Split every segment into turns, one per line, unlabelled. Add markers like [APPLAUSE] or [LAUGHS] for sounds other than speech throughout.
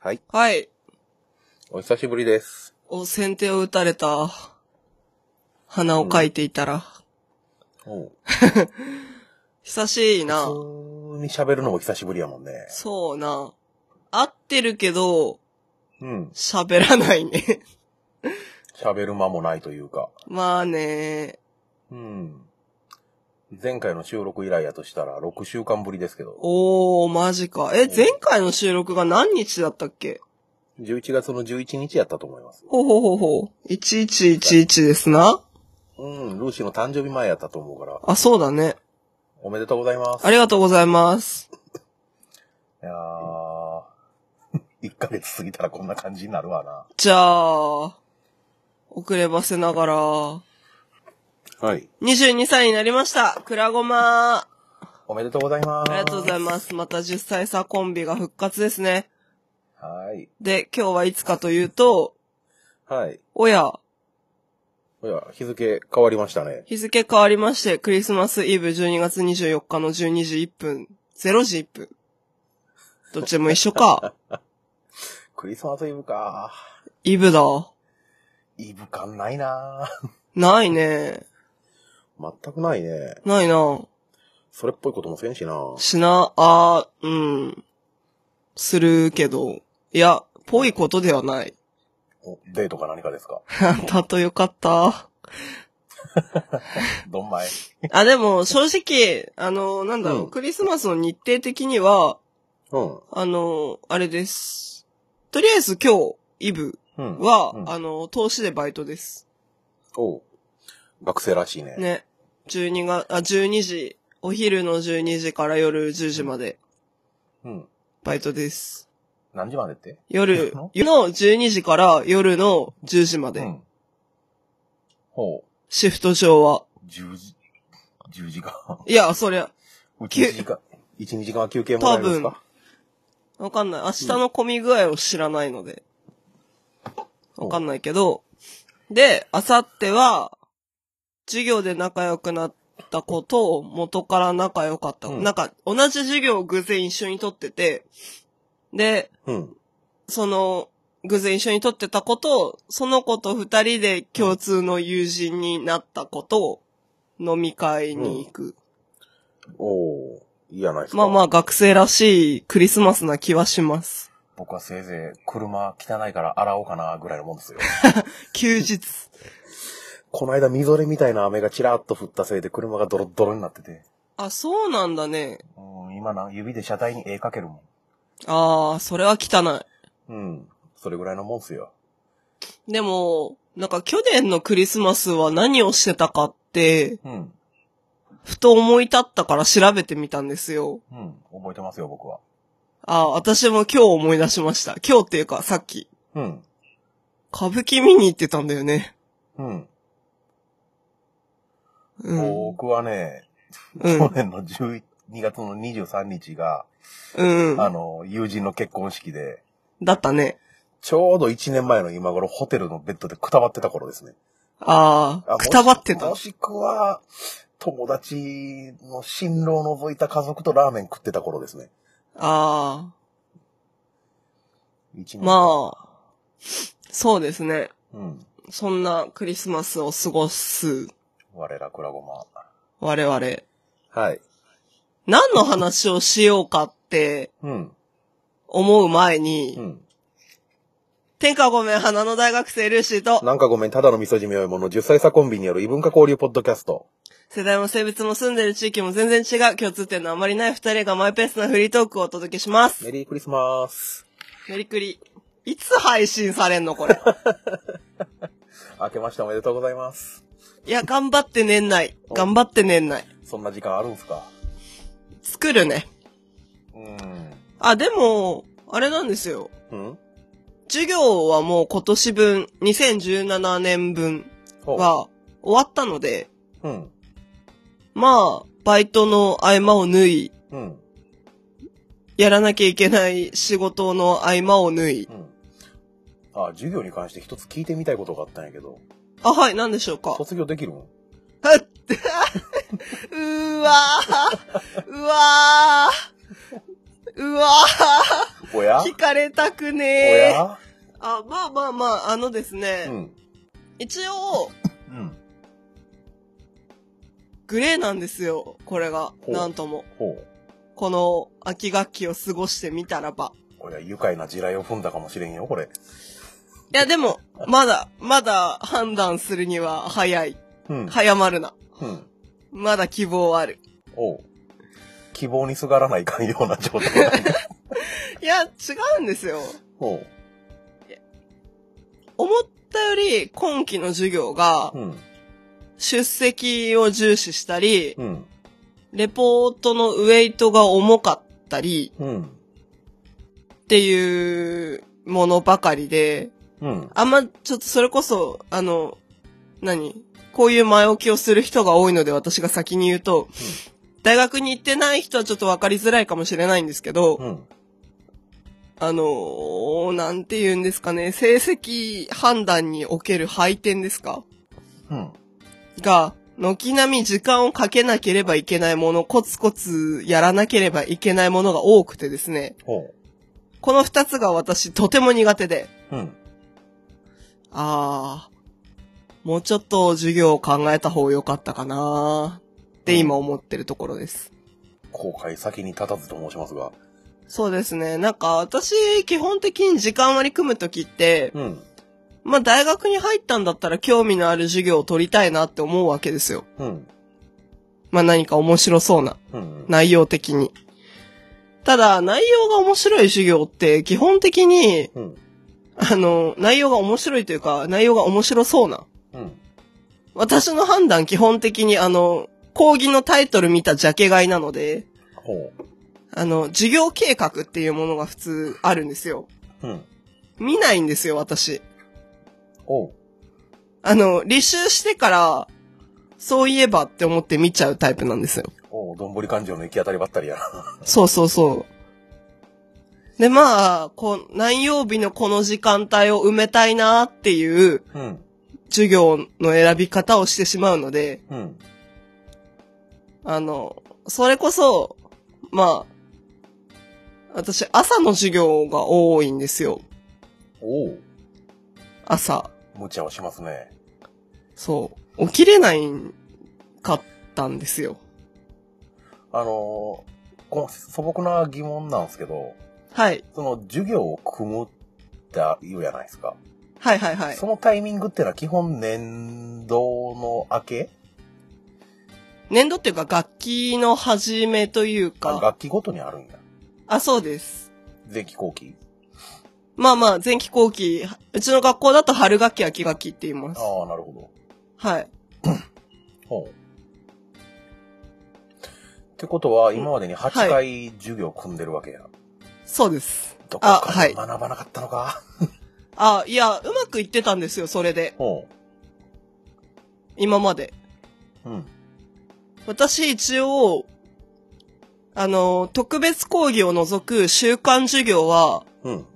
はい。
はい。
お久しぶりです。
お、先手を打たれた。花を描いていたら。
おう。
久しいな。
普通に喋るのも久しぶりやもんね。
そうな。合ってるけど、
うん。
喋らないね。 [LAUGHS]
喋る間もないというか。
まあね。
うん。前回の収録以来やとしたら6週間ぶりですけど、
おー、マジか。え、前回の収録が何日だったっけ
11月の11日やったと思います。
ほうほうほうほう。1111ですな。
うん、ルーシーの誕生日前やったと思うから、
あ、そうだね。
おめでとうございます。
ありがとうございます。
いやー、1ヶ月過ぎたらこんな感じになるわな。
じゃあ、遅ればせながら、
はい。
22歳になりました。くらごまー。
おめでとうございます。
ありがとうございます。また10歳差コンビが復活ですね。
す。はい。
で、今日はいつかというと、
はい。
おや、
いや、日付変わりましたね。
日付変わりまして、クリスマスイブ12月24日の12時1分、0時1分。どっちも一緒か。 [LAUGHS]
クリスマスイブか。
イブだ。
イブ感ないな
ないね。
全くないね。
ないな。
それっぽいこともせんしな
しな、あ、うん。するけど。いや、ぽいことではない。
おデートか何かですか
たとよかった。
[LAUGHS] どんまい。
あ、でも、正直、あの、なんだろう、
うん
クリスマスの日程的には、
うん。
あの、あれです。とりあえず今日、イブ
うん。
は、
うん
あの、投資でバイトです。
おう学生らしいね。
ね。12が、あ、12時、お昼の12時から夜10時まで、
うん。
バイトです。
何時までって
夜の12時から夜の10時ま
う
で、
ん。ほ
シフト上は。
う。10時、10時 [LAUGHS] 間。
いや、そりゃ、
うち
きゅ
1時間、1、2時間は休憩もらえるんですか
わかんない。明日の混み具合を知らないので。
うん
わかんないけど。で、あさっては、授業で仲良くなった子と、元から仲良かった子。
うん
なんか、同じ授業を偶然一緒に取ってて、で、
うん。
その、偶然一緒に取ってた子と、その子と二人で共通の友人になった子と、飲み会に行く。
おういいやないですか。
まあまあ、学生らしいクリスマスな気はします。
僕はせいぜい車汚いから洗おうかなぐらいのもんですよ。
休日。
[LAUGHS] この間みぞれみたいな雨がちらっと降ったせいで車がドロッドロになってて。
あ、そうなんだね。
うん、今な、指で車体に絵描けるも
ああ、それは汚
ん。うん。それぐらいのもんっすよ。
い。でも、なんか去年のクリスマスは何をしてたかって、
うん。
ふと思い立ったから調べてみたんですよ。
うん。覚えてますよ、僕は。
ああ、私も今日思い出しました。今日っていうかさっき。
うん。
歌舞伎見に行ってたんだよね。
うん。
うん。
僕はね、
うん
去年の12月の23日が、
うん。
あの、友人の結婚式で、
だったね。
ちょうど1年前の今頃、ホテルのベッドでくたばってた頃ですね。
あ
あ
あ、
もし
くたばってた
も。しくは、友達の新郎を除いた家族とラーメン食ってた頃ですね。
ああ、
一年
まあ、そうですね。
うん。
そんなクリスマスを過ごす
我らクラゴマ。
我々。
はい。
何の話をしようかって、
うん。
思う前に、
うん。
天下ごめん花の大学生ルーシーと、
なんかごめん、ただの味噌汁よいもの10歳差コンビによる異文化交流ポッドキャスト。
世代も性別も住んでる地域も全然違う共通点のあまりない二人がマイペースなフリートークをお届けします。
メリークリスマス。
メリクリ。いつ配信されんのこれ。
明けましておめでとうございます。
いや、頑張って年内。頑張って年内。
そんな時間あるんすか
作るね。
うん。
あ、でも、あれなんですよ。
うん
授業はもう今年分、2017年分
ほう。
は終わったので、
うん。
まあ、バイトの合間を縫い、
うん。
やらなきゃいけない仕事の合間を縫い。
うん。あ、授業に関して一つ聞いてみたいことがあったんやけど、
あ、はい、何でしょうか。
卒業できるん
はっ
[LAUGHS]
うーわーうわーうわー
おや
聞かれたくね
お
え。
や
あ、まあまあまあ、あのですね、
うん。
一応、
うん。
グレーなんですよ、これが。
ほう
なんとも。
ほう。
この秋学期を過ごしてみたらば。
おや、愉快な地雷を踏んだかもしれんよ、これ。
いや、でも、まだ、まだ判断するには早い。
うん。
早まるな。
うん。
まだ希望ある。
おう。希望にすがらないかんような状態なん [LAUGHS] だ。
いや、違うんですよ。
ほう。
思ったより今期の授業が
うん。
出席を重視したり、
うん。
レポートのウェイトが重かったり
うん。
っていうものばかりで、
うん。
あんまちょっとそれこそ、あの、何こういう前置きをする人が多いので私が先に言うと、大学に行ってない人はちょっとわかりづらいかもしれないんですけど、
うん。
あのーなんて言うんですかね、成績判断における配点ですか
うん。
が、軒並み時間をかけなければいけないもの、コツコツやらなければいけないものが多くてですね、
ほう。
この二つが私とても苦手で、
うん。
あー、もうちょっと授業を考えた方が良かったかなーって今思ってるところです。
後悔先に立たずと申しますが。
そうですね。なんか私、基本的に時間割り組むときって、
うん。
まあ大学に入ったんだったら興味のある授業を取りたいなって思うわけですよ。
うん。
まあ何か面白そうな。
うん。
内容的に。ただ、内容が面白い授業って、基本的に、
うん。
あの、内容が面白いというか、内容が面白そうな。
うん。
私の判断、基本的に、あの、講義のタイトル見たジャケ買いなので、
ほ
あの、授業計画っていうものが普通あるんですよ。
う。うん。
見ないんですよ、私。
おう。
あの、履修してから、そういえばって思って見ちゃうタイプなんですよ。
おう、どんぶり感情の行き当たりばったりや。 [LAUGHS]
そうそうそう。で、まあ、こう、何曜日のこの時間帯を埋めたいなっていう
うん。
授業の選び方をしてしまうので、
うん。
あの、それこそ、まあ、私、朝の授業が多いんですよ。
おう。
朝。
無茶をしますね。
そう。起きれないかったんですよ。
あのーこの素朴な疑問なんですけど、
はい。
その授業を組むって言うじゃないですか。
はいはいはい
そ。のタイミングっていうのは基本年度の明け
年度っていうか楽器の始めという
あ
か、
楽器ごとにあるんや。
あ、そうです。
前期後期
まあまあ、前期後期、うちの学校だと春学期、秋学期って言います。
ああ、なるほど。
はい。
ほう。ってことは、今までに8
は
回授業を組んでるわけや。
そうです。
どこ
あ
か
は
で
い
学ばなかったのか、
あ、いや、うまくいってたんですよ、それで。
ほ
今まで。
う。うん。
私、一応、あの、特別講義を除く習慣授業は、
うん。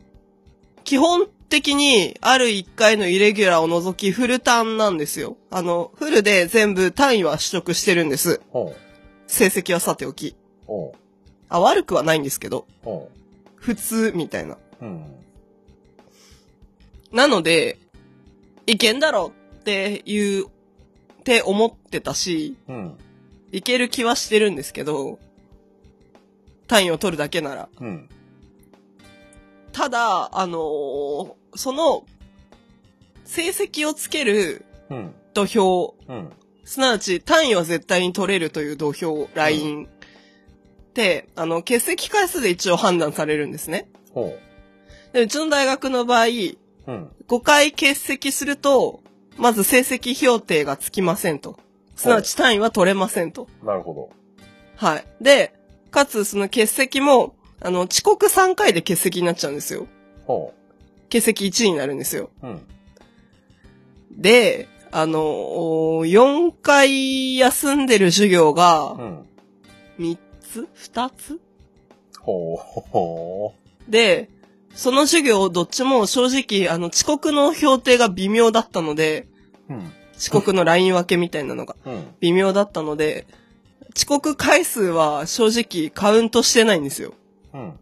基本的に、ある1回のイレギュラーを除き、フル単なんですよ。あの、フルで全部単位は取得してるんです。
ほう。
成績はさておき。
ほう。
あ、悪くはないんですけど、
ほ
普通、みたいな。
う。うん。
なので、いけんだろっていう、って思ってたし、
うん。
いける気はしてるんですけど、単位を取るだけなら。
うん。
ただ、あのーその、成績をつける
うん。
土俵、
うん。
すなわち単位は絶対に取れるという土俵、ラインって、あの、欠席回数で一応判断されるんですね。
ほ
でうちの大学の場合、
う。うん。
5回欠席すると、まず成績評定がつきませんと。すなわち単位は取れませんと。
なるほど。
はい。で、かつその欠席も、あの、遅刻3回で欠席になっちゃうんですよ。
ほ
欠席1になるんですよ。
う。うん。
で、あの、お4回休んでる授業
う
が、
ん。
3つ ?2 つ
ほう。ほ
で、その授業どっちも正直、あの、遅刻の評定が微妙だったので、
う。うん。
遅刻のライン分けみたいなのが。
うん。
微妙だったので、遅刻回数は正直カウントしてないんですよ。
うん。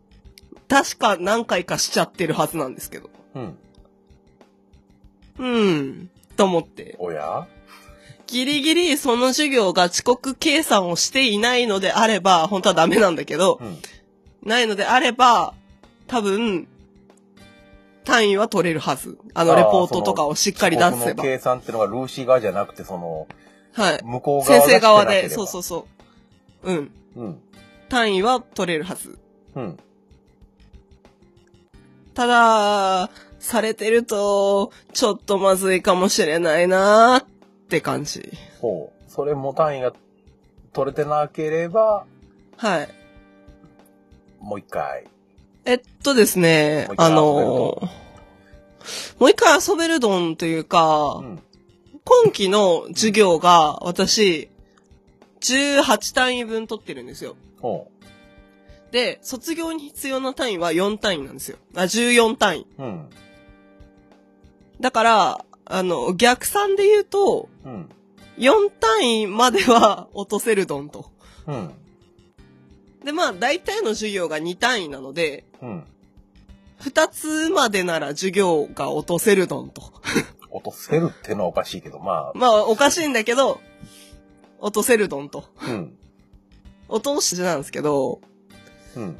確か何回かしちゃってるはずなんですけど。
うん。
うん。と思って。
おや
ギリギリその授業が遅刻計算をしていないのであれば、本当はダメなんだけど
う、ん。
ないのであれば、多分、単位は取れるはず。あの、
あー
レポートとかをしっかり出
僕
せ
の
ば。
計算ってのがルーシー側じゃなくて、その、
はい。
向こう側
先生側
がしてなけれ
で、
ば
そうそうそう。うん。
うん。
単位は取れるはず。
うん。
ただ、されてると、ちょっとまずいかもしれないなーって感じ。
そう。それも単位が取れてなければ、
はい。
もう一回。
えっとですね
もう一、回
あのー、もう一回遊べるどんというか、
うん。
今期の授業が私、18単位分取ってるんですよ。
ほ
で、卒業に必要な単位は4単位なんですよ。あ、14単位。
う。うん。
だから、あの、逆算で言うと、
うん。
4単位までは [LAUGHS] 落とせるどんと。
うん。
で、まあ、大体の授業が2単位なので、
うん。
2つまでなら授業が落とせるどんと。
落とせるってのはおかしいけど、ま
まあ、おかしいんだけど、落とせるどんと。
あ、うん。
落としなんですけど、
うん。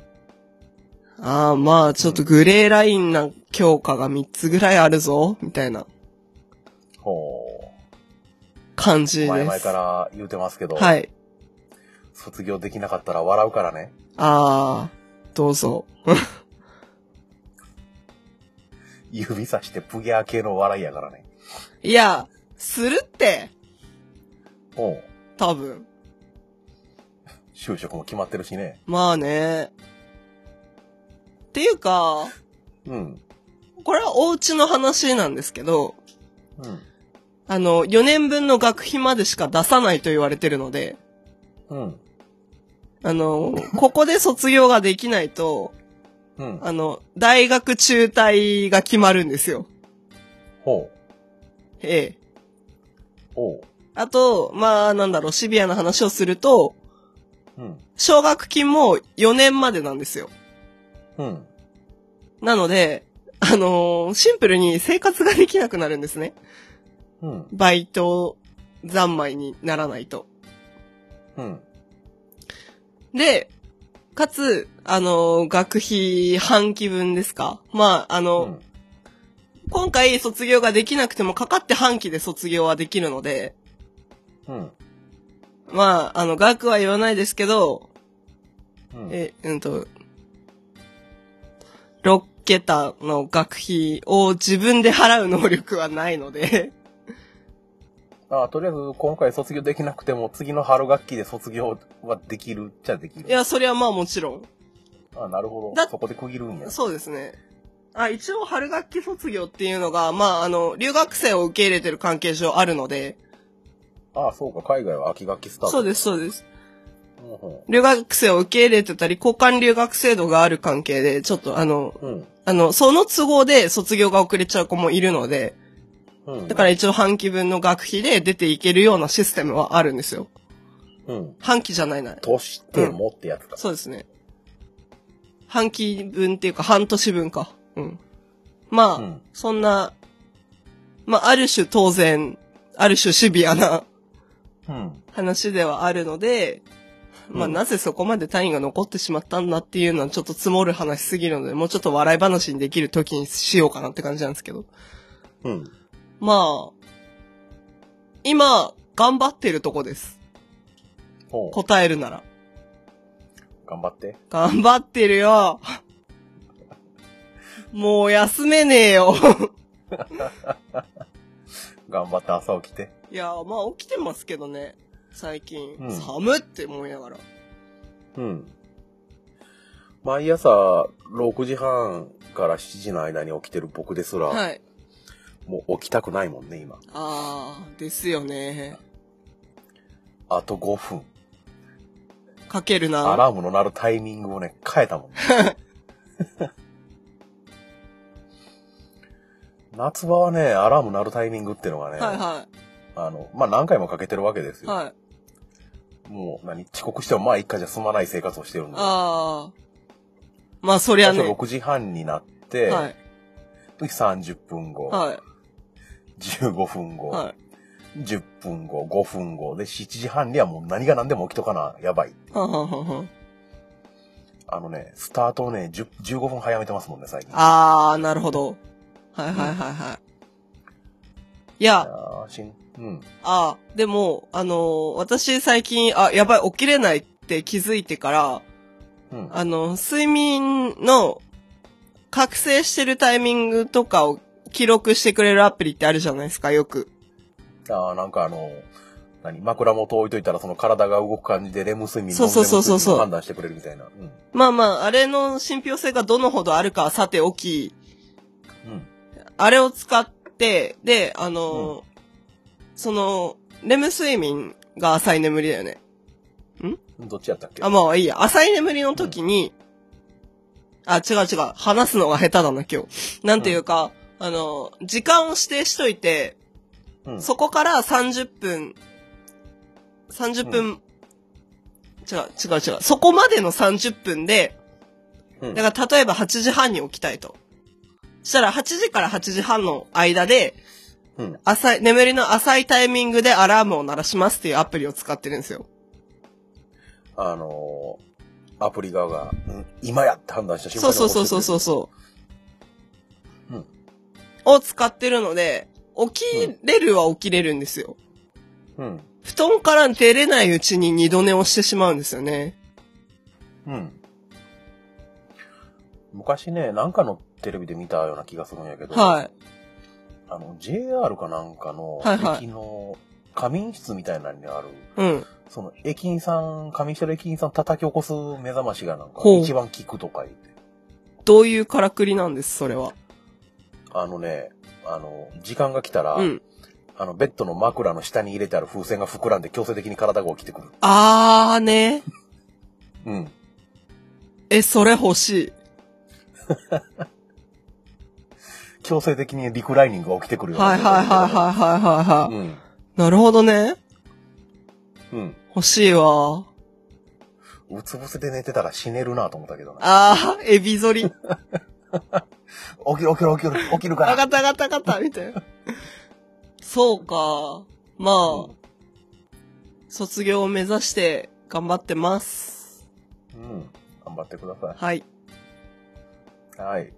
ああ、まあ、ちょっとグレーラインな教科が3つぐらいあるぞ、みたいな
ほ
感じ
う。
です。
前々から言うてますけど、
はい。
卒業できなかったら笑うからね。
ああ、どうぞ。
指さしてプギャー系の笑いやからね。
いや、するって、
ほう。
多分。
就職も決まってるしね。
まあね。っていうか、
うん。
これはお家の話なんですけど、
うん。
あの、4年分の学費までしか出さないと言われてるので、
うん。
あの、ここで卒業ができないと、
うん。
あの、大学中退が決まるんですよ。
ほう。
ええ。
ほ
あと、まあ、なんだろう、シビアな話をすると、
う。うん。
奨学金も4年までなんですよ。
うん。
なので、あのーシンプルに生活ができなくなるんですね。
うん。
バイト三昧にならないと。
うん。
で、かつ、あのー学費半期分ですか。まあ、あ
う
の、
ん。
今回卒業ができなくてもかかって半期で卒業はできるので、
うん。
まあ、あの、額は言わないですけど、
うん。
え、うんと、6桁の学費を自分で払う能力はないので、 [LAUGHS]
あとりあえず、今回卒業できなくても、次の春学期で卒業はできるっちゃできる。
いや、それはまあもちろん。
あ、なるほ
だ
ど。そこで区切るんや。
そうですね。あ、一応春学期卒業っていうのが、まあ、あの、留学生を受け入れてる関係上あるので、
あそうか。海外は秋学期スタート。
そうです、そうです。
うんほ
留学生を受け入れてたり、交換留学制度がある関係で、ちょっとあの、
う。うん。
あの、その都合で卒業が遅れちゃう子もいるので、
うん。
だから一応半期分の学費で出ていけるようなシステムはあるんですよ。
うん。
半期じゃないな。
としてもってやつか。
そうですね。半期分っていうか半年分か。うん。まあ、
うん
そんな、まあ、ある種当然、ある種シビアな [LAUGHS]
うん。
話ではあるので、まあ、
うん
なぜそこまで単位が残ってしまったんだっていうのはちょっと積もる話すぎるので、もうちょっと笑い話にできる時にしようかなって感じなんですけど。
うん。
まあ、今、頑張ってるとこです。
ほう。
答えるなら。
頑張って。
頑張ってるよ。 [LAUGHS] もう休めねえよ。 [LAUGHS]
頑張って朝起きて。
いや、まあ起きてますけどね。最近。
うん
寒って思いながら。
うん。毎朝6時半から7時の間に起きてる僕ですら、
はい。
もう起きたくないもんね、今。
あー、ですよね。
あと5分。
かける
ア
な。
ラームの鳴るタイミングをね、変えたもん、ね。 [LAUGHS] 夏場はね、アラーム鳴るタイミングっていうのがね、
はいは
あの、まあ、何回もかけてるわけです
い。
よ。
はい。
もう、何、遅刻してもまあ一回じゃ済まない生活をしてるんで。
あー。まあそりゃ
朝
ね。
6時半になって、
はい。
30分後、
はい。
15分後、
は
10分後、5分後で、7時半にはもう何が何でも起きとかな、やばい。
い。はんはんはんはん
あのね、スタートをね、10 15分早めてますもんね、最近。
あー、なるほど。はいはいはいはい。いや、
あーしんうん。
あー、でも、あのー私最近、あ、やばい、起きれないって気づいてから、
うん。
あの、睡眠の覚醒してるタイミングとかを記録してくれるアプリってあるじゃないですか、よく。
あーなんかあの、何枕元置いといたら、その体が動く感じで、レム睡眠
そうそうそうそうそう
ノンレム睡眠の判断してくれるみたいな。うん。
まあまあ、あれの信憑性がどのほどあるかはさておき、
うん。
あれを使って、で、あの、その、レム睡眠が浅い眠りだよね。
どっちやったっけ
あ、まあいいや。浅い眠りの時に、あ、違う違う。話すのが下手だな、今日。なんていうか、あの、時間を指定しといて、
うん、
そこから30分、30分、違う違う違う。そこまでの30分で、
うん、
だから例えば8時半に起きたいと。したら8時から8時半の間で、
うん。
浅い、眠りの浅いタイミングでアラームを鳴らしますっていうアプリを使ってるんですよ。
あのーアプリ側が、うん、今やって判断した瞬
そ
間。
うそうそうそうそううそう。
うん
を使ってるので、起きれるは起きれるんですよ。
うん。
布団から出れないうちに二度寝をしてしまうんですよね。
うん。昔ね、なんかのテレビで見たような気がするんやけど、
はい。
あの、JR かなんかの、
はいはい
駅の、仮眠室みたいなのにある、
うん。
その、駅員さん、仮眠してる駅員さん叩き起こす目覚ましがなんか、
ほう
一番効くとか言って。
どういうからくりなんです、それは。
あのね、あの、時間が来たら、
うん。
あの、ベッドの枕の下に入れてある風船が膨らんで強制的に体が起きてくる。
あーね。
うん。
え、それ欲しい。
強制的にリクライニングが起きてくるような
はいはいはいはいはいはいはい。
うん。
なるほどね。
うん。
欲しいわ。
うつ伏せで寝てたら死ねるなと思ったけどな。
あー、エビ反り。
起きる起きる起きる、起きるか
あが
ら。
ったあがったあがった、みたいな。そうか。まあ、
うん
卒業を目指して頑張ってます。
うん。頑張ってくださ
はい。
い。はい。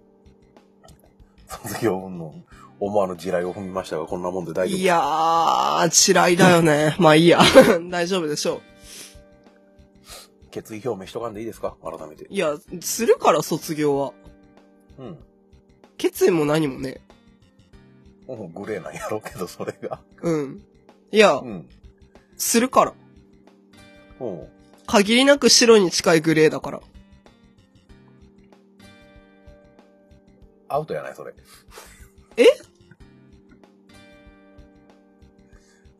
卒業運の思わぬ地雷を踏みましたが、こんなもんで大丈夫。
いやー、地雷だよね。まあいいや。 [LAUGHS] 大丈夫でしょ
決意表明しとかんでいいですか改めて
う。。いや、するから卒業は。
うん。
決意も何もね。
もうグレーなんやろうけど、それが。
うん。いや、
うん。
するから。
うん。
限りなく白に近いグレーだから。
アウトやない、それ。
え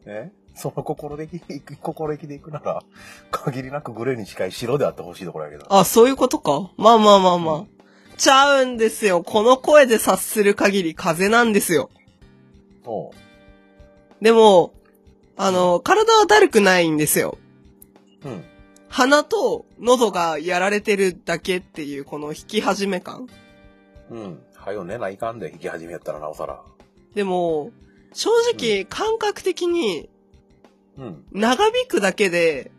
えその心意気、心意気でいくなら、限りなくグレーに近い白であってほしいところやけど。
あ、そういうことか。まあまあまあまあ。
うん
ちゃうんですよ。この声で察する限り風なんですよ。
おう
でも、あの、体はだるくないんですよ。
うん。
鼻と喉がやられてるだけっていう、この引き始め感。
うん。はよ寝ないかんで、弾き始めやったらなおさら。
でも、正直、感覚的に
うん。
長引くだけで、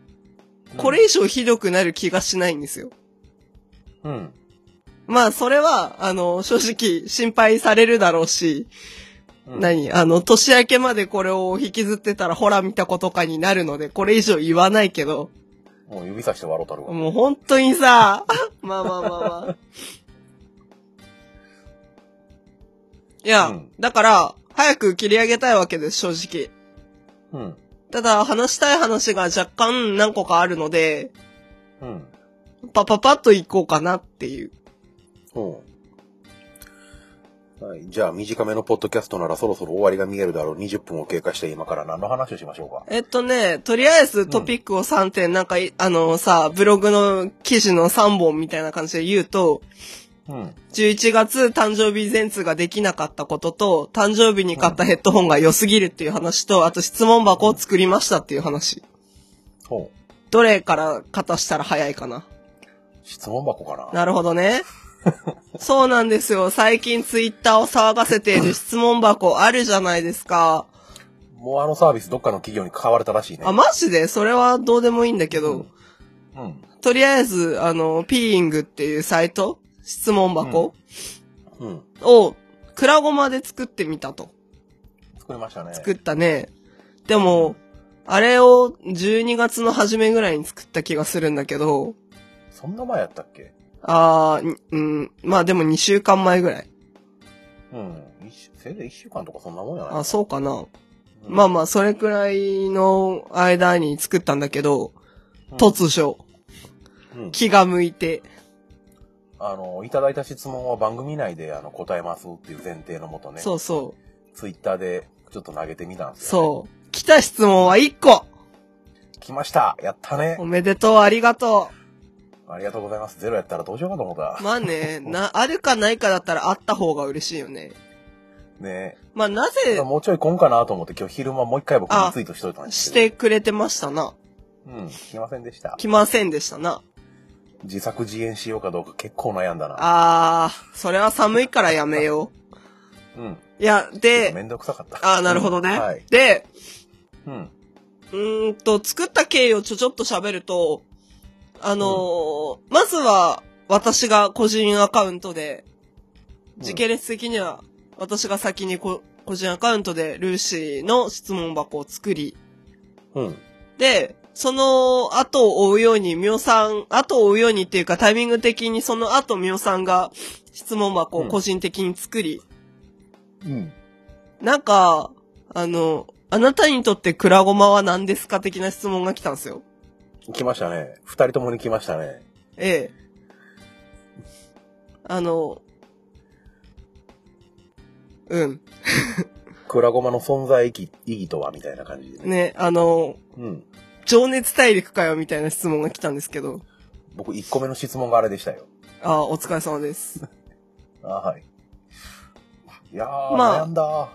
これ以上ひどくなる気がしないんですよ。
うん。
まあ、それは、あの、正直、心配されるだろうし、
うん。
何あの、年明けまでこれを引きずってたら、ほら見たことかになるので、これ以上言わないけど、
もう指さして笑うたるわ。
もう本当にさ、 [LAUGHS] まあまあまあまあ。いや、
うん
だから、早く切り上げたいわけです、正直。
うん。
ただ、話したい話が若干何個かあるので、
うん。
パパパッと行こうかなっていう。
おうはい。じゃあ、短めのポッドキャストならそろそろ終わりが見えるだろう。20分を経過して今から何の話をしましょうか。
えっとね、とりあえずトピックを3点、なんかい、あのさ、ブログの記事の3本みたいな感じで言うと、
うん。
11月誕生日前通ができなかったことと、誕生日に買ったヘッドホンが良すぎるっていう話と、あと質問箱を作りましたっていう話。
ほう。
どれから片したら早いかな。
質問箱かな。
なるほ
[LAUGHS]
どね。そうなんですよ。最近ツイッターを騒がせている質問箱あるじゃないですか。
もうあのサービスどっかの企業に買われたらしいね。
あ、マジでそれはどうでもいいんだけど、
うん。
とりあえず、あの、ピーイングっていうサイト、質問箱
うん。
を、クラゴマで作ってみたと。
作りましたね。
作ったね。でも、あれを12月の初めぐらいに作った気がするんだけど、
そんな前やったっけ
あーにうん、まあでも2週間前ぐらい。
うん。一週せいぜい1週間とかそんなもんじゃない
あ、そうかな。
うん
まあまあ、それくらいの間に作ったんだけど、
うん
突如、
うん
気が向いて。
あの、いただいた質問は番組内であの答えますっていう前提のもとね、
そうそう。
ツイッターでちょっと投げてみたんですよ、ね。
そう。来た質問は1個
そう。来ましたやったね
おめでとう、ありがと
ありがとうございます。ゼロやったらどうしようかと思った
う。。まあね、な、あるかないかだったらあった方が嬉しいよね。
ね
まあな
え。
ぜ
もうちょい来んかなと思って今日昼間もう一回僕リツイートしといたんです
し
け
て
ど。
くれてましたな。
うん。来ませんでした。
来ませんでしたな。
自作自演しようかどうか結構悩んだな。
あー、それは寒いからやめよ
うん。
う。いや、
ちょっと
で、
めんどくさかった。
あー、なるほどね。
うんはい。
で、
うん。
うーんと、作った経緯をちょちょっと喋ると、あのーまずは、私が個人アカウントで、
うん
時系列的には、私が先にこ個人アカウントで、ルーシーの質問箱を作り、
うん。
で、その後を追うように、みおさん、後を追うようにっていうか、タイミング的にその後みおさんが質問箱を個人的に作り、
うん。
なんか、あの、あなたにとってクラゴマは何ですか的な質問が来たんですよ。
来ましたね。二人ともに来ましたね。
ええ。あの、うん。
クラゴマの存在意義意義とはみたいな感じでね。
ね、あの、
うん。
情熱大陸かよみたいな質問が来たんですけど、
僕一個目の質問があれでしたよ。
あーお疲れ
[LAUGHS]
様です。
あはい。いやー、
ま
悩
あ
んだ。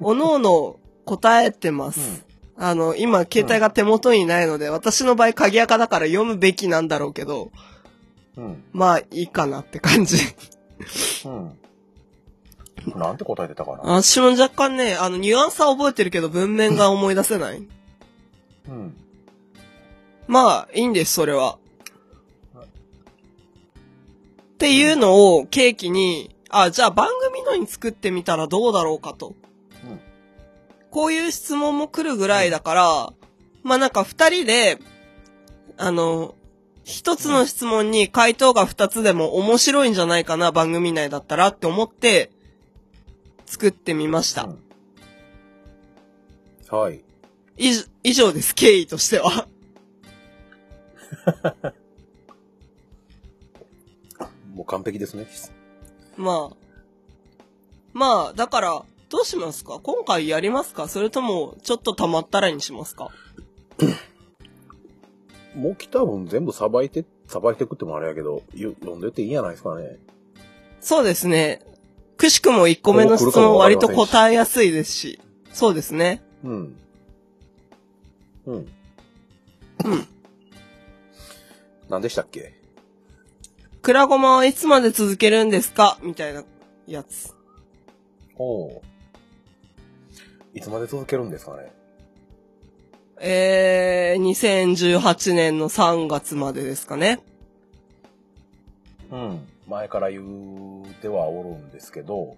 おのおの答えてま
う
す
ん。。
あの、今、携帯が手元にないので、私の場合、鍵垢だから読むべきなんだろうけど、
うん。
まあ、いいかなって感じ。
うん。なんて答えてたかな。
私も若干ね、あの、ニュアンスは覚えてるけど、文面が思い出せない。
うん。
まあ、いいんです、それは。っていうのを契機に、あ、じゃあ番組のに作ってみたらどうだろうかと。
うん
こういう質問も来るぐらいだから、まあなんか二人で、あの、一つの質問に回答が二つでも面白いんじゃないかな、番組内だったらって思って、作ってみました。
うんはい。
以上以上です、経緯としては。
もう完璧ですね。
[LAUGHS] まあ。まあ、だから、どうしますか今回やりますかそれとも、ちょっと溜まったらにしますか
もう来た分全部さばいて、さばいてくってもあれやけど、よ読んでていいんじゃないですかね。
そうですね。くしくも1個目の質問割と答えやすいですし。そうですね。
うん。うん。何でしたっけ
クラゴマはいつまで続けるんですかみたいなやつ。
おおう。いつまで続けるんですかね。
えー、2018年の3月までですかね。
うん。前から言うてはおるんですけど、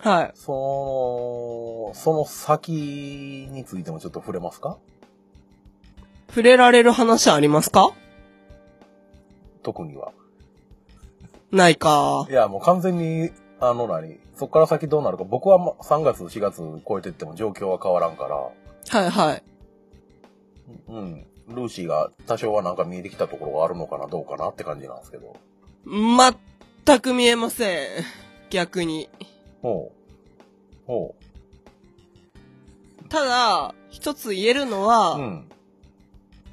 はい。
その、その先についてもちょっと触れますか
触れられる話ありますか
特には。
ないか
い。や、もう完全に、あの何、そっから先どうなるか、僕はま3月、4月超えてっても状況は変わらんから、
はいはい。
うん。ルーシーが多少はなんか見えてきたところがあるのかな、どうかなって感じなんですけど。
全く見えません。逆に。
ほう。ほ
ただ、一つ言えるの
う。
は、
うん。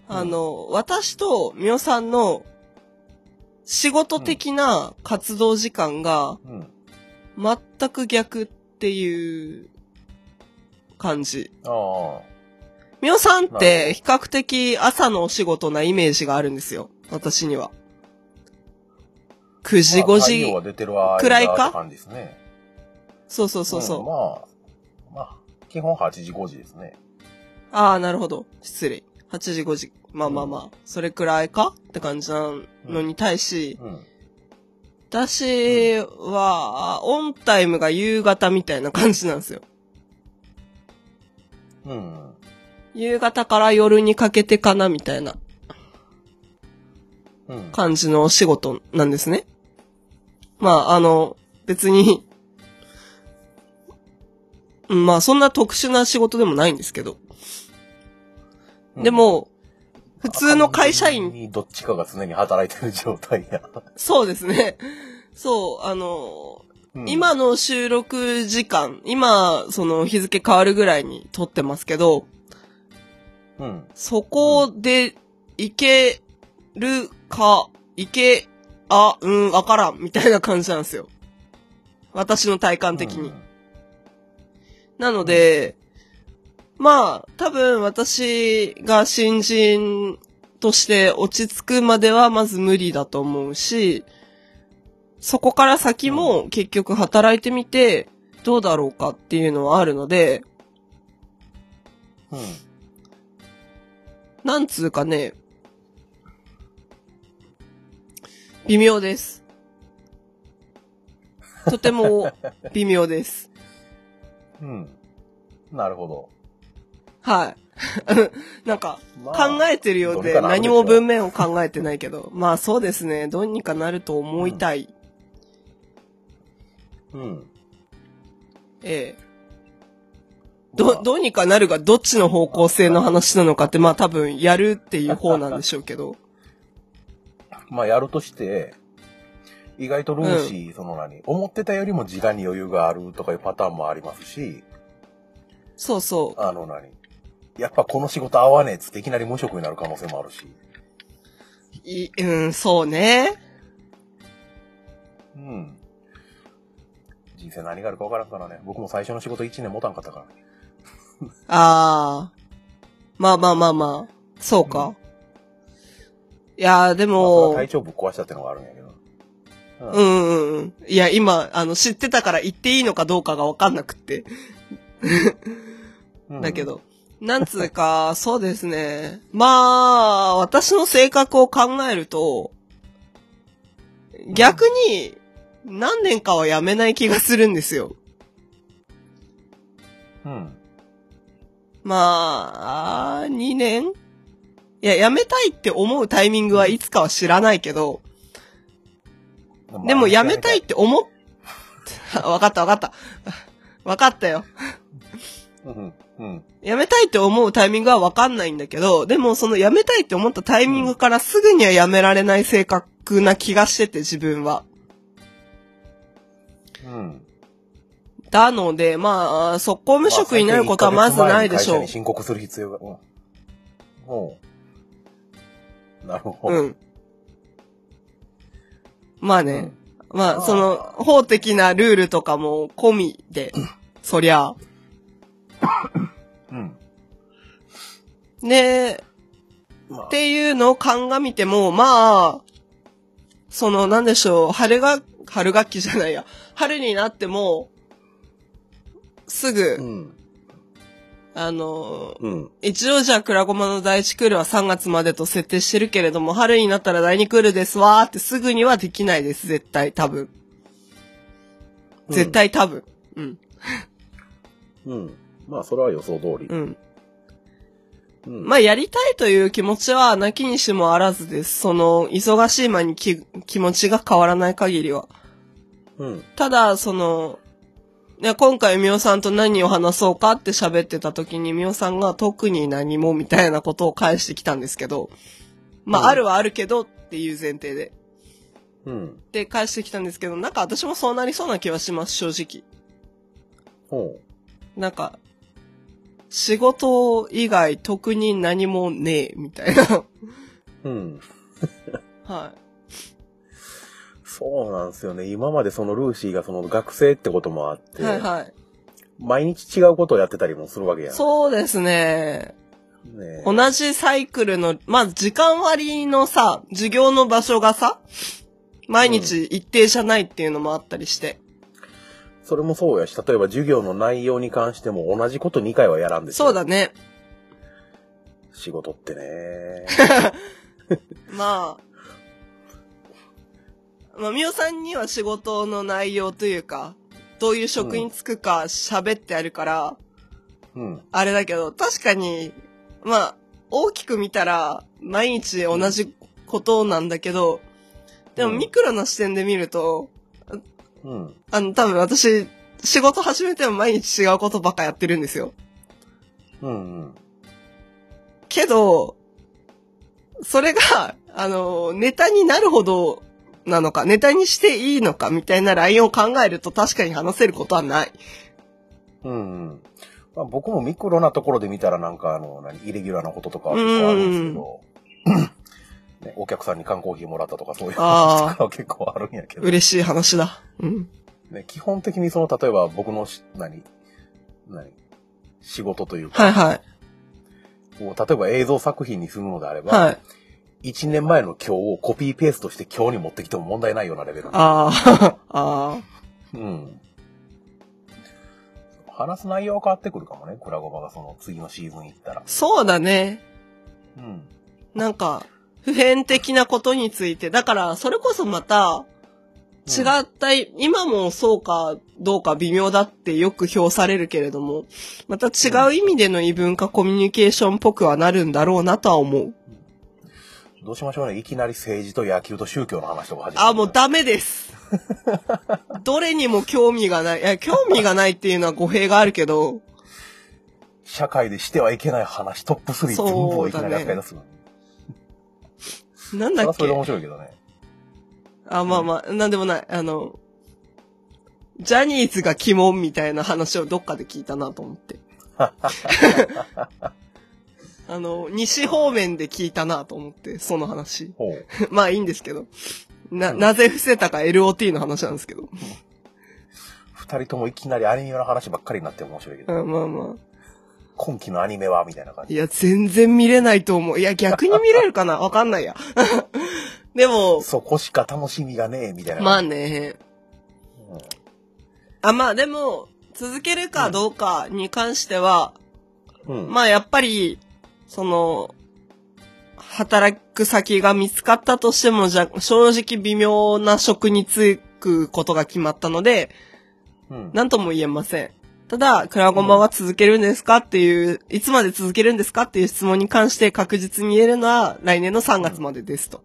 あの、私とみおさんの仕事的な活動時間が
うん。
全く逆っていう感じ。
あ
みおさん
な
っ
るほど
て比較的朝のお仕事なイメージがあるんですよ。私には。 9時
まあ
5
太陽
時
は。出てる間
くらいか
って感じですね。
そうそうそうそう。
んまあ、まあ、基本8時5時ですね。
ああ、なるほど。失礼。8時5時。まあまあまあ、それくらいかって感じなのに対し、
うん。
私は、オンタイムが夕方みたいな感じなんですよ。
うん。
夕方から夜にかけてかなみたいな
うん。
感じのお仕事なんですね。まあ、あの、別に、うんまあそんな特殊な仕事でもないんですけど。
うん
で、も、普通の会社員
完全にどっちかが常に働いてる状態や。
そうですね。そう、あの、
うん、
今の収録時間、今、その日付変わるぐらいに撮ってますけど、
うん。
そこで、いけるか、いけ、あ、うん、わからん、みたいな感じなんですよ。私の体感的に。なので、まあ、多分私が新人として落ち着くまではまず無理だと思うし、そこから先も結局働いてみてどうだろうかっていうのはあるので、
うん。うん。
なんつうかね、微妙です。とても微妙です。
うん。なるほど。
はい。 [LAUGHS] なんか、
まあ
考えてるよう
どれか
で、
なるでし
何
ょう
も文面を考えてないけど。 [LAUGHS] まあそうですね。どうにかなると思いたい。
うん。
ええ。
ま
ど、
あ
どうにかなるがどっちの方向性の話なのかって、まあ多分やるっていう方なんでしょうけ
[LAUGHS]
ど。
まあ、やるとして、意外とルーシー、その何、思ってたよりも時間に余裕があるとかいうパターンもありますし、
そうそ
あの何、やっぱこの仕事合わねえっつっていきなり無職になる可能性もあるし。
う。いうん、そうね。
うん。人生何があるか分からんからね。僕も最初の仕事1年持たんかったからね。
ああ。まあまあまあまあ。そうか。
うん
いやーで
まあそれは
も、
体調ぶっ壊したってのがあるんやけど。うん
うんうんうん。いや、今、あの、知ってたから言っていいのかどうかがわかんなくって。
うん
だけ。ど。なんつうか、そうですね。まあ、私の性格を考えると、逆に何年かはやめない気がするんですよ。
うん。
まあ、2年いや、やめたいって思うタイミングはいつかは知らないけど、でもやめたいっ。て思っ、 [LAUGHS] わかったわかった。わかったよ。
うん。うん。
辞めたいって思うタイミングは分かんないんだけど、でもその辞めたいって思ったタイミングからすぐには辞められない性格な気がしてて自分は。
うん。
なので、まあ、速攻無職になることはまずないでし
まあ最低1ヶ月前に会社
ょ
に申告する必要が。うん。おうなるほ
う。
ど。
う
うん。
ん。まあね。まあ、その、法的なルールとかも込みで、そりゃ。
うん。
ね
まあ
っていうのを鑑みても、まあ、その、なんでしょう、春が、春学期じゃないや、春になっても、すぐ、
うん。
あの、
うん。
一応じゃあ、クラゴマの第1クールは3月までと設定してるけれども、春になったら第2クールですわーってすぐにはできないです、絶対、多分。絶。対多分。うん、
うん。まあ、それは予想通り
う。ん。
うん
まあ、やりたいという気持ちは、なきにしもあらずです。その、忙しい間に気気持ちが変わらない限りは。
うん。
ただ、その、ね、今回みおさんと何を話そうかって喋ってた時にみおさんが特に何もみたいなことを返してきたんですけど、まあ、
うん
あるはあるけどっていう前提で。
うん。
で、返してきたんですけど、なんか私もそうなりそうな気はします、正
ほ
直。なんか、仕事以外特に何もねえ、みたいな。 [LAUGHS]
う。うん。
は
そうなんですよね。今までそのルーシーがその学生ってこともあっ
い。
て、
はいはい。
毎日違うことをやってたりもするわけやん。
そうですね。
う。ね、
同じサイクルの、まあ、時間割のさ、授業の場所がさ、毎日一定じゃないっていうのもあったりして。
それもそうやし、例えば授業の内容に関しても同じこと2回はやらんですよ
そうだね。
仕事って
[LAUGHS]
ね。
まあ、まあ、みおさんには仕事の内容というか、どういう職に就くか喋ってあるから、
うん。
あれだけど、確かに、まあ、大きく見たら、毎日同じことなんだけど、でも
うん
ミクロな視点で見ると、
うん。
あの、多分私、仕事始めても毎日違うことばっかやってるんですよ。
うんうん。
けど、それが、あの、ネタになるほどなのか、ネタにしていいのかみたいなラインを考えると確かに話せることはない。
うんうん。まあ、僕もミクロなところで見たらなんかあの、何、イレギュラーなこととかは結構あるんですけど、 [LAUGHS] ね、お客さんに缶コーヒーもらったとかそういう話とかは結構あるんやけど、
嬉しい話だ。うん。
ね、基本的にその、例えば僕のし、何、何、仕事というか、
はいはい。
こう例えば映像作品にするのであれば、
はい。
1年前の今日をコピーペーストして今日に持ってきても問題ないようなレベルなんで
あー [LAUGHS] あ
う
ー。
ん。話す内容は変わってくるかもね、クラゴバがその次のシーズン行ったら。
そうだね。
うん。
なんか、普遍的なことについて。だから、それこそまた、違った、今もそうかどうか微妙だってよく評されるけれども、また違う意味での異文化コミュニケーションっぽくはなるんだろうなとは思う。
どうしましょうね、いきなり政治と野球と宗教の話とか始める
あ、もうダ
[LAUGHS]
メです。どれにも興味がない。いや、興味がないっていうのは語弊があるけど、
社会でしてはいけない話、トップ3全部をいきなり扱い出すの。
なん
そ
だ
れは
っ
それで面
け
白いけどね。
あ、まあまあ、なんでもない。あの、ジャニーズが鬼門みたいな話をどっかで聞いたなと思
[LAUGHS]
って。あの、西方面で聞いたなと思って、その話。 [LAUGHS]
ほう。
まあいいんですけど。な、
うん
なぜ伏せたか LOT の話なんですけど。
二人ともいきなりアニメの話ばっかりになって面白いけ
う
ど、
ん、まあまあ。
今期のアニメはみたいな感
い
じ。
や、全然見れないと思う。いや、逆に見れる
[LAUGHS]
かなわかんないや。 [LAUGHS] でも、
そこしか楽しみがねえ、みたいな。
まあね。
うん
あ、まあでも、続けるかどうかに関しては、
うん。
まあやっぱり、その、働く先が見つかったとしても、じゃ、正直微妙な職に就くことが決まったので、
うん。
なんとも言えません。ただ、クラゴマは続けるんですかっていう、いつまで続けるんですかっていう質問に関して確実に言えるのは来年の3月までですと。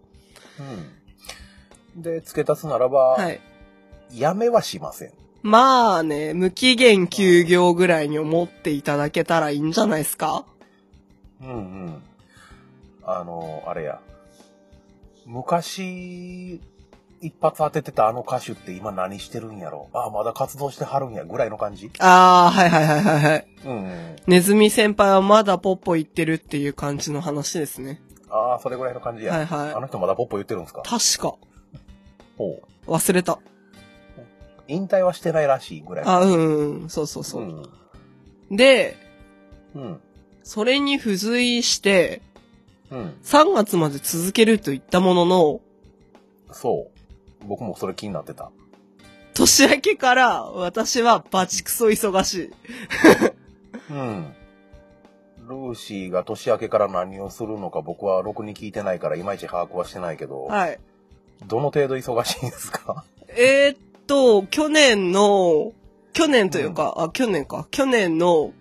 うんで、付け足すならば、
はい。
やめはしません。
まあね、無期限休業ぐらいに思っていただけたらいいんじゃないですか
うんうん。あの、あれや。昔、一発当ててたあの歌手って今何してるんやろああ、まだ活動してはるんや、ぐらいの感じ。
ああ、はいはいはいはいはい。
うん、うん。
ネズミ先輩はまだポッポ言ってるっていう感じの話ですね。
ああ、それぐらいの感じや。
はいはい
あの人まだポッポ言ってるんですか
確か。
ほう。
忘れた。
引退はしてないらしいぐらい。
あ、うん、うん、そうそうそうう。
ん。
で、
うん。
それに付随して、
うん。
3月まで続けると言ったものの、
そう。僕もそれ気になってた。
年明けから私はバチクソ忙しい。
うん。ルーシーが年明けから何をするのか僕はろくに聞いてないからいまいち把握はしてないけど、
はい。
どの程度忙しいんですか
えーっと、去年の、去年というか、あ、去年か。去年の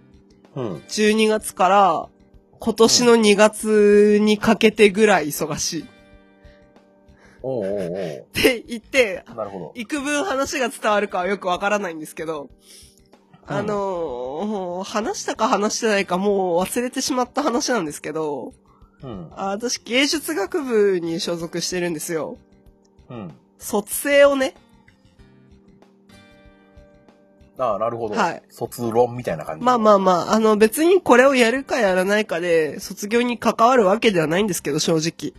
うん。
12月から今年の2月にかけてぐらい忙しい。っ
おうおうお
て言って、
う。なるほど。
幾分話が伝わるかはよくわからないんですけど、あのー話したか話してないかもう忘れてしまった話なんですけど、
うん。
あ私芸術学部に所属してるんですよ。
うん。
卒生をね、
ああ、なるほど。
はい
卒論みたいな感じ。
まあまあまあ、あの別にこれをやるかやらないかで卒業に関わるわけではないんですけど、正直。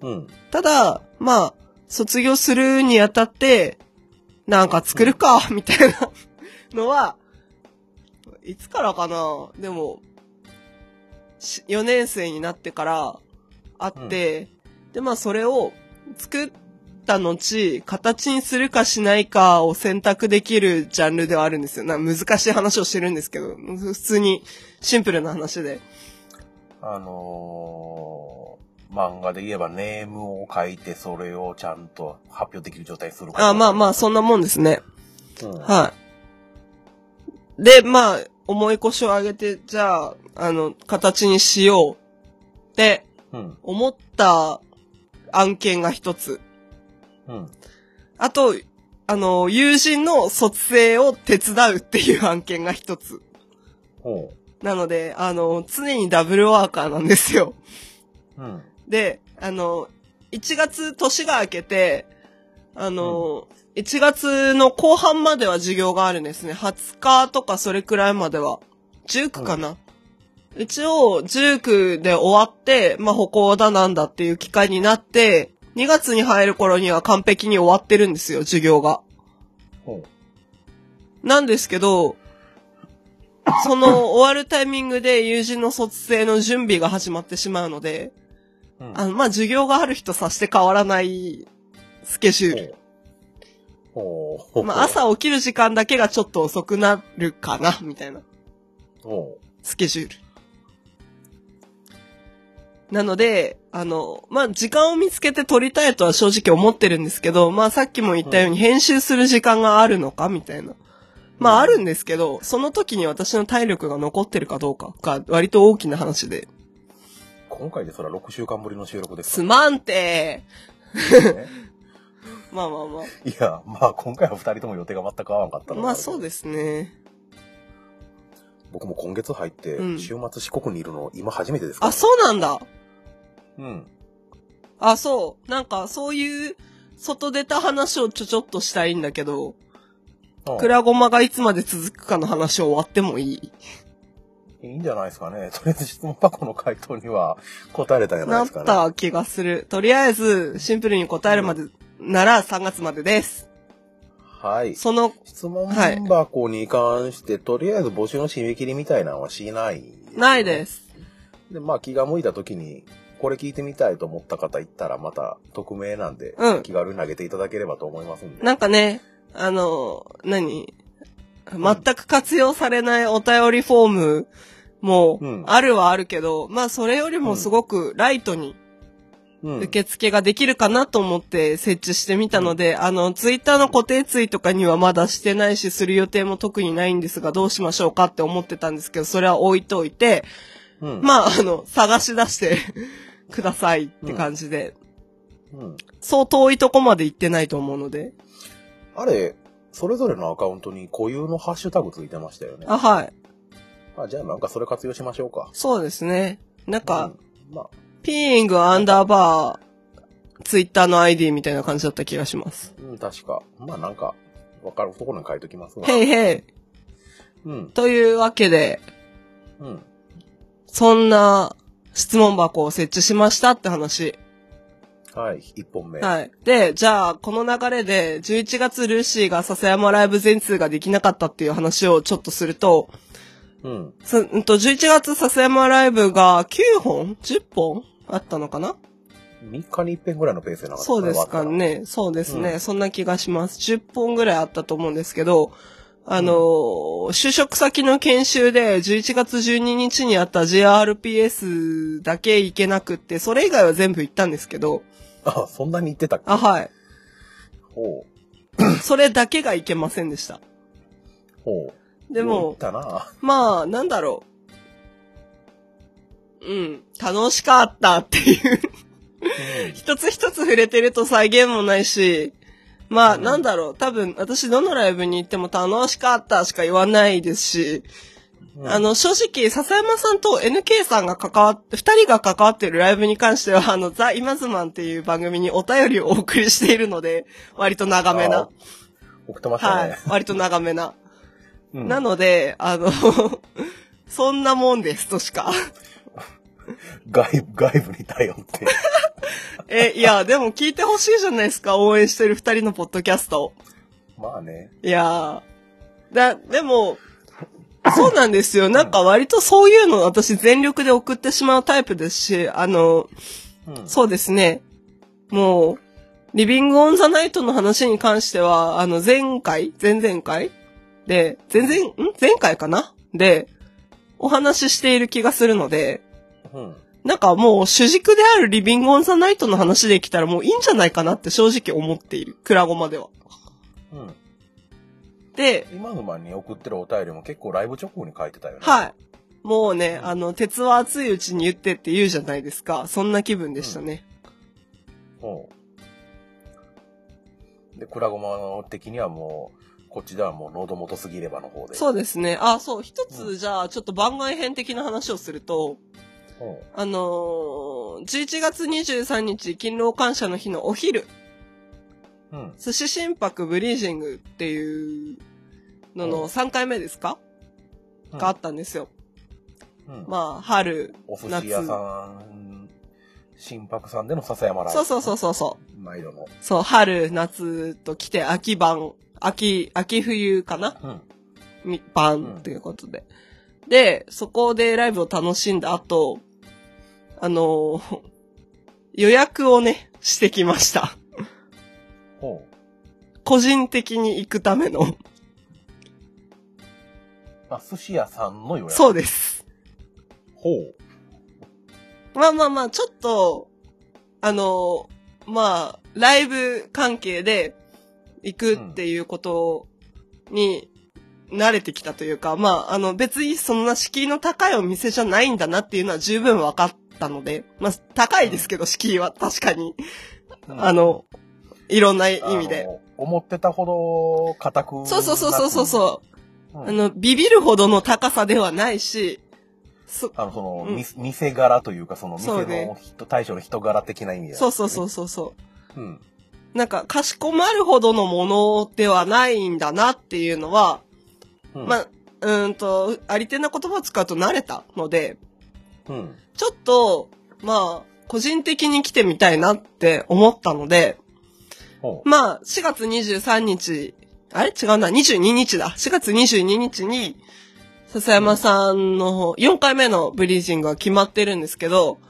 うん。
ただ、まあ、卒業するにあたって、なんか作るか、みたいなのは、いつからかなでも、し4年生になってからあって、で、まあそれを作っった後、形にするかしないかを選択できるジャンルではあるんですよ。なんか難しい話をしてるんですけど、普通にシンプルな話で。
あのー漫画で言えばネームを書いて、それをちゃんと発表できる状態にすること
あまあまあ、そんなもんですね。
うん
はい。で、まあ、重い腰を上げて、じゃあ、あの、形にしようって
うん。
思った案件が一つ。
うん。
あと、あの、友人の卒生を手伝うっていう案件が一つ。
ほ
なので、あの、常にダブルワーカーなんですよ。
う。うん。
で、あの、1月年が明けて、あの、1月の後半までは授業があるんですね。20日とかそれくらいまでは。19かな。一応、19で終わって、まあ、歩行だなんだっていう機会になって、2月に入る頃には完璧に終わってるんですよ、授業が。
ほ
なんですけど、その終わるタイミングで友人の卒生の準備が始まってしまうので、
う。うん。
あの、まあ、授業がある人さして変わらないスケジュール。
ほう。ほう。
まあ、朝起きる時間だけがちょっと遅くなるかな、みたいな
ほ
スケジュール。なので、あの、まあ、時間を見つけて撮りたいとは正直思ってるんですけど、まあ、さっきも言ったように編集する時間があるのか、みたいな。まあ、あるんですけど、その時に私の体力が残ってるかどうかが割と大きな話で。
う。今回でそれは6週間ぶりの収録です
すまんて
から
[LAUGHS]
ね。
まあまあまあ。
いや、まあ今回は2人とも予定が全く合わなかったの。
まあそうですすね。
僕も今月入って
う、ん
週末四国にいるの今初めてですから、
あ、そうなんだ。
うん。
あ、そう。なんか、そういう、外出た話をちょちょっとしたいんだけど、
うん。
クラゴマがいつまで続くかの話を終わってもいい。
いいんじゃないですかね。 [LAUGHS] とりあえず質問箱の回答には答えれたんじゃない
な
で
っ
すかね。なった
気がする。とりあえず、シンプルに答えるまで、なら3月までです。
た。はい。
その、
質問箱に関して、とりあえず募集の締め切りみたいなのはしない、
ないで。す。
で、まあ気が向いた時に、これ聞いてみたいと思った方いったら、また匿名なんで、
うん
気軽に投げていただければと思いますんで。
なんかね、あの、何全く活用されないお便りフォームも
うん、
あるはあるけど、まあそれよりもすごくライトに、
うん、
受付ができるかなと思って設置してみたので、あの、ツイッターの固定ツイとかにはまだしてないし、する予定も特にないんですが、どうしましょうかって思ってたんですけど、それは置いといて、
うん、
まあ、あの、探し出して [LAUGHS] くださいって感じで、
うん。
そう遠いとこまで行ってないと思うので、
あれ、それぞれのアカウントに固有のハッシュタグついてましたよね。
あ、はい。
あじゃあなんかそれ活用しましょうか。
そうですね。なんか、
うん、まあ、
ピーイングアンダーバー、ツイッターの ID みたいな感じだった気がします。
うん、確か。まあなんか、わかるところに書いときますわ。
へいへい。
うん、
というわけで、
うん。
そんな質問箱を設置しましたって話。
はい、一本目。
はい。で、じゃあ、この流れで、11月ルーシーが笹山ライブ全通ができなかったっていう話をちょっとすると、
うん、
すうんと11月笹山ライブが9本 ?10 本あったのかな
3日に一遍ぐらいのペースでなかった
そうですか。ね。そうですね、
うん
そんな気がします。10本ぐらいあったと思うんですけど、あのー就職先の研修で11月12日にあった JRPS だけ行けなくって、それ以外は全部行ったんですけど、
あ、そんなに言ってたっけ
あ、はい。
ほう、
それだけが行けませんでした。
ほう。
で
よう言っ
も、
たな。
まあ、なんだろう。うん、楽しかったっていう。一つ一つ触れてると再現もないし、まあ、
うん
なんだろう。多分、私どのライブに行っても楽しかったしか言わないですし、
うん
あ、の、正直、笹山さんと NK さんが関わって、二人が関わってるライブに関しては、あの、ザ・イマズマンっていう番組にお便りをお送りしているので、割と長め
あ
な。。
送ってました
は
ね
い。。割と長めな。
うん
なので、あの、 [LAUGHS] そんなもんですとしか。
外部、外部に頼って。 [LAUGHS]
え、いや、でも聞いてほしいじゃないですか、応援してる二人のポッドキャストを。
まあね。
いやーだ、でも、そうなんですよ。なんか割とそういうの私全力で送ってしまうタイプですし、あの、
うん。
そうですね。もう、リビングオンザナイトの話に関しては、あの、前回前々回で、前々、ん前回かなで、お話ししている気がするので、
うん。
なんかもう主軸であるリビングオンザナイトの話できたらもういいんじゃないかなって正直思っている。クラゴマでは。
うん。
で、
今の間に送ってるお便りも結構ライブ直後に書いてたよね。
はい。もうね、あの、鉄は熱いうちに言ってって言うじゃないですか。そんな気分でしたね。
うん。で、クラゴマ的にはもう、こっちではもう喉元すぎればの方で。
そうですね。あ、そう。一つ、じゃあ、ちょっと番外編的な話をすると、
うん。
あのー、11月23日、勤労感謝の日のお昼、
うん。
寿司心拍ブリージングっていうの
うん
の3回目ですか、
うん
があったんですよ。
うん
まあ、春、
お寿司屋さん、新白さんでの笹山ライブ。
そうそうそうそうそう。
う。毎度の。
そう、春、夏と来て、秋晩、秋、秋冬かな
うん。
みバンということで。で、そこでライブを楽しんだ後、あのー予約をね、してきました。
ほ
個人的に行くための。
う。あ、寿司屋さんの予約。
そうです。
ほう。
まあまあまあ、ちょっと、あのーまあ、ライブ関係で行くっていうことに慣れてきたというか、まあ、あの、別にそんな敷居の高いお店じゃないんだなっていうのは十分分かったので、まあ、高いですけど、敷居は確かに。
うん
あ、の、いろんな意味
あ
で。
の。思ってたほど硬くなく。
そうそうそうそうそうそう。
うん。
あの、ビビるほどの高さではないし、そ、
あの、その、
うん
み店柄というか、その、店
そうね
の人、対象の人柄的な意味で。。
そうそうそうそうそう
うん。
う。なんか、かしこまるほどのものではないんだなっていうのは、
うん
まあ、うーんと、ありてな言葉を使うと慣れたので、
うん。
ちょっと、まあ、個人的に来てみたいなって思ったので、
ほう。
まあ、4月23日、あれ違うな、22日だ。4月22日に、笹山さんの方、4回目のブリージングは決まってるんですけど、
うん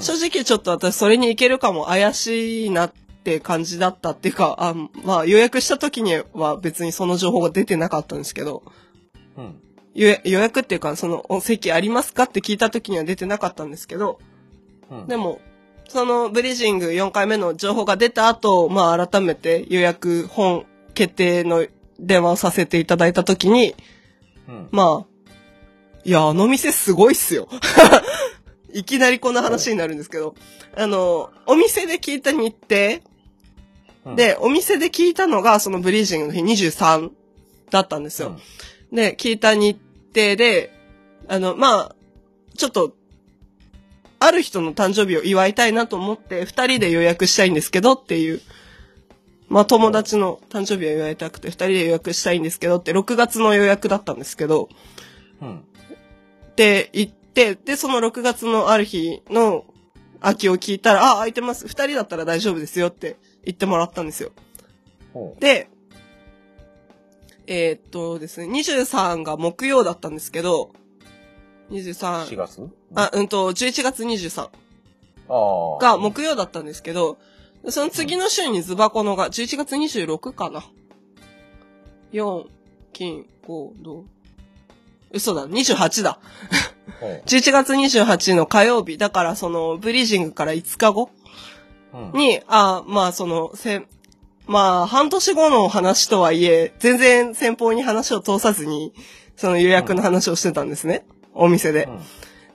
正直ちょっと私それに行けるかも怪しいなって感じだったっていうか、あまあ予約した時には別にその情報が出てなかったんですけど、
うん。
予約予約っていうかそのお席ありますかって聞いた時には出てなかったんですけど、
うん。
でも、そのブリジング4回目の情報が出た後、まあ改めて予約本決定の電話をさせていただいたときに、
うん。
まあ、いや、あの店すごいっすよ。 [LAUGHS] いきなりこんな話になるんですけど、あの、お店で聞いた日程
うん、
で、お店で聞いたのがそのブリージングの日23だったんですよ。で、聞いた日程で、あの、まあ、ちょっと、ある人の誕生日を祝いたいなと思って、二人で予約したいんですけどっていう、まあ、友達の誕生日を祝いたくて、二人で予約したいんですけどって、6月の予約だったんですけど、
うん。うん。
って言って、で、その6月のある日の空きを聞いたら、あ、空いてます。二人だったら大丈夫ですよって言ってもらったんですよ。
ほう。
で、えーっとですね、23が木曜だったんですけど、
4
23、
月
あ、うんと、11月23
あー
が木曜だったんですけど、その次の週にズバコのが、11月26かな。4、金、5、銅。嘘だ、28だ。
ほう
11月28の火曜日、だからその、ブリージングから5日後
うん。
に、あまあその、せ、まあ半年後の話とはいえ、全然先方に話を通さずに、その予約の話をしてたんですね。お店で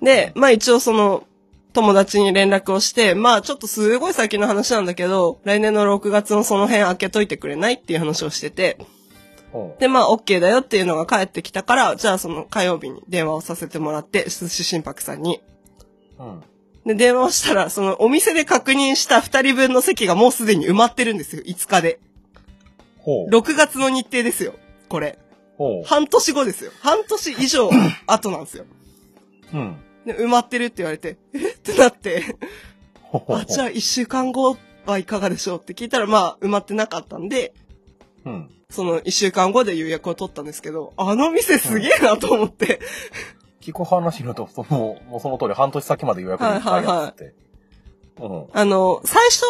う。ん
で、まあ一応その、友達に連絡をして、まあちょっとすごい先の話なんだけど、来年の6月のその辺開けといてくれないっていう話をしてて、
ほう。
でまあ OK だよっていうのが返ってきたから、じゃあその火曜日に電話をさせてもらって、寿司心拍さんに。
うん。
で、電話をしたら、そのお店で確認した二人分の席がもうすでに埋まってるんですよ、5日で。
ほう。
6月の日程ですよ、これ。
ほ
半年後ですよ。半年以上後なんですよ。
う。うん。
で、埋まってるって言われて、えってなって、
ほうほうほう。
あ、じゃあ1週間後はいかがでしょうって聞いたら、まあ、埋まってなかったんで、
うん。
その1週間後で予約を取ったんですけど、あの店すげえなと思って、
聞く話だと、その、もうその通り半年先まで予約に
はいはいはい
って。うん。
あの、最初、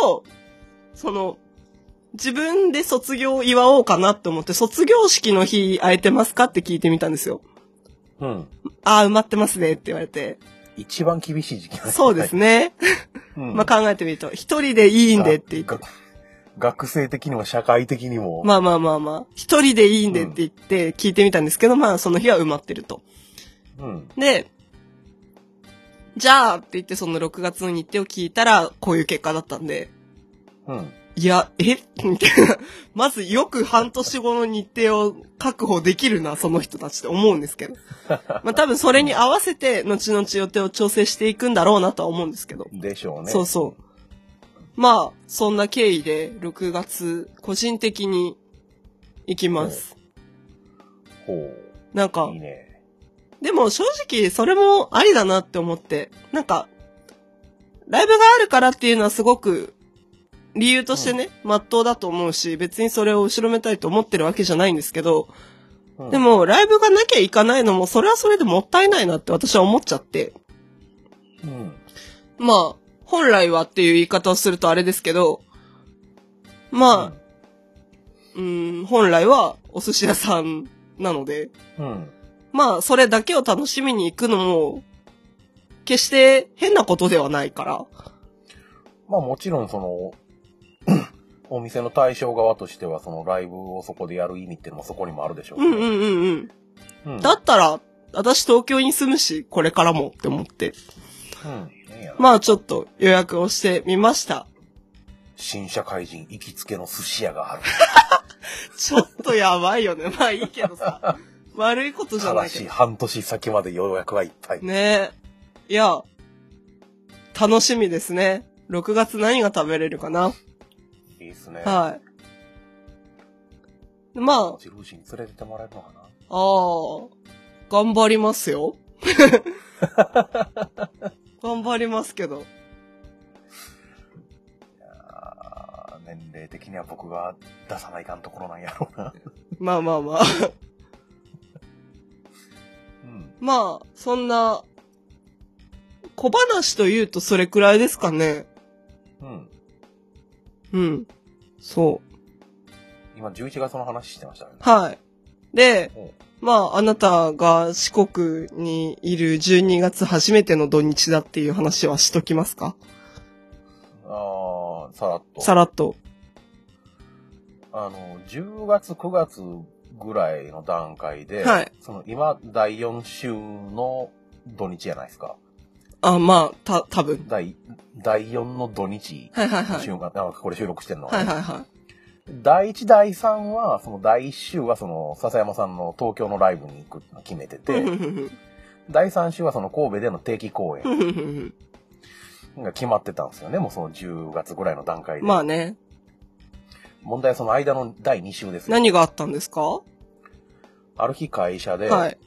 その、自分で卒業を祝おうかなって思って、卒業式の日空いてますかって聞いてみたんですよ。
うん。
ああ、埋まってますねって言われて。
一番厳しい時期
そうです。ね。
はいうん
まあ考えてみると、一人でいいんでって言って。
学学生的にも社会的にも。
まあまあまあまあ、一人でいいんでって言って聞いてみたんですけど、まあその日は埋まってると。
うん。
で、じゃあって言ってその6月の日程を聞いたら、こういう結果だったんで、
うん。
いや、え [LAUGHS] みたいな。まずよく半年後の日程を確保できるな、その人たちって思うんですけど。まあ多分それに合わせて、後々予定を調整していくんだろうなとは思うんですけど。
でしょうね。
そうそう。まあ、そんな経緯で、6月、個人的に行きます。
ほ
なんか
う。いい、ね。
でも正直それもありだなって思って、なんか、ライブがあるからっていうのはすごく理由としてね、ま、っとうだと思うし、別にそれを後ろめたいと思ってるわけじゃないんですけど、
うん
で、もライブがなきゃいかないのもそれはそれでもったいないなって私は思っちゃって、
うん。
まあ、本来はっていう言い方をするとあれですけど、まあ、うん、本来はお寿司屋さんなので、
うん。
まあ、それだけを楽しみに行くのも、決して変なことではないから。
まあもちろんその、 [COUGHS] お店の対象側としては、そのライブをそこでやる意味っていうのもそこにもあるでしょう
うんう
ね。
んうんうん。
うん。
だったら、私東京に住むし、これからもって思って。
うん。いいや
まあ、ちょっと予約をしてみました。
新社会人行きつけの寿司屋がある。
ちょっとやばいよね。 [LAUGHS] まあいいけどさ。悪いことじゃ
た
な
だ
いけ
し、
ど。
半年先まで予約はいっぱい。
ねえ。いや、楽しみですね。6月何が食べれるかな。
いいですね。
はい。まあ、
ジルーシに連れてってもらえるのかな
ああ、頑張りますよ。 [LAUGHS] 頑張りますけど。
あー年齢的には僕が出さないかんところなんやろうな。
まあまあまあ。
うん。
まあ、そんな、小話というとそれくらいですかね。
うん。
うん。そう。
今11月の話してましたよね。
はい。で
おう、
まあ、あなたが四国にいる12月初めての土日だっていう話はしときますか
あーさらっと。
さらっと。
あの、10月、9月ぐらいの段階で、
はい
その今、第4週の土日じゃないですか。
あ、まあ、た、多分。
第、第4の土日、
はいはいはい。
週が、あこれ収録してんのはね、
はいはいはい。
第1、第3は、その第1週はその、笹山さんの東京のライブに行くって決めてて、
ふんふんふん
第3週はその神戸での定期公
ふ
演
んふんふんふん
が決まってたんですよね、もうその10月ぐらいの段階で。
まあね。
問題はその間の第2週ですよ。
何があったんですかは
ある日会社
い。
で、
はい。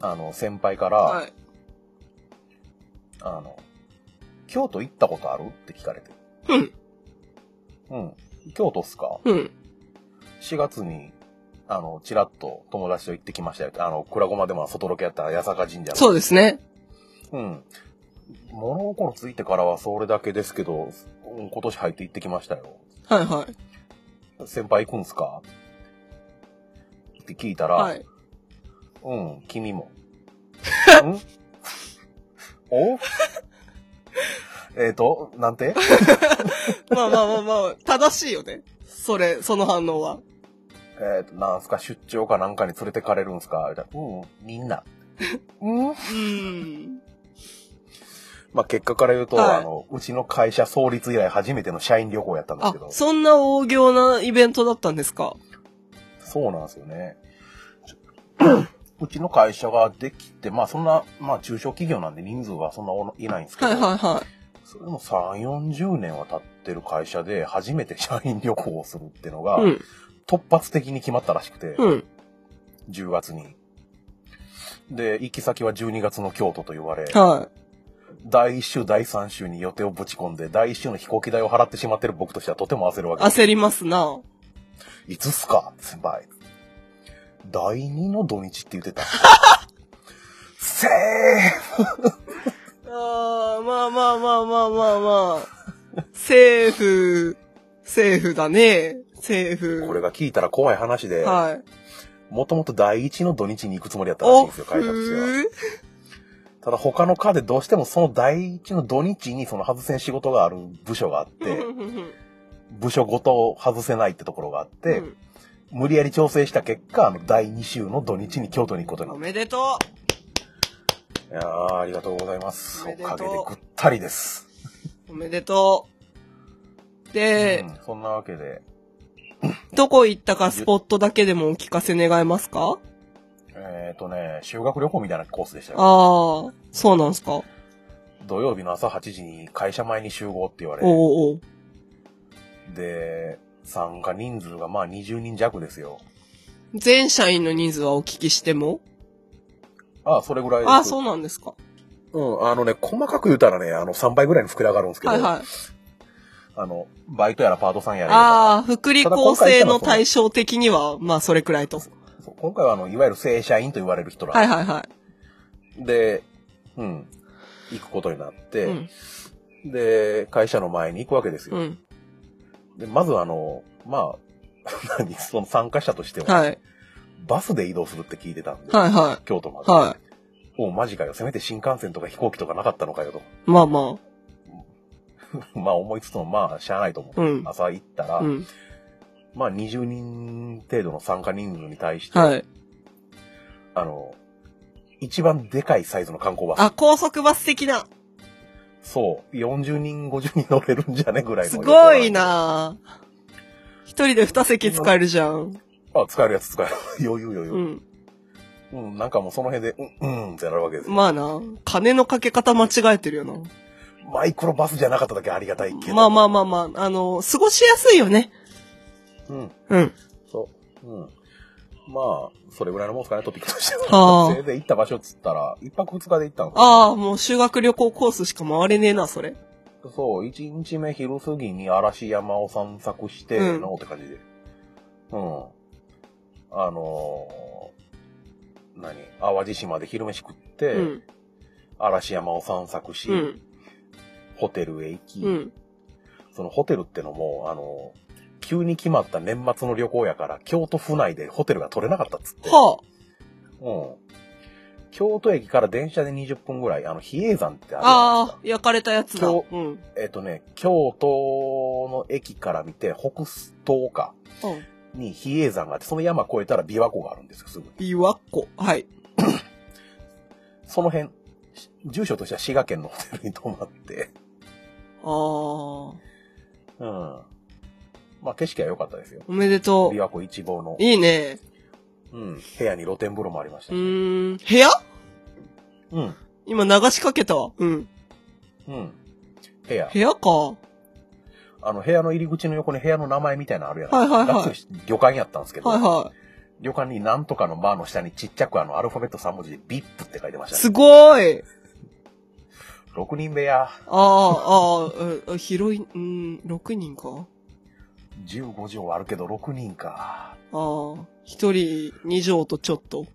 あの、先輩から、あの、京都行ったことあるって聞かれて。
う
う
ん。
ん。京都っすか
うん。
?4 月に、あの、ちらっと友達と行ってきましたよ。あの、倉駒でも外ロケやった八坂神社の。
そうですね。
うん。物心ついてからはそれだけですけど、うん今年入って行ってきましたよ。
はいはい。
先輩行くんすかって聞いたら、
はい。
うん、君
[LAUGHS]
も。んお [LAUGHS] えっと、なんて
まあまあまあまあ、正しいよね。それ、その反応は。
えーと、なんすか、出張かなんかに連れてかれるんすかみたいな。うん、みんな。 [LAUGHS] うん
うーん。
まあ、結果から言うと、
はい
あの、うちの会社創立以来初めての社員旅行やったんです
あ
けど、、
そんな大行なイベントだったんですか
そうなんですよね。ちょうちの会社ができて、まあ、そんな、まあ、中小企業なんで人数はそんなおいないんですけ
は
ど、
いはいは
それでも3、40年は経ってる会社で初めて社員旅行をするってのが、
い。うん。
突発的に決まったらしくて、
うん。
10月に。で、行き先は12月の京都と言われ、
は
第1週、第3週に予定をぶち込んで、第1週の飛行機代を払ってしまってる僕としてはとても焦る
い。
わけです。
焦りますな。
いつっすか先輩。第2の土日って言
[LAUGHS]
ってた。せ
あーまあまあまあまあまあまあ。セーフ、セーフだね。セーフ。
これが聞いたら怖い話で、
はい。
もともと第一の土日に行くつもりだったらしいん
お
です
ふ
よ、開拓地は。
ー
ただ他の課でどうしてもその第一の土日にその外せん仕事がある部署があって、部署ごと外せないってところがあって、
うん
無理やり調整した結果、あの、第2週の土日に京都に行くことにな
お
っ
めでと
た。いやーありがとうございます。お
おめでとう
かげでぐったりです。
う。おめでとう。で
う、ん、そんなわけで、
どこ行ったかスポットだけでもお聞かせ願えますか
えっ、とね、修学旅行みたいなコースでしたよ。
ああ、そうなんすか。お
土曜日の朝8時に会社前に集合って言われ、
おおう
で、参加人数がまあ20人弱ですよ。
全社員の人数はお聞きしても
ああ、それぐらいです。
ああ、そうなんですか。
うん、あのね、細かく言うたらね、あの、3倍ぐらいに膨れ上がるんですけど、
はいはい。
あの、バイトやらパートさんやら、
ああ、福利厚生の対象的には、まあそれくらいと。
そう今回はあの、いわゆる正社員と言われる人ら、
はいはいは
で、うん、行くことになっ
い。
て、
うん。
で、会社の前に行くわけですよ。
うん。
で、まずあの、まあ、 [LAUGHS] 何、その参加者としては、
はい。
バスで移動するって聞いてたんで、
はいは
京都ま
い。
で。
は
おうマジかよ。せめて新幹線とか飛行機とかなかったのかよと。 [LAUGHS]
い。まあま
まあ思いつつも、まあ、しゃあないと思う。
うん
朝行ったら、
あ。うん。
まあ20人程度の参加人数に対して、
はい。
あの、一番でかいサイズの観光バス。
あ、高速バス的な。
そう。40人、50人乗れるんじゃねぐらいの。
すごい。なぁ一人で二席使えるじゃん。
あ、使えるやつ使える。余裕余裕
う。ん。
うん、なんかもうその辺で、うん、うんってなるわけですよ。
まあな金のかけ方間違えてるよな。
マイクロバスじゃなかっただけありがたいけど。
まあまあまあまあ、あの、過ごしやすいよね。
うん、
うん。
そう。うん。まあ、それぐらいのもんですかね、トピックとして
あ
は。
ー
せいぜい行った場所っつったら、一泊二日で行ったのか
ああ、もう修学旅行コースしか回れねえな、それ。
なそう、一日目昼過ぎに嵐山を散策して
うん
の、って感じで。うん。あのー何淡路島で昼飯食って、
うん。
嵐山を散策し、
うん。
ホテルへ行き、
うん。
そのホテルってのも、あの、急に決まった年末の旅行やから、京都府内でホテルが取れなかったっつって。
は
うん。京都駅から電車で20分ぐらい、あの、比叡山って
あ。
ある
ああ、焼かれたやつだ。
今
うん。うん。
えっ、とね、京都の駅から見て、北東かに比叡山があって、その山越えたら琵琶湖があるんですよ、すぐ。
琵琶湖。はい。
その辺、し住所としては滋賀県のホテルに泊まって、
ああ。お
うん。まあ景色は良かったですよ。
めでと
琵琶湖一望の
う。、いいね。
うん、部屋に露天風呂もありまし
う
たし。
ーん。部屋
うん、
今流しかけたわ。うん。
うん。部屋。
部屋か。は
あの、部屋の入り口の横に部屋の名前みたいなのあるやん。
はいはいはい
楽に旅館やったんですけ
い
ど、
は
旅館になんとかのバーの下にちっちゃくあの、アルファベット3文字で VIP って書いてま
い。
した、
す
ね。
ごい。
6人部屋、
ああ、あーあ、広い、うん、6人か。
15畳はあるけど6人か。
ああ、1人2畳とちょっと。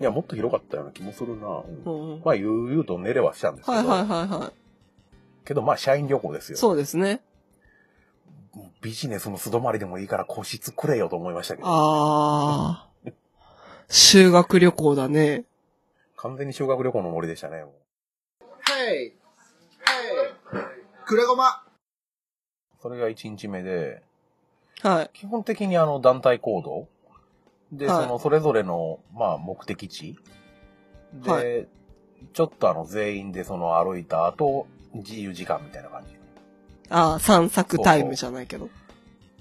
いや、もっと広かったような気もするな。うん
うん。
まあ、ゆうゆうと寝れはしたんですけど、
はいはいはいは
けどまあ、社員旅行です
い。
よ。
そうですね。
ビジネスの素泊まりでもいいから個室くれよと思いましたけど、
ああ。修学旅行だね。
完全に修学旅行の森でしたね。もう
はい。はい。くれごま。
それが1日目で、
はい。
基本的にあの団体行動で、
はい
そのそれぞれの、まあ、目的地で、
は
ちょっとあの全員でその歩いた後自由時間みたいな感じ
ああ、散策タイムじゃないけど。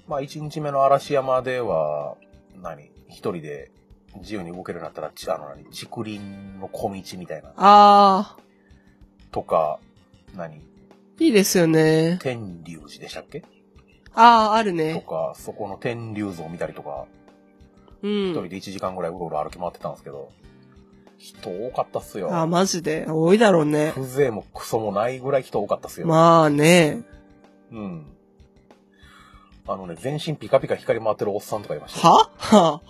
まあ1日目の嵐山では何一人で自由に動けるようになったらちあの何竹林の小道みたいな
ああ、
とか何
いいですよね。
天竜寺でしたっけ
ああ、ある
と
ね。
かそこの天竜像見たりとか
う
一人
ん。
で1時間ぐらいうろうろ歩き回ってたんですけど人多かったっすよ
ああ、マジで。多いだろうね。
風情もクソもないぐらい人多かったっすよ。
まあね。
うん。あのね、全身ピカピカ光り回ってるおっさんとかいましたよ。
はは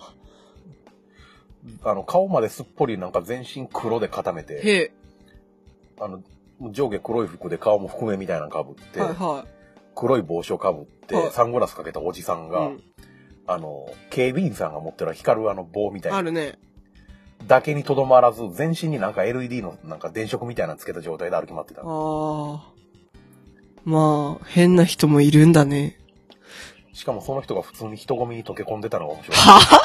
あの、顔まですっぽりなんか全身黒で固めて、
へ
あの、上下黒い服で顔も含めみたいなの被っ
え。
て、
はいは
黒い帽子をかぶって、
はい
サングラスかけたおじさんが、
うん
あの、警備員さんが持ってる光るあの棒みたい
あ
な、
るね。
だけにとどまらず、全身になんか LED のなんか電飾みたいなのつけた状態で歩き回ってた
あ。あ。まあ、変な人もいるんだね。
しかもその人が普通に人混みに溶け込んでたのが面白い。
は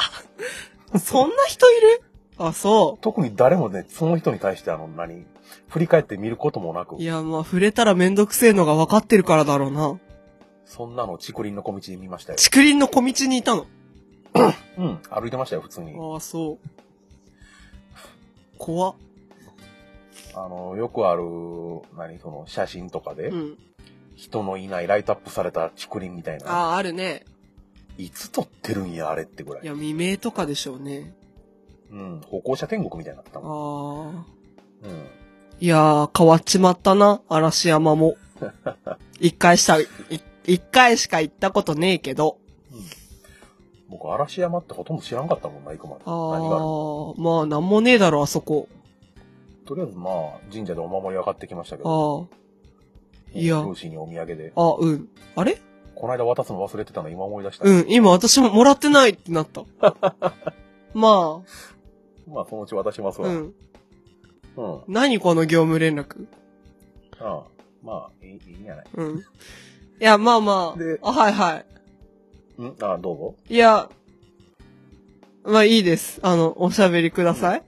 [LAUGHS] ぁそんな人いるあ、そ
特に誰もね、その人に対してあの、何、振り返って見ることもなく
う。い、や、まあ、触れたらめんどくせえのが分かってるからだろうな。
そんなの竹林の小道に見ましたよ。
竹林の小道にいたの。
うん、歩いてましたよ、普通に。
ああ、そう。怖っ。
あの、よくある、何、その、写真とかで、
うん。
人のいないライトアップされた竹林みたいな。
ああ、あるね。
いつ撮ってるんや、あれってぐら
い
い。
や、未明とかでしょうね。
うん、歩行者天国みたいになってたもん。
ああ。
うん。
いやー、変わっちまったな、嵐山も。 [LAUGHS] 一回した、い一回しか行ったことねえけど。
僕、嵐山ってほとんど知らんかったもんな、行くまで。
あ
何がある
ー、まあ、なんもねえだろ、あそこ。
とりあえず、まあ、神社でお守り上がってきましたけ
あ
ど、
ー。いや、
両親にお土産で。
あ、うん。あれ
この間渡すの忘れてたの、今思い出した。
うん、今私ももらってないってな
[LAUGHS]
った。ま
まあ、そのうち渡します
あ、
わ。
う
うん。
ん。
うん。
何この業務連絡。
まあ、いい、いいんじゃない。
うん。いや、まあま
で
あ。あ、はいは
うんあどうぞ。
い。いや、まあいいです。あの、おしゃべりください。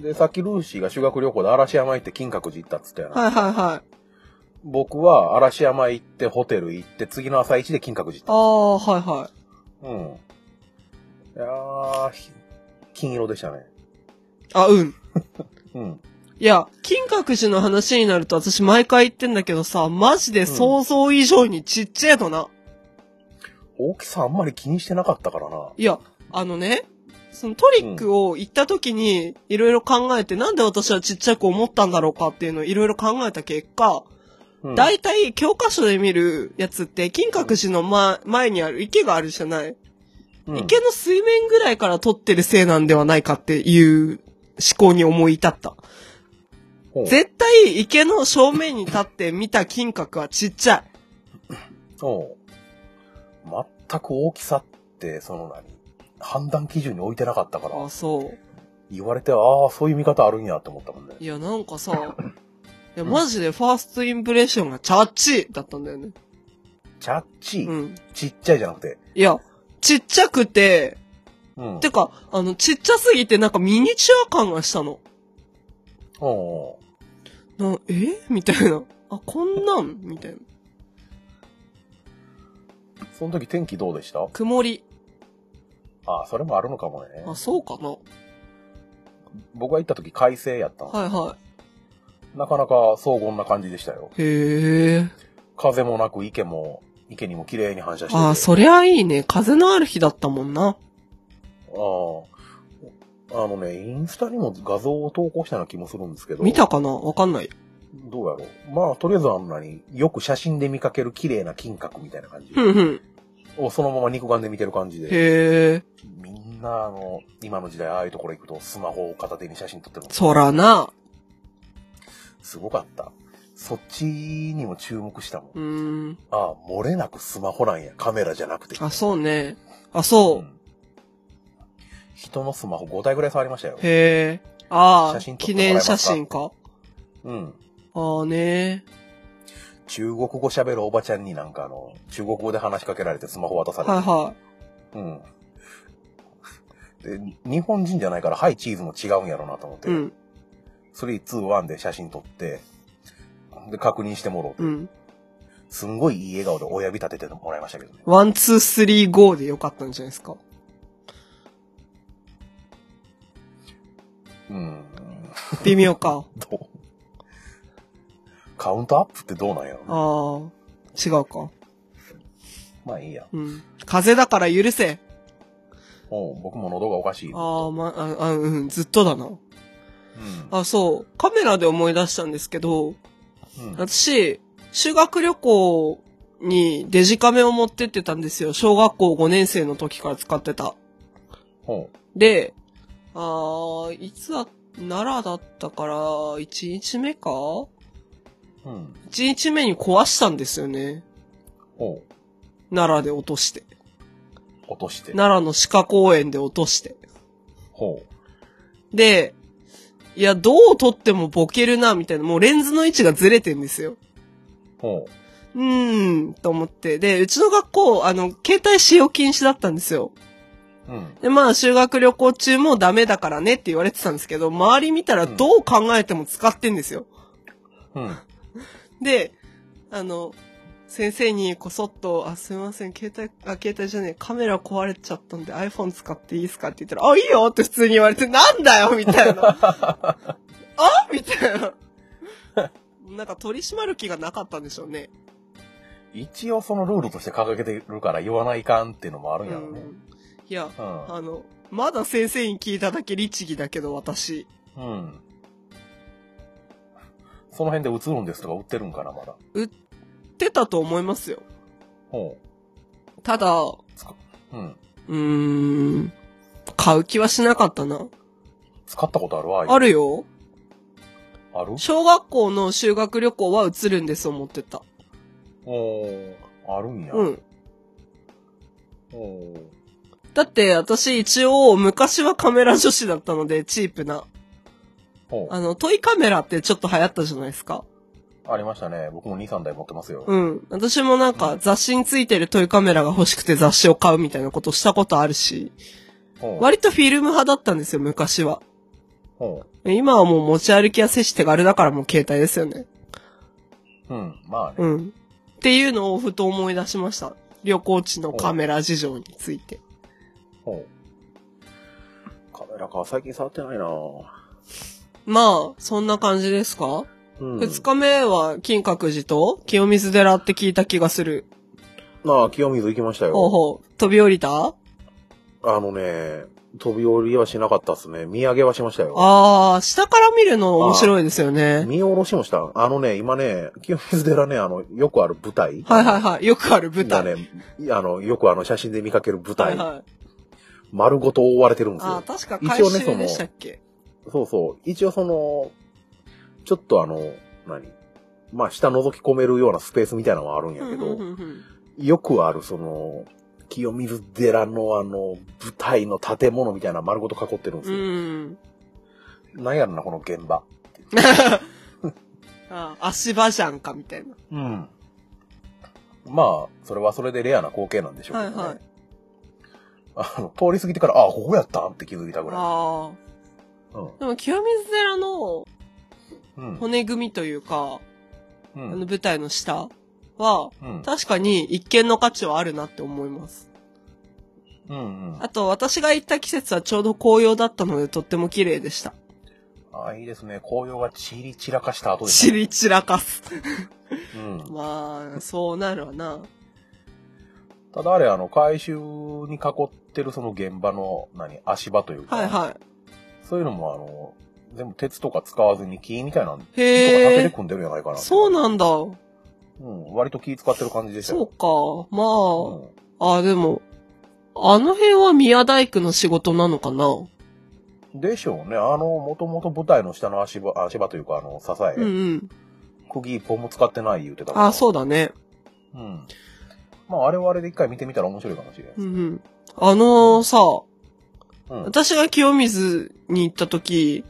で、さっきルーシーが修学旅行で嵐山行って金閣寺行ったっつったよな。
はいはいはい。
僕は嵐山行ってホテル行って次の朝一で金閣寺
あ
行っ
あ、はいはい。
た。うん。いやー、ひ金色でしたね。
あ、うん。
うん。
いや、金閣寺の話になると私毎回言ってんだけどさ、マジで想像以上にちっちゃいのな。
大きさあんまり気にしてなかったからな。
いや、あのね、そのトリックを行った時にいろいろ考えて、なんで私はちっちゃく思ったんだろうかっていうのをいろいろ考えた結果、
うん、
大体教科書で見るやつって金閣寺の前前にある池があるじゃない。
うん
池の水面ぐらいから撮ってるせいなんではないかっていう思考に思い至った。
ほう
絶対池の正面に立って見た金閣はちっちゃい。
ほう全く大きさって、その何判断基準に置いてなかったから
あ、、そう。
言われて、ああ、そういう見方あるんやって思ったもんね。
いや、なんか
[LAUGHS]
さ、いや、マジでファーストインプレッションがチャッチーだったんだよね。
ちゃっちー、
うん。
ちっちゃいじゃなくて。
いや、ちっちゃくて、
うん。
てか、あの、ちっちゃすぎてなんかミニチュア感がしたの。
ほう
なえみたいな。あ、こんなんみたいな。
その時天気どうでした
曇り。
ああ、それもあるのかもね。
あ、そうかな。
僕が行った時快晴やったの。
はいは
なかなか荘厳な感じでしたよ。
い。へえ。
風もなく池も、池にも綺麗に反射してて。
あ、そりゃいいね。風のある日だったもんな。
あああのね、インスタにも画像を投稿したような気もするんですけど。
見たかなわかんない。
どうやろう。まあ、とりあえずあんなに、よく写真で見かける綺麗な金閣みたいな感じ
ふんふん。
をそのまま肉眼で見てる感じで、
へえ。
みんな、あの、今の時代ああいうところ行くとスマホを片手に写真撮ってるの
そらな。
すごかった。そっちにも注目したもん。
うーん。
ああ、漏れなくスマホなんや。カメラじゃなくて。
あ、そうね。あ、そ
う。
う
ん人のスマホ5台ぐらい触りましたよ。
へえ。あ
写
あ
真、撮って
記
もらえま
念
すか
写真か。
うん。
ああね。
中国語喋るおばちゃんになんかあの、中国語で話しかけられてスマホ渡されて。
はいは
うん。で、日本人じゃないから、はい、チーズも違うんやろなと思って。
い。うん。
3、2、1で写真撮って、で、確認してもろうて。
うん。
すんごいいい笑顔で親指立ててもらいましたけどね。
ワン、ツー、スリー、ゴーでよかったんじゃないですか。
うん。
微妙
[LAUGHS]
か。
どうカウントアップってどうなんやろな
ああ。違うか。
まあいいや。
うん。風邪だから許せ。
もう僕も喉がおかしい。う
ああ、ま、あ、あうん、ずっとだな。
ん。
あ、そう。カメラで思い出したんですけど、
うん
私、修学旅行にデジカメを持ってってたんですよ。小学校5年生の時から使ってた。
ほ
で、あー、いつだ、奈良だったから、1日目か
う。うん。
?1 日目に壊したんですよね。
おう
奈良で落として。
落として。
奈良の鹿公園で落として。
ほう。
で、いや、どう撮ってもボケるな、みたいな。もうレンズの位置がずれてんですよ。
ほう。
うーん、と思って。で、うちの学校、あの、携帯使用禁止だったんですよ。
うん。
で、まあ、修学旅行中もダメだからねって言われてたんですけど、周り見たらどう考えても使ってんですよ。
うん。
で、あの、先生にこそっと、あ、すいません、携帯、あ、携帯じゃねえ、カメラ壊れちゃったんで iPhone 使っていいですかって言ったら、あ、いいよって普通に言われて、なんだよみたい
[LAUGHS]
な。あみたいな。なんか取り締まる気がなかったんでしょうね。
一応そのルールとして掲げてるから言わないかんっていうのもあるんやろうね。
いや、
うん。
あの、まだ先生に聞いただけ律儀だけど、私。
うん。その辺で映るんですとか売ってるんかな、まだ。
ってたと思いますよ。
ほ
ただ、う
う。うん。
ーん、買う気はしなかったな。
使ったことあるわ。ああいう
あるよ。
ある
小学校の修学旅行は映るんです、思ってた。
おーあるんや。
うん。
おー
だって、私一応、昔はカメラ女子だったので、チープな。
ほう
あの、トイカメラってちょっと流行ったじゃないですか。
ありましたね。僕も2、3台持ってますよ。
うん。私もなんか、雑誌についてるトイカメラが欲しくて雑誌を買うみたいなことしたことあるし、
ほう
割とフィルム派だったんですよ、昔は。
ほ
今はもう持ち歩きやすいし手軽だからもう携帯ですよね。
う。うん。まあ
う
ね。
ん。っていうのをふと思い出しました。旅行地のカメラ事情について。
ほう。カメラか、最近触ってないなぁ。
まあ、そんな感じですか
うん。
二、日目は金閣寺と清水寺って聞いた気がする。
なあ、清水行きました
ほう
よ。
ほう。飛び降りた
あのね、飛び降りはしなかったっすね。見上げはしましたよ。
あー、下から見るの面白いですよね。
見下ろしもした。あのね、今ね、清水寺ね、あの、よくある舞台。
はいはいはい。よくある舞
だ
台。
ね、あの、よくあの、写真で見かける舞
は
台、
いはい。
丸ごと覆われてるんです
あー
よ。
確か
一
回
応ねそ
収
の
でしたっけ、
そうそう。一応その、ちょっとあの、何まあ、下覗き込めるようなスペースみたいなのはあるんや
うん
け
うんう
ど、
んうん
よくある、その、清水寺のあの、舞台の建物みたいな丸ごと囲ってるんで
う
すよ。
ん。
なんやろな、この現場。
あー足場じゃんかみたいな。
うん。まあ、それはそれでレアな光景なんでしょうけどね。
はいはい
あの、通り過ぎてから、あ、ここやったんって気づいたぐら
ああ。
い。うん
でも清水寺の。
うん。
骨組みというか、
う
あの
ん。
舞台の下は、
うん。
確かに一見の価値はあるなって思います。
うん。うん
あと私が行った季節はちょうど紅葉だったのでとっても綺麗でした。
あ、いいですね。紅葉が散り散らかした後です
散
ね。
り散らかす。 [LAUGHS]
うん。
まあ、そうなるわな。
ただあれ、あの、回収に囲ってるその現場の、何、足場というか、
はいは
そういうのも、あの、全部鉄とか使わずに木みたいなのとか
い。
竹
へ
で
え。
組んでるんじゃないかな。
そうなんだ。
うん。割と木使ってる感じでした
そう
よ。
か。ま
う。ん。
あ、あ、でも、あの辺は宮大工の仕事なのかな
でしょうね。あの、もともと舞台の下の足場、足場というか、あの、支え、
うんうん。
釘一本も使ってない言うてたから。
あ、そうだね。
う。ん。まあ、あれはあれで一回見てみたら面白いかもしれない。
うんうん。あのーさ、
うん。
私が清水に行った時、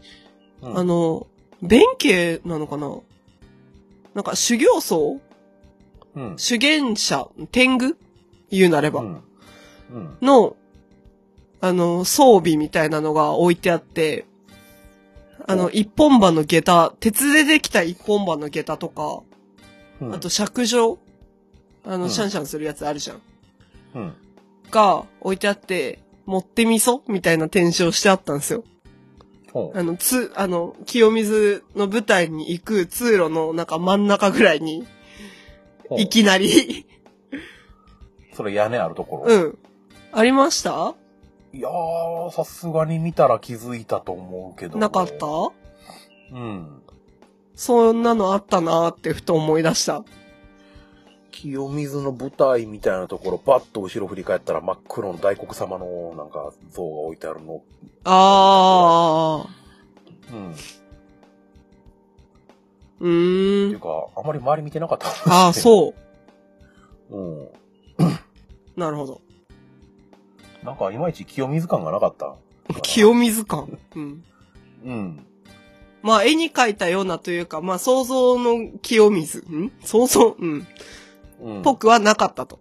うん
あ、の、弁慶なのかななんか修行僧
うん。
修験者天狗言うなれば。
うん。うん。
の、あの、装備みたいなのが置いてあって、あ
お
の、一本歯の下駄、鉄でできた一本歯の下駄とか、
うん
あと、尺状あ
う
の、
ん
シャンシャンするやつあるじゃん。
うん。
が置いてあって、持ってみそみたいな展示をしてあったんですよ。
ほう
あの、つ、あの、清水の舞台に行く通路のなんか真ん中ぐらいに、
ほう
いき
[LAUGHS]
なり。
それ屋根あるところ。
うん。ありました
いやー、さすがに見たら気づいたと思うけど。
なかった
うん。
そんなのあったなーってふと思い出した。
清水の舞台みたいなところ、パッと後ろ振り返ったら真っ黒の大黒様のなんか像が置いてあるの。
あー。
うん。って
う
い
ー。
うん [LAUGHS] か、あまり周り見てなかった。
あー、そう。
うん。
なるほど。
なんか、いまいち清水感がなかった。
清水感。うん。
うん。
まあ、絵に描いたようなというか、まあ、想像の清水。ん想像、うん。
うん。
ぽくはなかっ
[LAUGHS]
たと。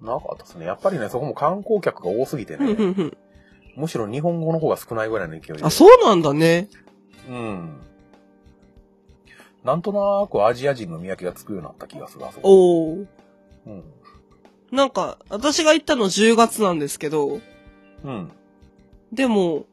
なかったですね。やっぱりね、そこも観光客が多すぎて
うん、うん、う
ね、
ん。
むしろ日本語の方が少ないぐらいの勢いで。
あ、そうなんだね。
うん。なんとなくアジア人の見分けがつくようになった気がする、あそこ。
おー。
うん。
なんか、私が行ったの10月なんですけど、
うん。
でも、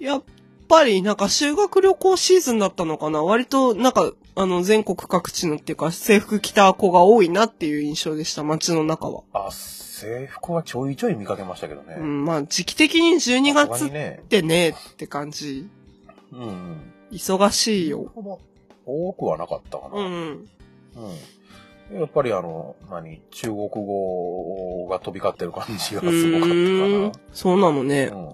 やっぱりなんか修学旅行シーズンだったのかな割となんか、あの、全国各地のっていうか、制服着た子が多いなっていう印象でした、街の中は。
あ、制服はちょいちょい見かけましたけどね。
う、ん、まあ、時期的に12
さす
月
が
っ
にね。
てね、って感じ。
うんうん。
忙しい
それ
よ。
ほど多くはなかったかな。
うんうん。
うんやっぱりあの、何、中国語が飛び交ってる感じが
う
すごかったかな。
ーん。そうなのね。
うん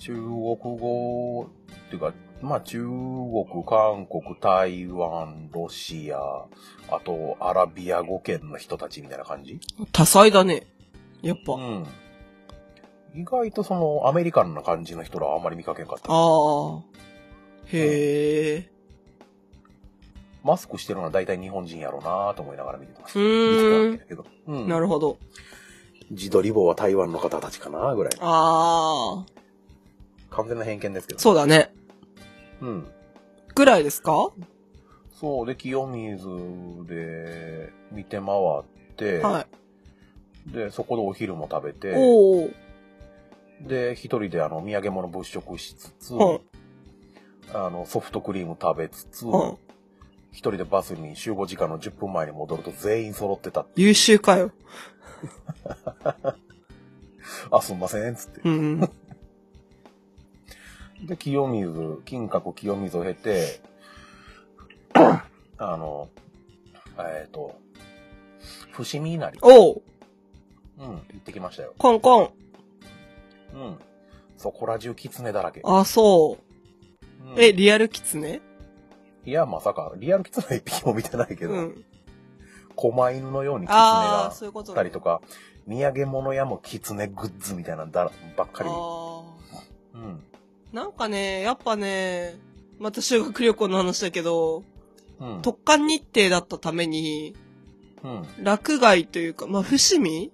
中国語っていうか、まあ中国、韓国、台湾、ロシア、あとアラビア語圏の人たちみたいな感じ
多彩だね。やっぱ。
う
あ
ん。意外とそのアメリカンな感じの人らはあんまり見かけんかった。
あ。へえ。
マスクしてるのは大体日本人やろうなと思いながら見てた。
うーん
見てたけどうん
なるほど。
自撮り棒は台湾の方たちかなぐらい。
ああ。
完全な偏見ですけど。
そうだね。
う。うん。
ぐらいですか
そう。で、清水で見て回って、
はい。
で、そこでお昼も食べて、
おお。
で、一人であの、土産物物色しつつ、
はい
あの、ソフトクリーム食べつつ、
はい
一人でバスに集合時間の10分前に戻ると全員揃ってた。
優秀かよ。
あ、すんません、つって。
うん。
で、清水、金閣清水を経
[COUGHS]
て、あの、えっ、と、伏見稲荷。
[LAUGHS] おう。
うん、行ってきましたよ。
コンコン。
うん。そこら中狐だらけ。
あ、そ
うん
う。え、リアルキツネ
いや、まさか、リアル狐一匹も見てないけど、
うん。
狛犬のように狐
ああ、
が
そういうこと
い
ね。
たりとか、土産物屋も狐グッズみたいなのだらばっかり。
ああ。
うん。
なんかね、やっぱね、また修学旅行の話だけど、
うん。
特艦日程だったために、
うん。
落外というか、まあ、伏見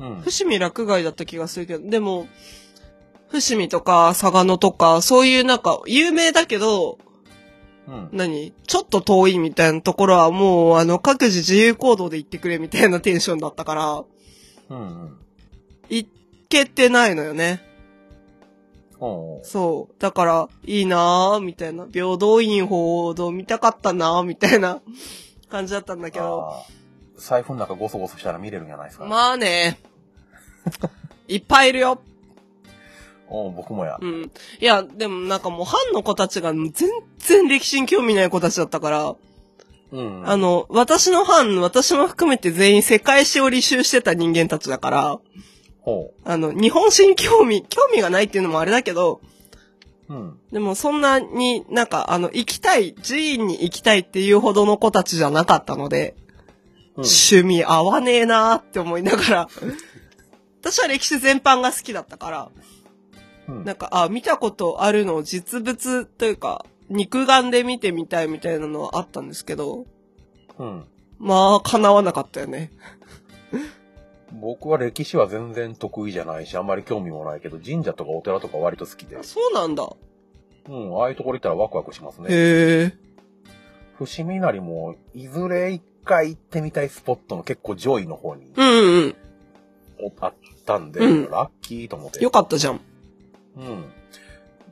うん。
伏見落外だった気がするけど、でも、伏見とか、佐賀野とか、そういうなんか、有名だけど、
うん。
何ちょっと遠いみたいなところはもう、あの、各自自由行動で行ってくれみたいなテンションだったから、
うん。うん。
行けてないのよね。
おう
そう。だから、いいなぁ、みたいな。平等院報道見たかったなぁ、みたいな感じだったんだけど。
あー財布の中ゴソゴソしたら見れるんじゃないですか、
まあね。 [LAUGHS] いっぱいいるよ。
おう僕もや。
うん。いや、でもなんかもう、班の子たちが全然歴史に興味ない子たちだったから、
うん。
あの、私の班、私も含めて全員世界史を履修してた人間たちだから、
ほ
あの、日本史に興味、興味がないっていうのもあれだけど、
う。うん。
でもそんなになんかあの、行きたい、寺院に行きたいっていうほどの子たちじゃなかったので、
うん。
趣味合わねえなーって思いながら、 [LAUGHS] 私は歴史全般が好きだったから、
うん
なんか、あ、見たことあるのを実物というか、肉眼で見てみたいみたいなのはあったんですけど、
うん。
まあ、叶わなかったよね。
僕は歴史は全然得意じゃないし、あんまり興味もないけど、神社とかお寺とか割と好きで
あ。そうなんだ。
うん、ああいうところ行ったらワクワクしますね。
へえ。
伏見稲荷も、いずれ一回行ってみたいスポットの結構上位の方に
うんうん
おあったんで、
うん
ラッキーと思っ
うん。
て
よ。かったじゃん。
うん。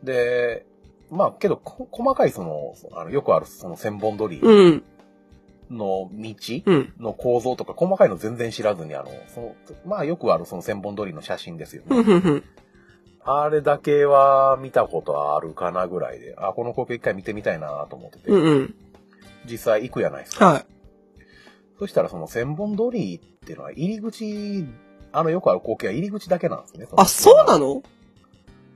で、まあけど、こ細かいその、あのよくあるその千本鳥
うん。
の道
うん。
の構造とか、細かいの全然知らずに、あの、その、まあよくあるその千本鳥の写真ですよね。
ふんふんふん。
あれだけは見たことあるかなぐらいで、あ、この光景一回見てみたいなと思ってて、
うんうん。
実際行くやないですか。
は
そしたらその千本鳥居っていうのは入り口、あのよくある光景は入り口だけなんですね。
い。あ、そうな
の
の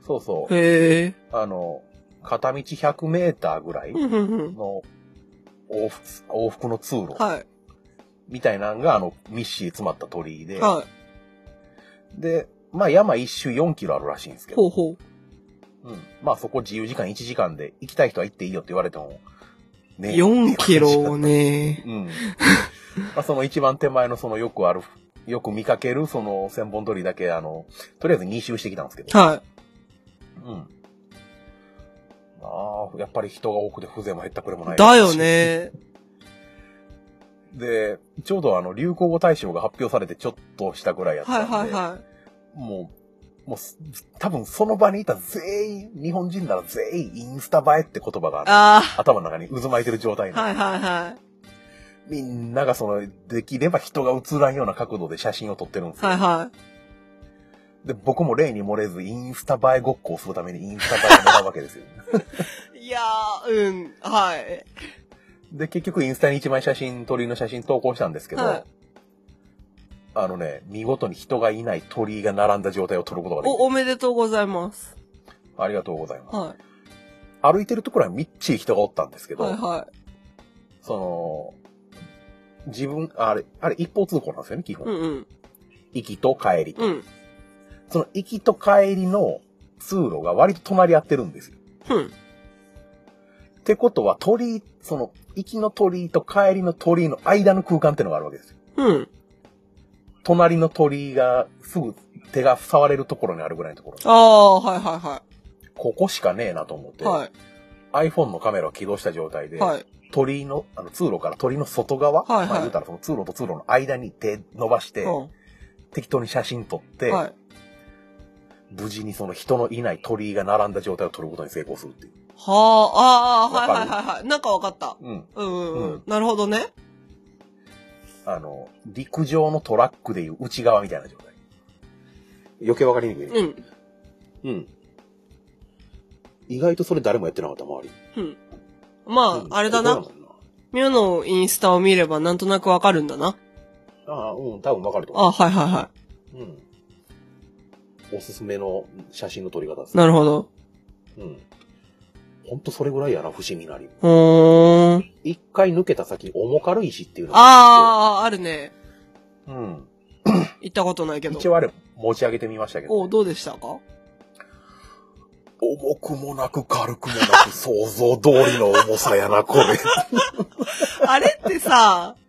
そうそう。
へえ。
あの、片道100メーターぐらい
うんうんうん。
の往復往復の通路
はい。
みたいなのが、あの、ミッシー詰まった鳥居で、
は
で、まあ山一周4キロあるらしいんです
い。
け
ほ
ど、
うほ
うん、まあそこ自由時間1時間で行きたい人は行っていいよって言われても、
う。
ね
4キロをね。
うん。ま [LAUGHS] あその一番手前のそのよくある、よく見かけるその千本鳥居だけ、あの、とりあえず2周してきたんですけど。
は。
うん。ああ、やっぱり人が多くて風情も減ったくれもないい。
だよ。ね。
で、ちょうどあの、流行語大賞が発表されてちょっとしたぐらいやった
はい
んで、
はいは
もう、もうす、多分その場にいた全員、日本人なら全員インスタ映えって言葉が
い。
あの
あ
頭の中に渦巻いてる状態
あ。
なん
はい
で、
はいはい。
みんながその、できれば人が映らんような角度で写真を撮ってるんですよ。
はいは
で、僕も例に漏れず、インスタ映えごっこをするためにインスタ映えをもらうわけですよ。
[LAUGHS] い。いやー、うん、はい。
で、結局インスタに一枚写真、鳥居の写真投稿したんですけど、
はい
あのね、見事に人がいない鳥居が並んだ状態を撮ることができ
お、おめでとうございます。
た。ありがとうございます。
は
歩いてるところはみっちり人がおったんですけ
い。
ど、
はいは
その、自分、あれ、あれ一方通行なんですよね、基
い。
本。
うんうん。
行きと帰りと、
うん。
その行きと帰りの通路が割と隣り合ってるんですよ。
うん。
ってことは鳥居、その、行きの鳥居と帰りの鳥居の間の空間っていうのがあるわけですよ
うん。
隣の鳥居がすぐ手が触れるところにあるぐらいのところ。
ああ、はいはいは
ここしかねえなと思って、
い。は
iPhone のカメラを起動した状態
い。
で、
はい。
鳥居の、あの通路から鳥居の外側、
はいはい
まあ言うたらその通路と通路の間に手伸ばして、
う
適当に写真撮って、
ん。はい。
無事にその人のいない鳥居が並んだ状態を撮ることに成功するっていう。
はあ、ああ、は
わか
い
る
はいはいはい。なんかわかった。
うん。
うんうんう
うんん。
なるほどね。
あの、陸上のトラックでいう内側みたいな状態。余計わかりにくいね、
うん。
うん。意外とそれ誰もやってなかった、周り。
うん。ま
うん
あ、あれだな
ここ。もん
ミュウのインスタを見ればなんとなくわかるんだな。
ああ、うん、多分わかると思
あはいはいは
う。うん。おすすめの写真の撮り方で
い。
す。
なるほど。
うん。ほんとそれぐらいやな、伏見なり。
うーん。
一回抜けた先、重軽石っていうのが
ああ、あるね。
あって。うん。
行ったことないけど
一。応あれ、持ち上げてみましたけど、
おどうでしたか
重くもなく軽くもなく、想像通りの重さやな、これ。
あれってさ、
うん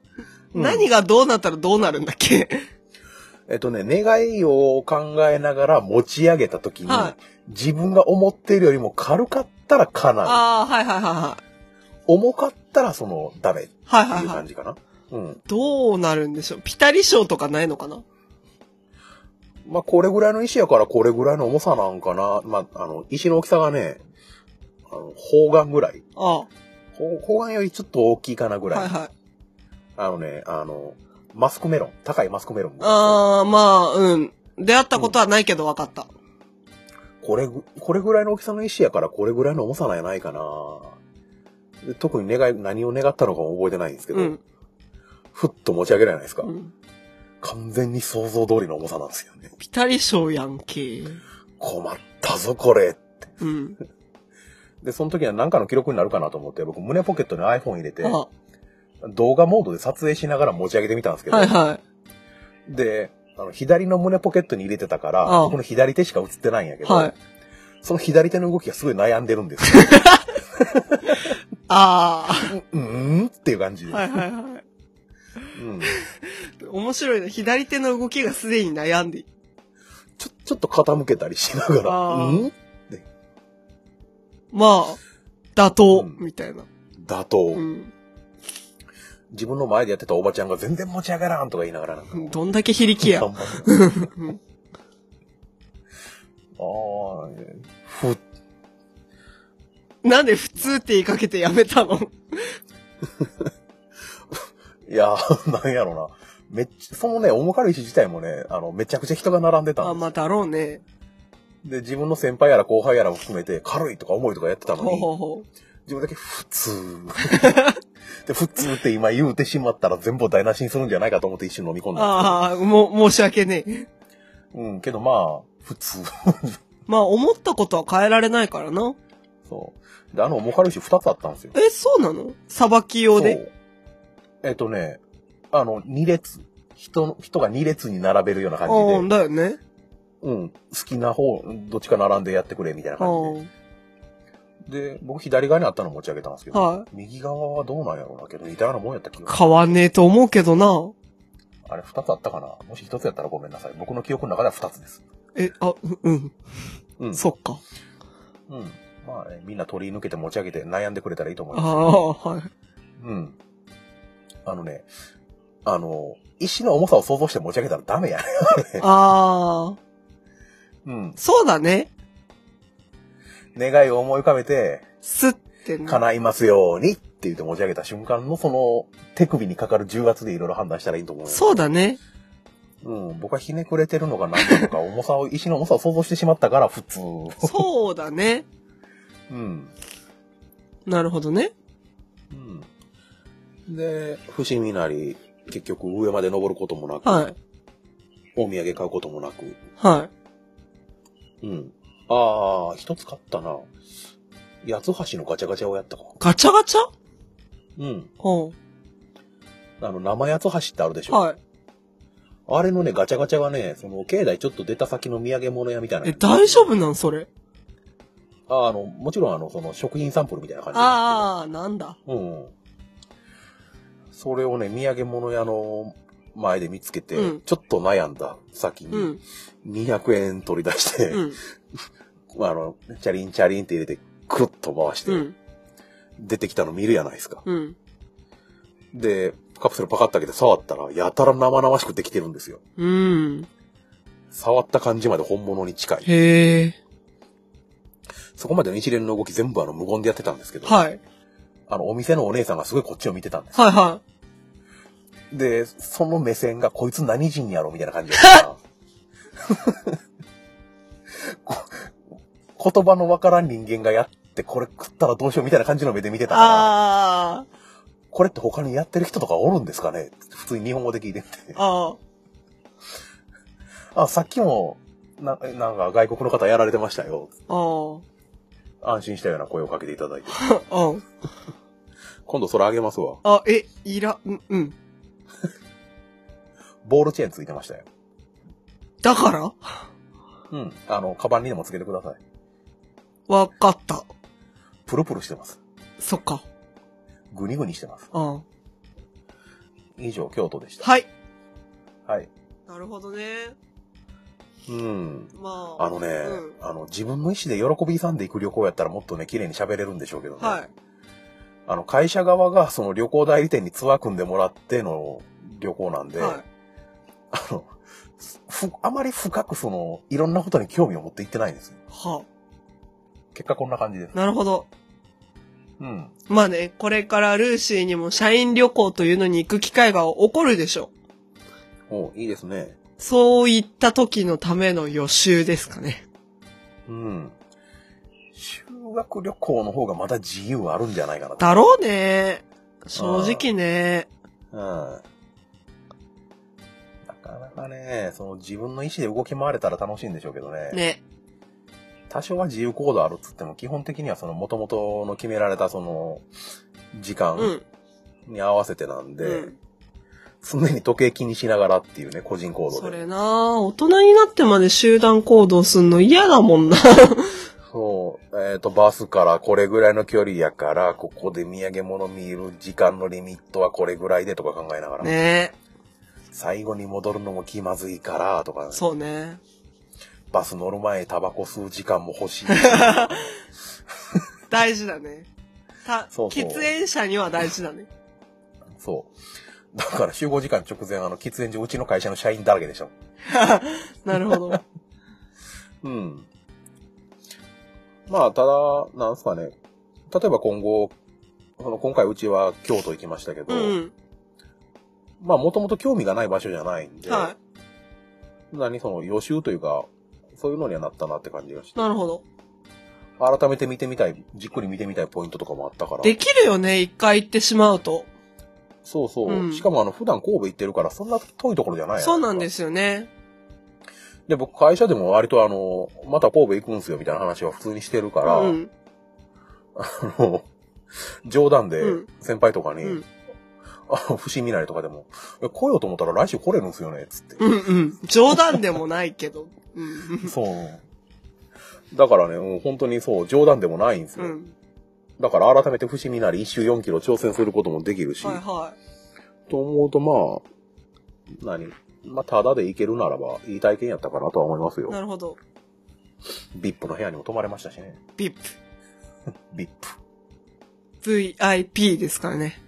何がどうなったらどうなるんだっけ
えっとね、願いを考えながら持ち上げた時に、
は
自分が思っているよりも軽かったらかな
ああ、はいはいは
重かったらその、ダメって
いはい。はいはいいうは
感
い。
じかな。うん。
どうなるんでしょうピタリ賞とかないのかな
まあ、これぐらいの石やからこれぐらいの重さなんかな。まあ、あの、石の大きさがね、あの、方眼ぐらい。
ああ、
方方眼よりちょっと大きいかなぐらい。
はいはい。
あのね、あの、マスクメロン。高いマスクメロン。
ああ、まあ、うん。出会ったことはないけど分かった。
これぐ、これぐらいの大きさの石やからこれぐらいの重さなんやないかな。で特に願い、何を願ったのかも覚えてないんですけど、
うん。
ふっと持ち上げられないですか。
うん
完全に想像通りの重さなんですよね。
ピタリ賞やんけ。
困ったぞ、これ。
うん。
で、その時は何かの記録になるかなと思って、僕胸ポケットに iPhone 入れて、
あ、
動画モードで撮影しながら持ち上げてみたんですけど、
はいはい。
で、あの左の胸ポケットに入れてたから、
ああ
僕の左手しか映ってないんやけど、
はい。
その左手の動きがすごい悩んでるんですよ。
あ
うーんっていう感じ
あ、
で。
はいはいはい。
うん、
面白いね。左手の動きがすでに悩んでいる。
ちょ、ちょっと傾けたりしながら、
ああ
うん
まあ、妥当、
うん
みたいな。
だと、
うん。
自分の前でやってたおばちゃんが全然持ち上がらんとか言いながらなんか、
どんだけ非力や。
頑張って
うん
ああ、ふっ
なんで普通って言いかけてやめたの
いや [LAUGHS] ー、なんやろな。めっちゃ、そのね、重軽石自体もね、あの、めちゃくちゃ人が並んでたん
あ、
で
まあ、だろうね。
す。で、自分の先輩やら後輩やらも含めて、軽いとか重いとかやってたの
ほう
に、
ほうほ
自分だけ普通。で、普通って今言うてしまったら全部台無しにするんじゃないかと思って一瞬飲み込んだん
う。
で
ああ、も、申し訳ね
す
え。
けど。うん、けどまあ、普通。
まあ、思ったことは変えられないからな。
そう。で、あの、重軽石二つあったんですよ。
え、そうなのさばき用で。
そうえっとね、あの、2列。人の、人が2列に並べるような感
あ
じ
あ、
で、
だよね。
うん、好きな方、どっちか並んでやってくれ、みたいな
あ
感
あ。
じで。で、僕左側にあったの持ち上げたんですけど、
はい。
右側はどうなんやろうな、けど、似たようなもんやった気が
買わねえと思うけどな。
あれ、2つあったかなもし1つやったらごめんなさい。僕の記憶の中では2つです。
え、あ、ううん。
うん。
そっか。
うん。まあ、ね、みんな取り抜けて持ち上げて悩んでくれたらいいと思いま
あ
す。
あ、はい。
うん。あのね、あの、石の重さを想像して持ち上げたらダメやね。
ああ、
うん。
そうだね。
願いを思い浮かべて、
すってね。
叶いますようにって言って持ち上げた瞬間のその手首にかかる重圧でいろいろ判断したらいいと思うよ。
そうだね。
うん。僕はひねくれてるのか何なのか、重さを、石の重さを想像してしまったから普通。
そうだね。
うん。
なるほどね。
うん。で、伏見なり、結局上まで登ることもなく、
はい。
お土産買うこともなく、
は
うん。ああ、一つ買ったな。八つ橋のガチャガチャをやったか。
い。ガチャガチャ
うん。
おう
あの、生八つ橋ってあるでしょ。
はい。
あれのね、ガチャガチャがね、その、境内ちょっと出た先の土産物屋みたいな。
え、大丈夫なんそれ。
ああの、もちろんあの、その、食品サンプルみたいな感じなんで
ああ、なんだ。
すけど。うん。それをね、土産物屋の前で見つけて、
うん
ちょっと悩んだ先
う
に、
ん。
200円取り出して、
うん。
あの、チャリンチャリンって入れて、くるっと回して、
うん。
出てきたの見るやないですか。
うん。
で、カプセルパカッと開けて触ったら、やたら生々しくできてるんですよ。
うん。
触った感じまで本物に近い。
へえ。
そこまでの一連の動き全部あの無言でやってたんですけど、
はい。
あのお店のお姉さんがすごいこっちを見てたんです。
はいは
で、その目線がこいつ何人やろみたいな感じだった [LAUGHS] からこ言葉のわからん人間がやってこれ食ったらどうしようみたいな感じの目で見て
い。
たから、
あ
これって他にやってる人とかおるんですかね普通に日本語で聞いてみて。
あ。ああ。
あ、さっきも、な、なんか外国の方やられてましたよ。
あ
安心したような声をかけていただいて。
あ。うん。
今度それあげますわ。
あ、え、いら、うん、うん。
ボールチェーンついてましたよ。
だから
うん。あの、カバンにでもつけてください。
わかった。
プルプルしてます。
そっか。
グニグニしてます。
うん。
以上、京都でした。
はい。
はい。
なるほどね。
うん。
まあ。
あのね、
うん
あの、自分の意思で喜びさんで行く旅行やったらもっとね、綺麗に喋れるんでしょうけどね。
はい。
あの、会社側がその旅行代理店にツアー組んでもらっての旅行なんで、
はい。
あの、ふ、あまり深くその、いろんなことに興味を持って行ってないんですよ。
は
結果こんな感じです。
なるほど。
うん。
まあね、これからルーシーにも社員旅行というのに行く機会が起こるでしょう。
おいいですね。
そういった時のための予習ですかね。
うん。修学旅行の方がまだ自由あるんじゃないかなと。
だろうね。正直ね。
うん。なかなかね、その自分の意思で動き回れたら楽しいんでしょうけどね。
ね。
多少は自由行動あるっつっても、基本的にはその元々の決められたその、時
う
間
ん。
に合わせてなんで、
うん、
常に時計気にしながらっていうね、個人行動
そ
で。
れなあ大人になってまで集団行動すんの嫌だも
[LAUGHS]
んな。
そう。えっ、と、バスからこれぐらいの距離やから、ここで土産物見る時間のリミットはこれぐらいでとか考えながら、
ね
最後に戻るのも気まずいからとか、
そうね。
バス乗る前にタバコ吸う時間も欲
[LAUGHS]
しい。
大事だね。た、
そうそう
喫煙者には大事だね。
そう。だから集合時間直前、あの、喫煙所、うちの会社の社員だらけでしたもん。
なるほ
[LAUGHS]
ど。
うん。まあ、ただ、なんすかね。例えば今後、その今回うちは京都行きましたけど、
うん。
まあ、もともと興味がない場所じゃないんで、
は
何その予習というか、そういうのにはなったなって感じがし
い。
て、
なるほど。
改めて見てみたい、じっくり見てみたいポイントとかもあったから、
できるよね、一回行ってしまうと。
そうそう、
うん
しかもあの、普段神戸行ってるから、そんな遠いところじゃない。
そうなんですすよね。
で、僕、会社でも割とあの、また神戸行くんすよみたいな話は普通にしてるか
う
ら、
ん。
[LAUGHS] あの、冗談で
うん
先輩とかに、
うん
あの、伏見なりとかでも、え来ようと思ったら来週来れるんすよね、つって。
うんうん。冗談でもないけど。うん
そう。だからね、もう本当にそう、冗談でもないんです
う
よ。
ん。
[LAUGHS]
うん。
だから改めて伏見なり一周4キロ挑戦することもできるし、
はいは
と思うとまあ、何まあ、ただで行けるならば、いい体験やったかなとは思います
い。
よ
な。るほど。
VIP の部屋にも泊まれましたしね。
VIP。
VIP。
VIP ですからね。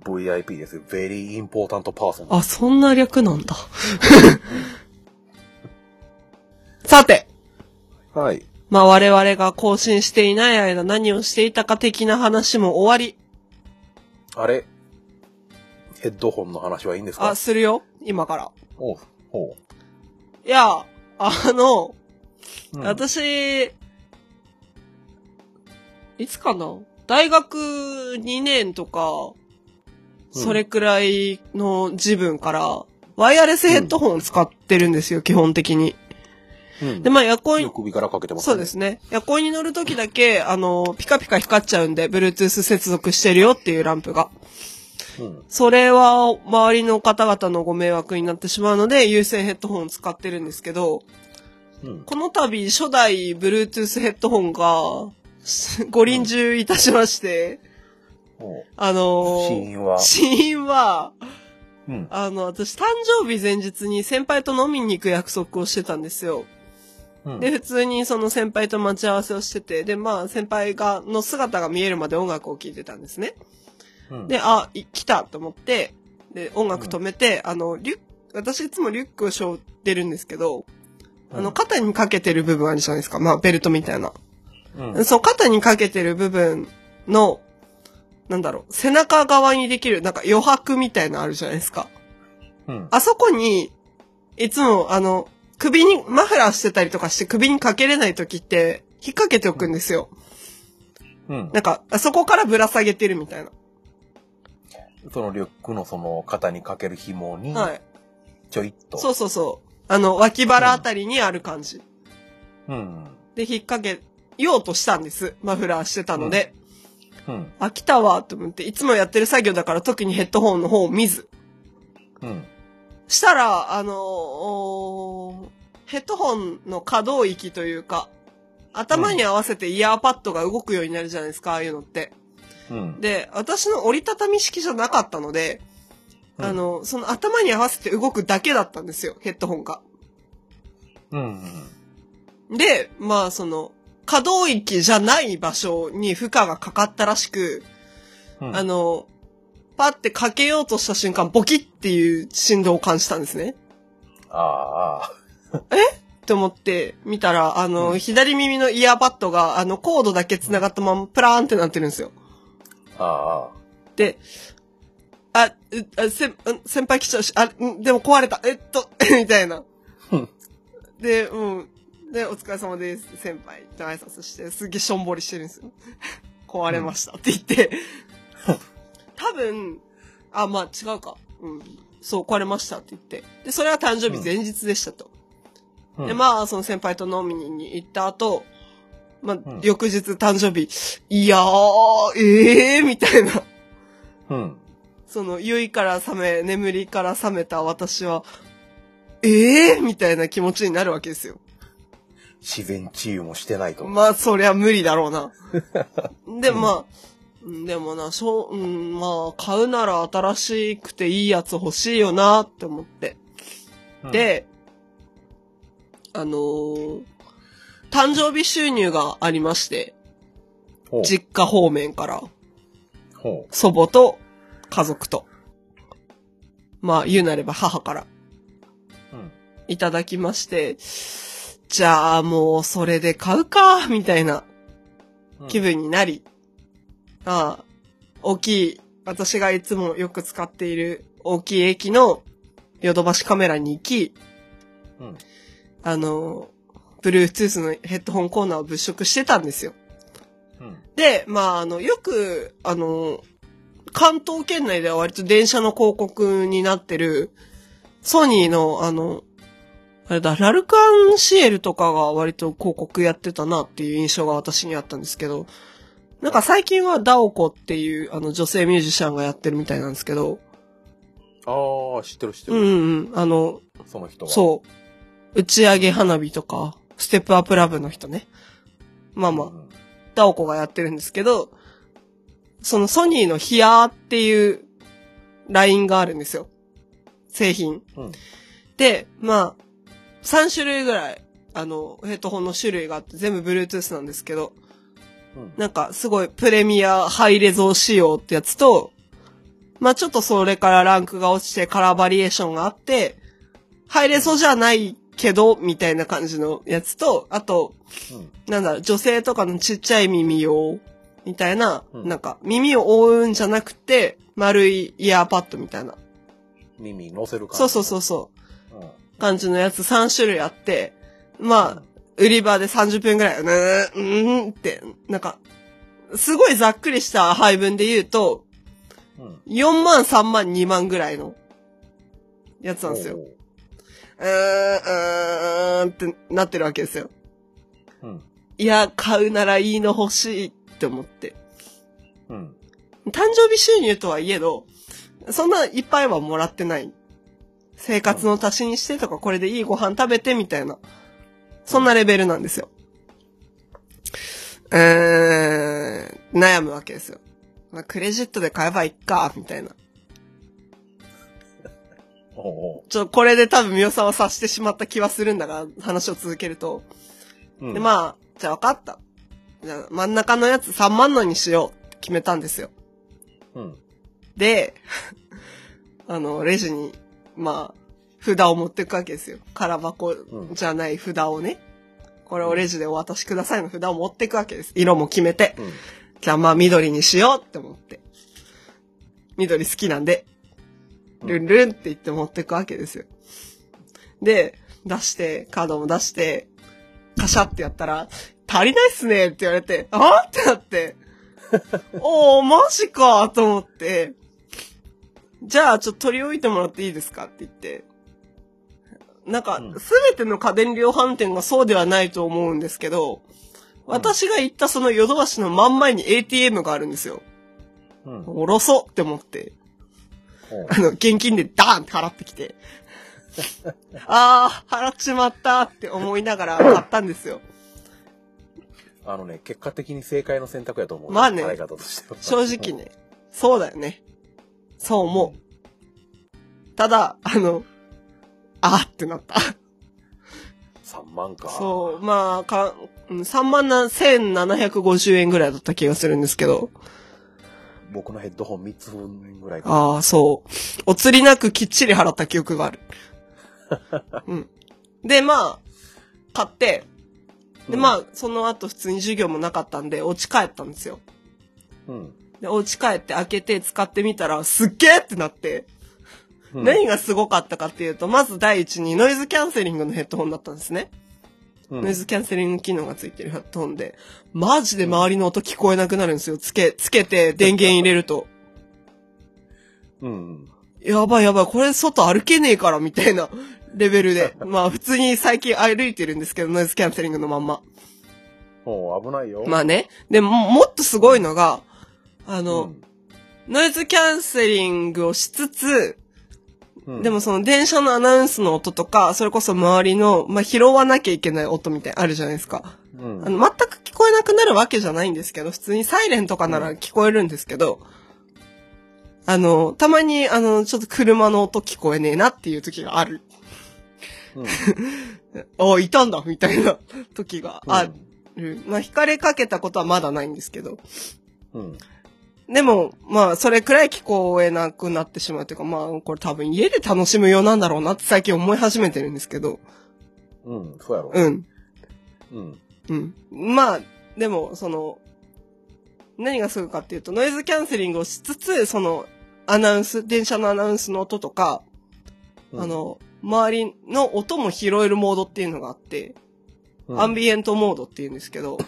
VIP ですよ。Very Important Person。
あ、そんな略なんだ。 [LAUGHS] さて、
はい。
まあ我々が更新していない間何をしていたか的な話も終わり。
あれヘッドホンの話はいいんですか
あ、するよ。今から。
おうおう、
いや、あの、
うん
私、いつかな大学2年とか、それくらいの自分から、ワイヤレスヘッドホンを使ってるんですよ、基本的に。
うん
で、まあ、エアコン
よく首からかけてますね。
そうですね。夜行に乗るときだけ、あの、ピカピカ光っちゃうんで、Bluetooth 接続してるよっていうランプが。
うん。
それは、周りの方々のご迷惑になってしまうので、有線ヘッドホンを使ってるんですけど、
うん。
この度、初代 Bluetooth ヘッドホンが、ご臨終いたしまして、
おう
あの
死因は
死因は、
うん。
あの、私、誕生日前日に先輩と飲みに行く約束をしてたんですよ。
うん
で、普通にその先輩と待ち合わせをしてて、で、まあ、先輩が、の姿が見えるまで音楽を聴いてたんですね。
うん
で、あ、い来たと思って、で、音楽止めて、あの、リュック、私いつもリュックを背負ってるんですけど、あの、肩にかけてる部分あるじゃないですか。まあ、ベルトみたいな。
うん。
そう、肩にかけてる部分の、なんだろう、背中側にできる、なんか余白みたいなのあるじゃないですか。
うん。
あそこに、いつも、あの、首に、マフラーしてたりとかして首にかけれない時って、引っ掛けておくんですよ。
うん。
なんか、あそこからぶら下げてるみたい
そのリュックのその肩にかける紐に
な。、はい。
ちょいっと。
そうそうそう。あの、脇腹あたりにある感じ。
うん。
で、引っ掛けようとしたんです。マフラーしてたので。
うん。
飽きたわ、と思って。いつもやってる作業だから特にヘッドホンの方を見ず。
うん。
したら、あのおーヘッドホンの可動域というか、頭に合わせてイヤーパッドが動くようになるじゃないですか、ああいうのって。
うん。
で、私の折りたたみ式じゃなかったので、
うん
あの、その頭に合わせて動くだけだったんですよ、ヘッドホンが。
うん。
で、まあその、可動域じゃない場所に負荷がかかったらしく、
うん。
あの、パってかけようとした瞬間、ボキっていう振動を感じたんですね。
あ
って思って見たら、あの、
うん
左耳のイヤーパッドが、あの、コードだけ繋がったまま、プラーンってなってるんですよ。
あ、ああ、あ
で、あ、うあせんうん先輩来ちゃうし、あ、んでも壊れた、えっと、 [LAUGHS] みたいな
うん。
で、うん。で、お疲れ様です、先輩って挨拶して、すっげえしょんぼりしてるんですよ。 [LAUGHS] 壊れましたって言って。多分、あ、まあ違うか。うん。そう、壊れましたって言って。で、それは誕生日前日でしたと。
あ。
で、
あ、
まあ、その先輩と飲みに行った後、まあ、
うん
翌日誕生日、いやー、ええー、みたいな。
うん。
その、酔いから覚め、眠りから覚めた私は、ええー、みたいな気持ちになるわけですよ。
自然治癒もしてないと。
まあ、そりゃ無理だろ
[LAUGHS]
うな。で、まあ、うんでもな、しょう、うん、まあ、買うなら新しくていいやつ欲しいよなって思って。
うん、
で、あのー誕生日収入がありまして、
ほう
実家方面から、
ほ
祖母と家族と、まあ言うなれば母から
う。うん。
いただきまして、じゃあもうそれで買うか、みたいな
うん
気。分になり、ああ、大きい、私がいつもよく使っている大きい駅のヨドバシカメラに行き、
うん。
あの、Bluetooth のヘッドホンコーナーを物色してたんですよ。
うん。
で、まあ、あの、よく、あの、関東圏内では割と電車の広告になってる、ソニーの、あの、あれだ、ラルカンシエルとかが割と広告やってたなっていう印象が私にあったんですけど、なんか最近はダオコっていう、あの、女性ミュージシャンがやってるみたいなんですけど、
ああ、知ってる知って
うん
る、
うん。あの、
その人は。
そう。打ち上げ花火とか、ステップアップラブの人ね。まあ
う
まあ、
ん
ダオコがやってるんですけど、そのソニーのヒアーっていうラインがあるんですよ。製品。
うん
で、まあ、3種類ぐらい、あの、ヘッドホンの種類があって、全部 Bluetooth なんですけど、
うん
なんかすごいプレミアハイレゾー仕様ってやつと、まあちょっとそれからランクが落ちてカラーバリエーションがあって、ハイレゾじゃないけど、みたいな感じのやつと、あと、
うん
なんだろう、女性とかのちっちゃい耳用、みたいな、
うん
なんか耳を覆うんじゃなくて、丸いイヤーパッドみたいな。
耳に乗せる感じ。
そうそうそうそう。
うん。うん。
感じのやつ3種類あって、まあ、売り場で30分ぐらい、うーん、うーんって、なんか、すごいざっくりした配分で言うと、
うん。
4万、3万、2万ぐらいのやつなんですよ。
おう。
うーん、うーんってなってるわけですよ。
うん。
いや、買うならいいの欲しいって思って。
うん。
誕生日収入とはいえど、そんないっぱいはもらってない。生活の足しにしてとか、これでいいご飯食べてみたいな。そんなレベルなんですよ。うーん、悩むわけですよ。まあ、クレジットで買えばいっか、みたいな。
おうおう。
ちょ、これで多分ミオさんは察してしまった気はするんだが、話を続けると。
うん、
で、まあ、じゃあ分かった。じゃあ真ん中のやつ3万のにしようって決めたんですよ。
うん。
で、 [LAUGHS] あの、レジに、まあ、札を持っていくわけですよ。空箱じゃない札をね。これをレジでお渡しくださいの札を持っていくわけです。色も決めて。
うん。
じゃあまあ緑にしようって思って。緑好きなんで、ルンルンって言って持っていくわけですよ。で、出して、カードも出して、カシャってやったら、足りないっすねって言われて、あーってなって、おー、マジかと思って、じゃあちょっと取り置いてもらっていいですかって言って、なんか
うん、
すべての家電量販店がそうではないと思うんですけど、私が行ったそのヨドバシの真ん前に ATM があるんですよ。
うん。おう
おろそうって思って、あの、現金でダーンって払ってきて、 [LAUGHS] あー、払っちまったって思いながら買ったんですよ。
あのね、結果的に正解の選択やと思う。
まあね
考え方としては
正直。ね。そうだよね。そう思う。ただ、あの、あーってなった。
3万か。
そう、まあ、か、うん3万な1750円ぐらいだった気がするんですけど。
僕のヘッドホン3つ分ぐらいか。
ああ、そう。お釣りなくきっちり払った記憶
[LAUGHS]
がある。うん。で、まあ、買って、で、まあ、その後普通に授業もなかったんで、お家帰ったんですよ。
うん。
で、お家帰って開けて使ってみたら、すっげーってなって、
うん
何がすごかったかっていうと、まず第一にノイズキャンセリングのヘッドホンだったんですね。
うん
ノイズキャンセリング機能がついてるヘッドホンで、マジで周りの音聞こえなくなるんですよ。つけ、つけて電源入れると。
うん。
やばいやばい、これ外歩けねえから、みたいな [LAUGHS] レベル
[LAUGHS]
で。まあ普通に最近歩いてるんですけど、ノイズキャンセリングのまんま。
もう危ないよ。
まあね。でも、もっとすごいのが、あ
う
の、
ん、
ノイズキャンセリングをしつつ、
うん
でも、その電車のアナウンスの音とか、それこそ周りの、まあ拾わなきゃいけない音みたいなのあるじゃないですか。
うん。
あの、全く聞こえなくなるわけじゃないんですけど、普通にサイレンとかなら聞こえるんですけど、あの、たまに、あの、ちょっと車の音聞こえねえなっていう時がある。
うん
あ、いたんだみたいな [LAUGHS] 時がある。まあ、惹かれかけたことはまだないんですけど。
うん。
でも、まあ、それくらい聞こえなくなってしまうというか、まあ、これ多分家で楽しむようなんだろうなって最近思い始めてるんですけど。
うん。そうやろ。
うん。
うん。
うん。まあ、でも、その、何がするかっていうと、ノイズキャンセリングをしつつ、その、アナウンス、電車のアナウンスの音とか、
うん
あ、の、周りの音も拾えるモードっていうのがあって、アン
ビ、
ビエントモードっていうんですけど、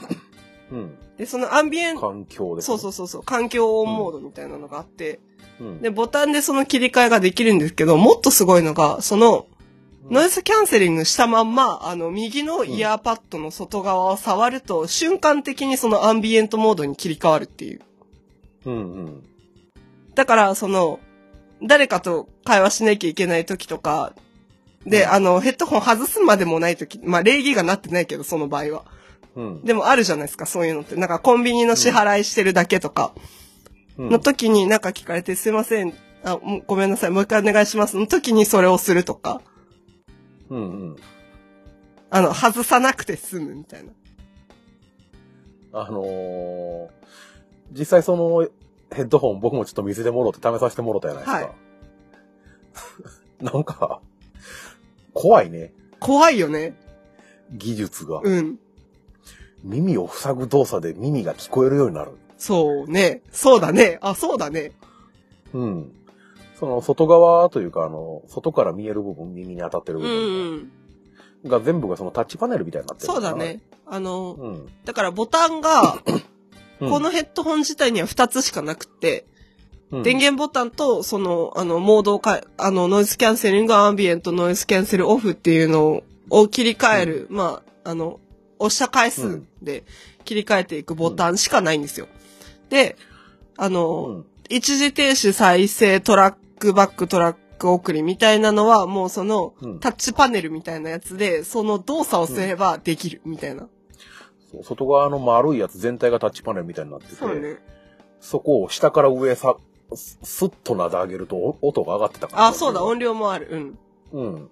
うん。
で、そのアンビエント、
環境で。
そうそうそうそう、環境音モードみたいなのがあって、
うん。
で、ボタンでその切り替えができるんですけど、もっとすごいのが、その、
うん
ノイズキャンセリングしたまんま、あの、右のイヤーパッドの外側を触ると、瞬間的にそのアンビエントモードに切り替わるっていう。
うんうん。
だから、その、誰かと会話しなきゃいけない時とか、で、あの、ヘッドホン外すまでもない時、まあ、礼儀がなってないけど、その場合は。
うん。
でもあるじゃないですか、そういうのって。なんかコンビニの支払いしてるだけとか、
うん
の時になんか聞かれて、すいません、あ、もうごめんなさい、もう一回お願いします。の時にそれをするとか、
うんうん。
あの、外さなくて済むみたいな。
あのー、実際そのヘッドホン僕もちょっと水でもろって試させてもろたじゃないですか。[LAUGHS]
は
なんか、怖いね。
怖いよね。
技術が。
うん。
耳を塞ぐ動作で耳が聞こえるようになる。
そうね。そうだね。あ、そうだね。
うん。その外側というか、あの、外から見える部分、耳に当たってる
う
部
ん、
分
うん。
が全部がそのタッチパネルみたいになってる。
そうだ。ね。あの、
うん。
だからボタンが、
うん
このヘッドホン自体には2つしかなくって、
うん
電源ボタンと、その、あの、モードをかえ、あの、ノイズキャンセリング、アンビエント、ノイズキャンセルオフっていうのを切り替える、まあ、あの、押した回数で切り替えていくボタンしかないんですよ。で、あの、
うん
一時停止、再生、トラックバック、トラック送りみたいなのは、もうその
う、ん
タッチパネルみたいなやつで、その動作をすればできる、みたいな。
そう外側の丸いやつ全体がタッチパネルみたいになってて、
そうね。
そこを下から上へさ、すスッとなで上げるとお音が上がってたから。
あ、そうだ、音量もある。うん。
うん。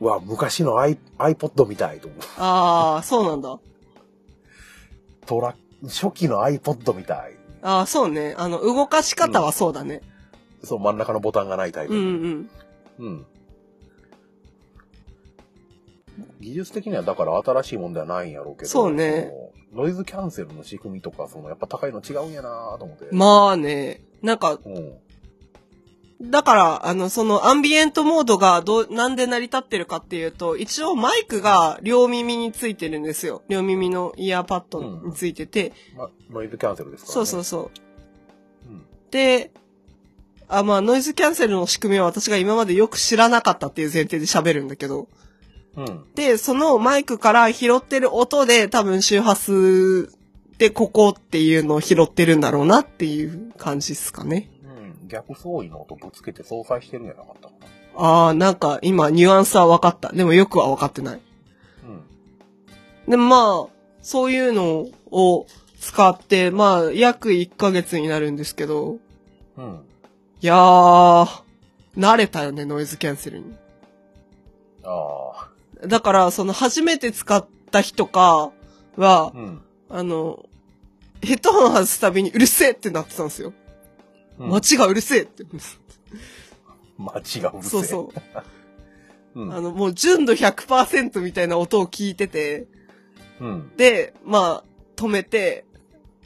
うわ、昔の i、iPod みたいと思う。
ああ、そうなんだ。
トラ初期の iPod みたい。
ああ、そうね。あの、動かし方はそうだね。
そう、真ん中のボタンがないタイプ。
うんうん。
うん。技術的にはだから新しいもんではないんやろうけど。
そうね
その。ノイズキャンセルの仕組みとか、そのやっぱ高いの違うんやなと思って。
まあね。なんか、
うん。
だから、あの、その、アンビエントモードが、どう、なんで成り立ってるかっていうと、一応マイクが両耳についてるんですよ。両耳のイヤーパッドについてて。
ま、ノイズキャンセルですからね。
そうそうそう。
うん。
で、あ、まあ、ノイズキャンセルの仕組みは私が今までよく知らなかったっていう前提で喋るんだけど。
うん。
で、そのマイクから拾ってる音で多分周波数でここっていうのを拾ってるんだろうなっていう感じですかね。
うん。逆相違の音ぶつけて相殺してるんやなかったかな。
ああ、なんか今ニュアンスは分かった。でもよくは分かってない。
うん。
で、まあ、そういうのを使って、まあ、約1ヶ月になるんですけど、
うん。
いやー、慣れたよね、ノイズキャンセルに。
ああ。
だから、その初めて使った日とかは、
うん。
あの、ヘッドホン外すたびにうるせえってなってたんですよ。
うん
街がうるせえって。
街がうるせえ。
そうそう。
うん。
あの、もう純度100%みたいな音を聞いてて、
うん。
で、まあ、止めて、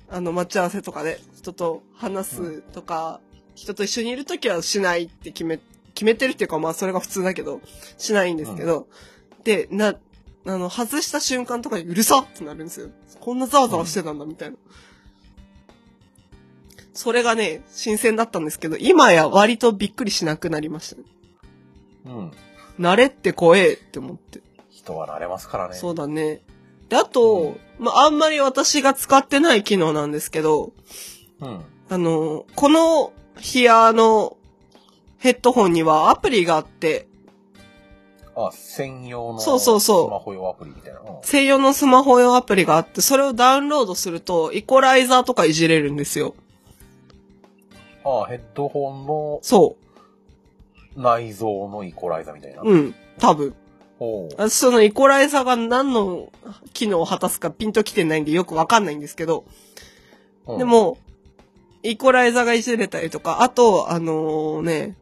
あの、待ち合わせとかで、人と話すとか、人と一緒にいるときはしないって決め、決めてるっていうか、まあ、それが普通だけど、しないんですけど、で、な、あの、外した瞬間とかにうるさってなるんですよ。こんなざわざわしてたんだ、みたいな。それがね、新鮮だったんですけど、今や割とびっくりしなくなりましたね。
うん。
慣れって怖えって思って。
人は慣れますからね。
そうだね。で、あと、まあ、あんまり私が使ってない機能なんですけど、
うん。
あの、このヒアのヘッドホンにはアプリがあって、
あ、専用の。
そうそうそう
スマホ用アプリみたいな。うん
専用のスマホ用アプリがあって、それをダウンロードすると、イコライザーとかいじれるんですよ。
ああ、ヘッドホンの
そ
内蔵のイコライザーみたいな。
う。うん。多分。
おう
私そのイコライザーが何の機能を果たすかピンときてないんでよくわかんないんですけど、
うん
で、も、イコライザーがいじれたりとか、あと、あのね、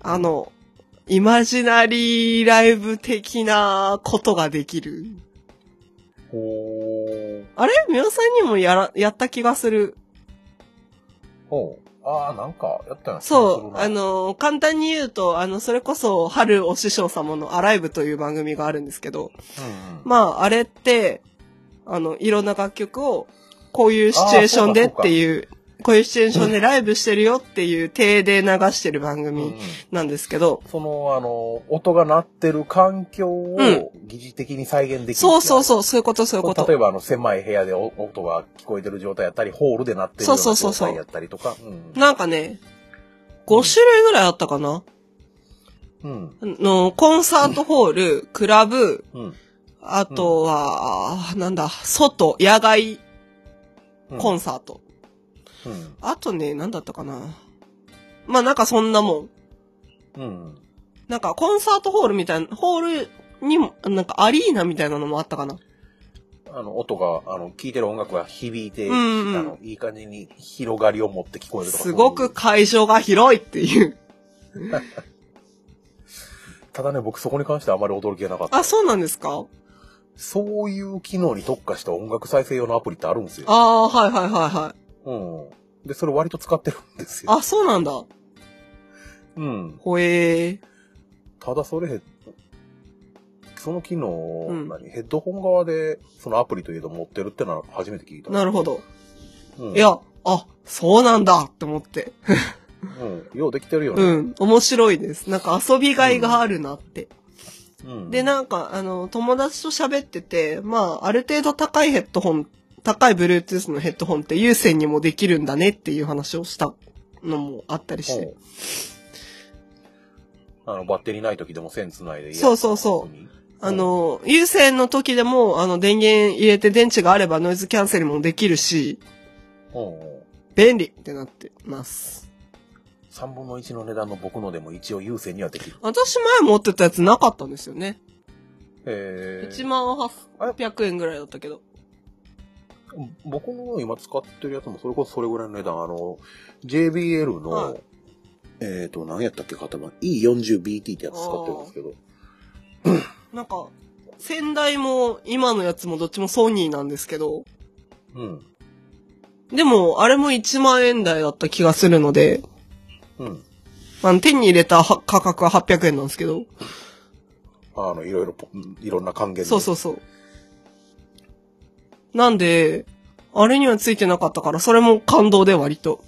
あの、イマジナリーライブ的なことができる。
おう
あれみおさんにもやら、やった気がする。
おうああ、なんか、やったよな
そう、あ、
気がするな
の簡単に言うと、あの、それこそ、春お師匠様のアライブという番組があるんですけど、
うんうん。
まあ、あれって、あの、いろんな楽曲を、こういうシチュエーションでっていう、こういうシチュエーションでライブしてるよっていう体で流してる番
うんう
組
ん
なんですけど、
その、あの、音が鳴ってる環境を
うん
疑似的に再現できる。
そうそうそう、そういうこと、そういうこ
例え
と。
ば、あの、狭い部屋でお音が聞こえてる状態やったり、ホールで鳴ってるよう
そう
な
そう
状
そうそう
態やったりとか。うんうん
なんかね、 5種類ぐらいあったかな
うん。
の、コンサートホール、クラブ、
うん。
あとは、なんだ、外、野外
うん
コンサート。
うん。
あとね、なんだったかな。まあなんかそんなもん。
うん。
なんかコンサートホールみたいな、ホールにも、なんかアリーナみたいなのもあったかな。
あの、音が、あの、聴いてる音楽が響いて、
うんうん
あの、いい感じに広がりを持って聞こえるとか。
すご
そう
く
いう。
会場が広いっていう。
ただね、僕そこに関してはあまり驚きがなかった。
あ、そうなんですか
そういう機能に特化した音楽再生用のアプリってあるんですよ。
ああー、はいはいはいはい。
うん。で、それ割と使ってるんですよ。
あ、そうなんだ。
うん。
ほえー。
ただそれ、その機能を、
うん
何ヘッドホン側で、そのアプリといえど持ってるってのは初めて聞いた。
なるほど。
うん、
い、や、あ、そうなんだって思って。
うん。ようできてるよね。
うん。面白いです。なんか遊びがいがあるなって。
うん
で、なんか、あの、友達と喋ってて、まあ、ある程度高いヘッドホン、高い Bluetooth のヘッドホンって有線にもできるんだねっていう話をしたのもあったりし
ほ
て
う。あの、バッテリーない時でも線つないで
そうそうそう
う。
あの、有線の時でも、あの、電源入れて電池があればノイズキャンセルもできるし、
うんうん
便利ってなってます。
3分の1の値段の僕のでも一応優先にはできる。
私前持ってたやつなかったんですよね。
え
1万800円ぐらいだったけど。
僕の今使ってるやつもそれこそそれぐらいの値段、あの、JBL の、
はい
えっ、と、何やったっけ、型番 E40BT ってやつ使ってるんですけど、
なんか、先代も今のやつもどっちもソニーなんですけど、
うん、
でも、あれも1万円台だった気がするので、
うん。
まあ、手に入れたは価格は800円なんですけど、
あの、いろいろポ、いろんな還元で
そうそうそう。なんで、あれにはついてなかったから、それも感動で割と。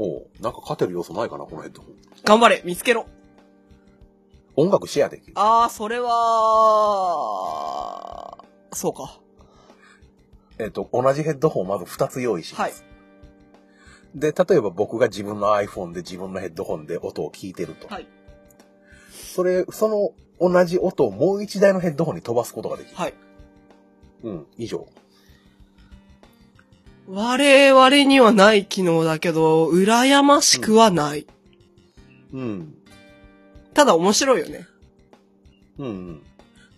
おうなんか勝てる要素ないかな、このヘッドホン。
頑張れ見つけろ
音楽シェアできる。
あー、それは、そうか。
えっ、と、同じヘッドホンをまず2つ用意します。
はい。
で、例えば僕が自分の iPhone で自分のヘッドホンで音を聞いてると。
はい。
それ、その同じ音をもう一台のヘッドホンに飛ばすことができる。
はい。
うん、以上。
我々にはない機能だけど、羨ましくはない。
うん。
ただ面白いよね。
うん、うん。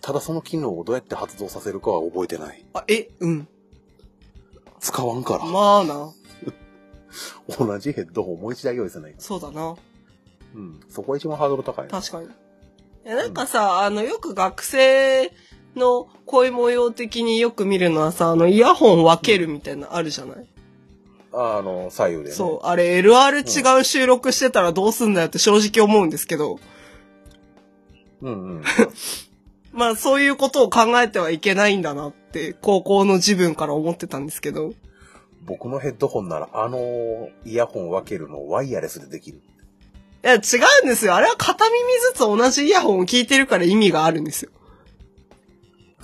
ただその機能をどうやって発動させるかは覚えてない。
あ、え、うん。
使わんから。
まあな。
同じヘッドホンをもう一台用意せない。
そうだな。
うん。そこが一番ハードル高いな。
確かに。えなんかさ、あの、よく学生の恋模様的によく見るのはさ、あの、イヤホン分けるみたいなのあるじゃない、
ああの、左右でね。
そう。あれ、LR 違う収録してたらどうすんだよって正直思うんですけど、
う。うんうん。
まあ、そういうことを考えてはいけないんだなって、高校の自分から思ってたんですけど、
僕のヘッドホンなら、あの、イヤホン分けるのをワイヤレスでできる。
いや、違うんですよ。あれは片耳ずつ同じイヤホンを聞いてるから意味があるんですよ。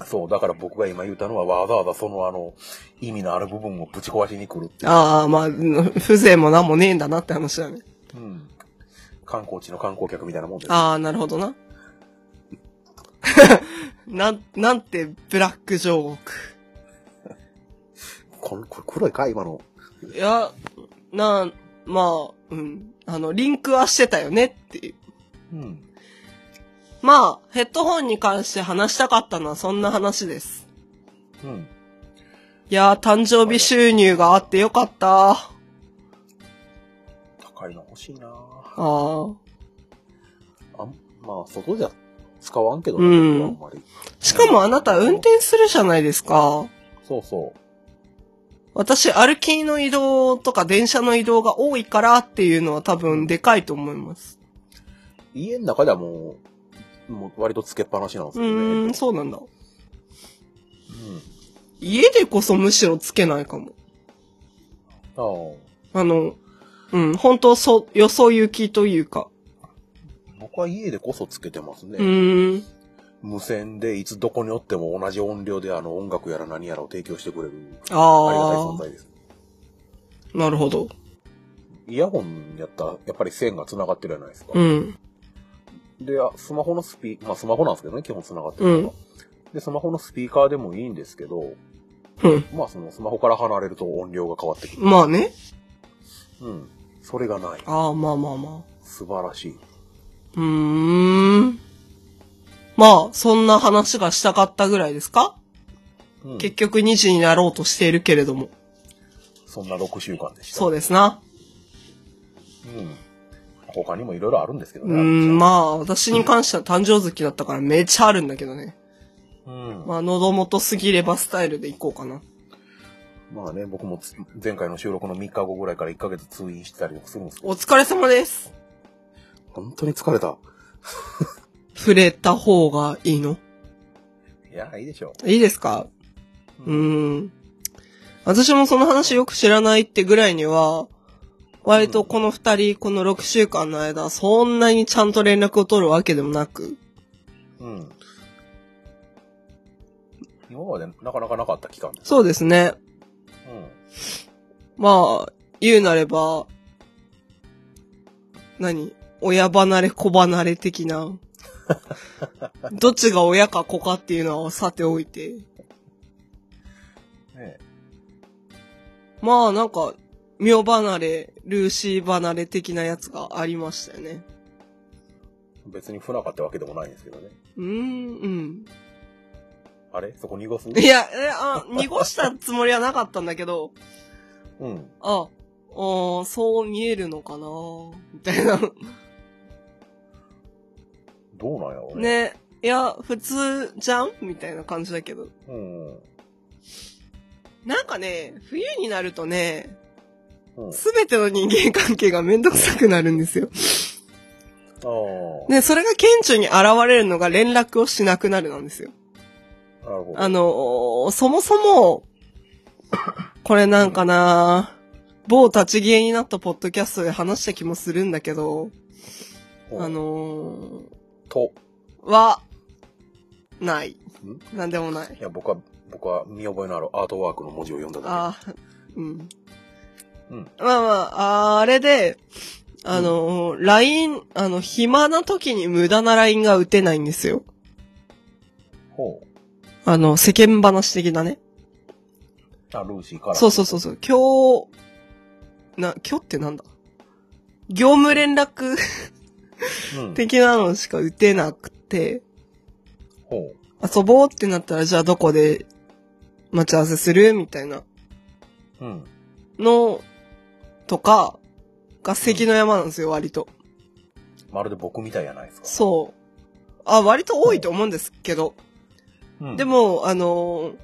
そう、だから僕が今言ったのは、わざわざそのあの、意味のある部分をぶち壊しに来るっていう。
ああ、まあ、風情も何もねえんだなって話だね。
うん。観光地の観光客みたいなもんです。
ああ、なるほどな。 [LAUGHS] なん、なんて、ブラックジョーク。
このこれ黒いか今の。
いや、な、まあ、うん。あの、リンクはしてたよねっていう。
うん。
まあ、ヘッドホンに関して話したかったのはそんな話です。
うん。
いやー、誕生日収入があってよかった。あ
高いの欲しいなぁ
あ。
あんまあ、外じゃ使わんけど
うん
あんまり。
しかもあなた運転するじゃないですか。
そうそ
私、歩きの移動とか電車の移動が多いからっていうのは多分でかいと思います。
う。家の中ではもう、もう割とつけっぱなしなんです
う
けどね。
ーん、そうなんだ。
うん
家でこそむしろつけないかも。
ああ。
あの、うん、本当そ、よそ行きというか。
僕は家でこそつけてますね。
うーん。
無線でいつどこにおっても同じ音量であの音楽やら何やらを提供してくれる。ありがたい
あ
存
あ、
在です。
なるほど。
イヤホンやったら、やっぱり線が繋がってるじゃないですか。
うん。
で、あスマホのスピまあスマホなんですけどね、基本繋がってるのが。で、スマホのスピーカーでもいいんですけど、
うん。
まあそのスマホから離れると音量が変わってくる。
まあね。
うん。それがない。
ああ、まあまあまあ。
素晴らしい。
うーん。まあ、そんな話がしたかったぐらいですか、
うん、
結局2時になろうとしているけれども。
そんな6週間でした。
そうですな。
うん。他にもいろいろあるんですけど
う
ね。
ーん、まあ、私に関しては誕生月だったからめっちゃあるんだけどね。
うん。
まあ、喉元すぎればスタイルでいこうかな。
まあね、僕もつ前回の収録の3日後ぐらいから1ヶ月通院してたりとかするんですけど、
お疲れ様です。
本当に疲れた。
触れた方がいいの
いや、いいでしょ
いいですかう
う。
ーん。私もその話よく知らないってぐらいには、割とこの二人、この6週間の間、そんなにちゃんと連絡を取るわけでもなく、
うん。今までなかなかなかった期間です。
そうですね。
う
まあ、言うなれば、何親離れ、子離れ的な。どっちが親か子かっていうのはさておいて。
ん。ね
まあなんか、妙離れ、ルーシー離れ的なやつがありましたよね。
別に不仲ってわけでもないんですけどね。
うーん、うん。
あれそこ濁す
いや、え、あ、濁したつもりはなかったんだけど、
うん。
あ、あそう見えるのかなみたいな。
どうなんやろうね。
ね。いや、普通じゃんみたいな感じだけど。
うん。
なんかね、冬になるとね、
うん。あ
すべての人間関係がめんどくさくなるんですよ。
あ。
ね、それが顕著に現れるのが連絡をしなくなるなんですよ。
なるほど。
あの、そもそも、これなんかな、某立ち消えになったポッドキャストで話した気もするんだけど、
うん
あ、の
と。
ー、は、ない
ん。
なんでもないい。
や、僕は、僕は見覚えのあるアートワークの文字を読んだだ
ああ、うん。
うん
まあまあ、あれで、あのー、LINE、あの、暇な時に無駄な LINE が打てないんですよ。
け。ほう。
あの、世間話的なね。
あ、ルーシーから。
そうそうそうそう。今日、な、今日ってなんだ業務連絡 [LAUGHS]
うん。
的なのしか打てなくて、
ほ
遊ぼうってなったら、じゃあどこで待ち合わせするみたいな
う。うん。
の、とか、が関の山なんですよ、割と。
まるで僕みたいじゃないですか。
そう。あ、割と多いと思うんですけど。
うん
で、も、あのー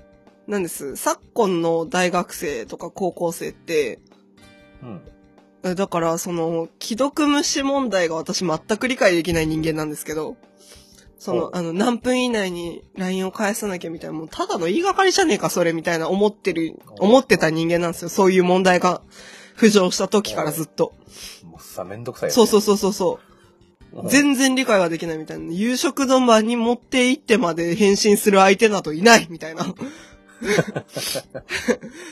なんです。昨今の大学生とか高校生って、
うん。
えだから、その、既読無視問題が私全く理解できない人間なんですけど、その
う、ん
あの、何分以内に LINE を返さなきゃみたいな、もうただの言いがかりじゃねえか、それみたいな思ってる、思ってた人間なんですよ。そういう問題が浮上した時からずっと。
もうさ、めんどくさい
そうそううそうそうそう。
うん。
全然理解ができないみたいな。夕食の場に持って行ってまで返信する相手などいないみたいな。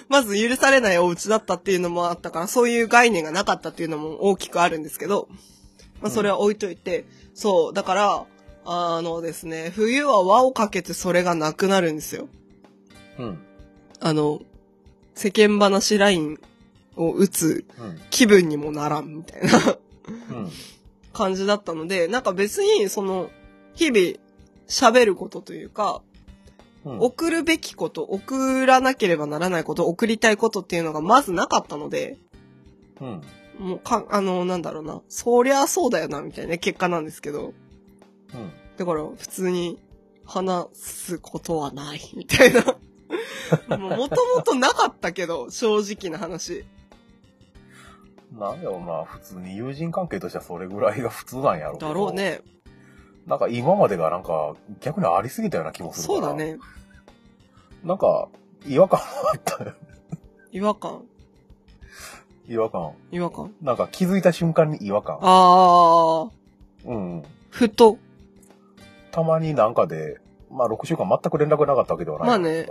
まず許されないお家だったっていうのもあったから、そういう概念がなかったっていうのも大きくあるんですけど、まあそれは置いといて、そう、だから、あのですね、冬は輪をかけてそれがなくなるんですよ。
うん。
あの、世間話ラインを打つ
うん。
気分にもならんみたいな。
うん。
感じだったので、なんか別に、その、日々、喋ることというか、
うん。
送るべきこと、送らなければならないこと、送りたいことっていうのがまずなかったので、
うん。
もうか、あの、なんだろうな、そりゃそうだよな、みたいな結果なんですけど、
うん。
だから普通に話すことはない、みた
[LAUGHS]
いな。もともとなかったけど、正直な話。
なんだろうな、普通に友人関係としてはそれぐらいが普通なんやろけど
だろう。ね。
なんか今までがなんか逆にありすぎたような気もするか
そ
ら。
うだ。ね。
なんか違和感あったよ。 [LAUGHS]
違和感。
違和感。
違和感。
なんか気づいた瞬間に違和感。
あー、
うんうん。
ふと。
たまになんかで、まあ6週間全く連絡なかったわけではない
まあ
ん
ね
で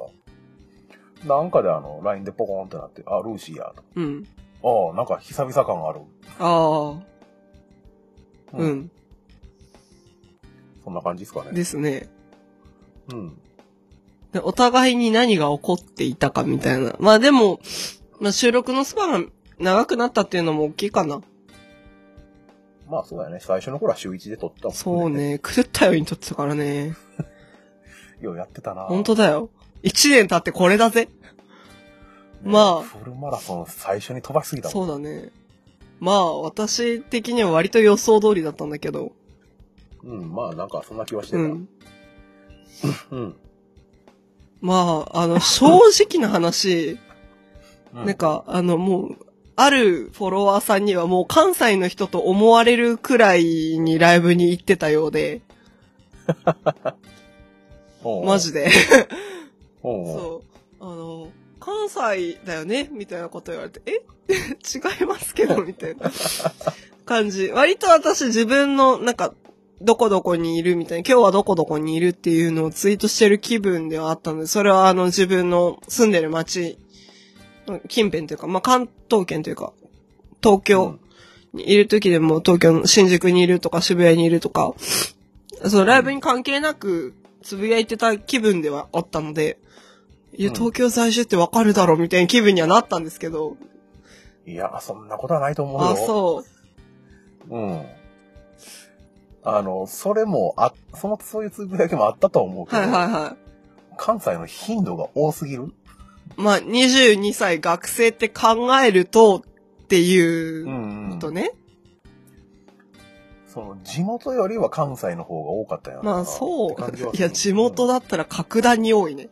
すが。なんかであの、LINE でポコーンってなって、あ、ルーシーや、と
うん。
ああ、なんか久々感ある。
ああ。うん。
そんな感じですかね。
ですね。
うん。
でお互いに何が起こっていたかみたいな。まあでも、まあ、収録のスパンが長くなったっていうのも大きいかな。
まあそうだよね。最初の頃は週1で撮ってたもんね。
そう。ね。狂ったように撮ってたからね。
ようやってたな。
本当だよ。一年経ってこれだぜ。
ね
まあ
フルマラソン最初に飛ばしすぎたもん。
そうだね。まあ、私的には割と予想通りだったんだけど。
うん、まあなんかそんな気はしてた。
う
うん。
ん。まあ、あの、正直な
う
話、
ん
なんか、あの、もう、あるフォロワーさんにはもう関西の人と思われるくらいにライブに行ってたようで、
おうおう
マジで。
おうおう
そう。あの、関西だよねみたいなこと言われて、え [LAUGHS] 違いますけどみたいな感じ。割と私自分の、なんか、どこどこにいるみたいな、今日はどこどこにいるっていうのをツイートしてる気分ではあったので、それはあの自分の住んでる町、近辺というか、まあ、関東圏というか、東京にいる時でも東京の新宿にいるとか渋谷にいるとか、そのライブに関係なくつぶやいてた気分ではあったので、いや、
うん
東京在住ってわかるだろうみたいな気分にはなったんですけど、
いや、そんなことはないと思うよ。。
あ、そう
うん。あの、それも、あ、その、そういうつぶやきもあったとは思う
う。
けど、
はいはいはい。
関西の頻度が多すぎる。
まあ、22歳学生って考えるとっていううこ
ん、うん。
とね。
その、地元よりは関西の方が多かったよな。
まあ、そ
って感じは
う。
す
い
る
や、地元だったら格段に多
[LAUGHS]
いね。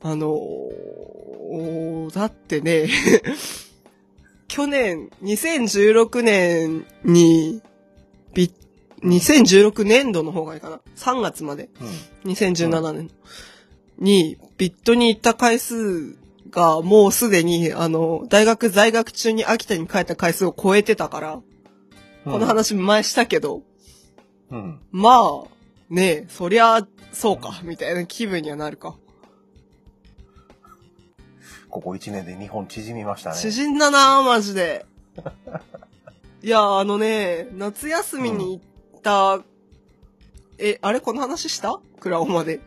あのーだってね、 [LAUGHS] 去年、2016年に、び、2016年度の方がいいかな。3月まで。2017年に、ビットに行った回数が、もうすでに、あの、大学在学中に秋田に帰った回数を超えてたから、
うん。
この話前したけど、
うん。うん。
まあ、ねえ、そりゃ、そうか、みたいな気分にはなるか。
ここ1年で日本縮みましたね。
縮んだなマジで。いや、あのね、夏休みに行った、え、あれこの話したクラオまで。
うん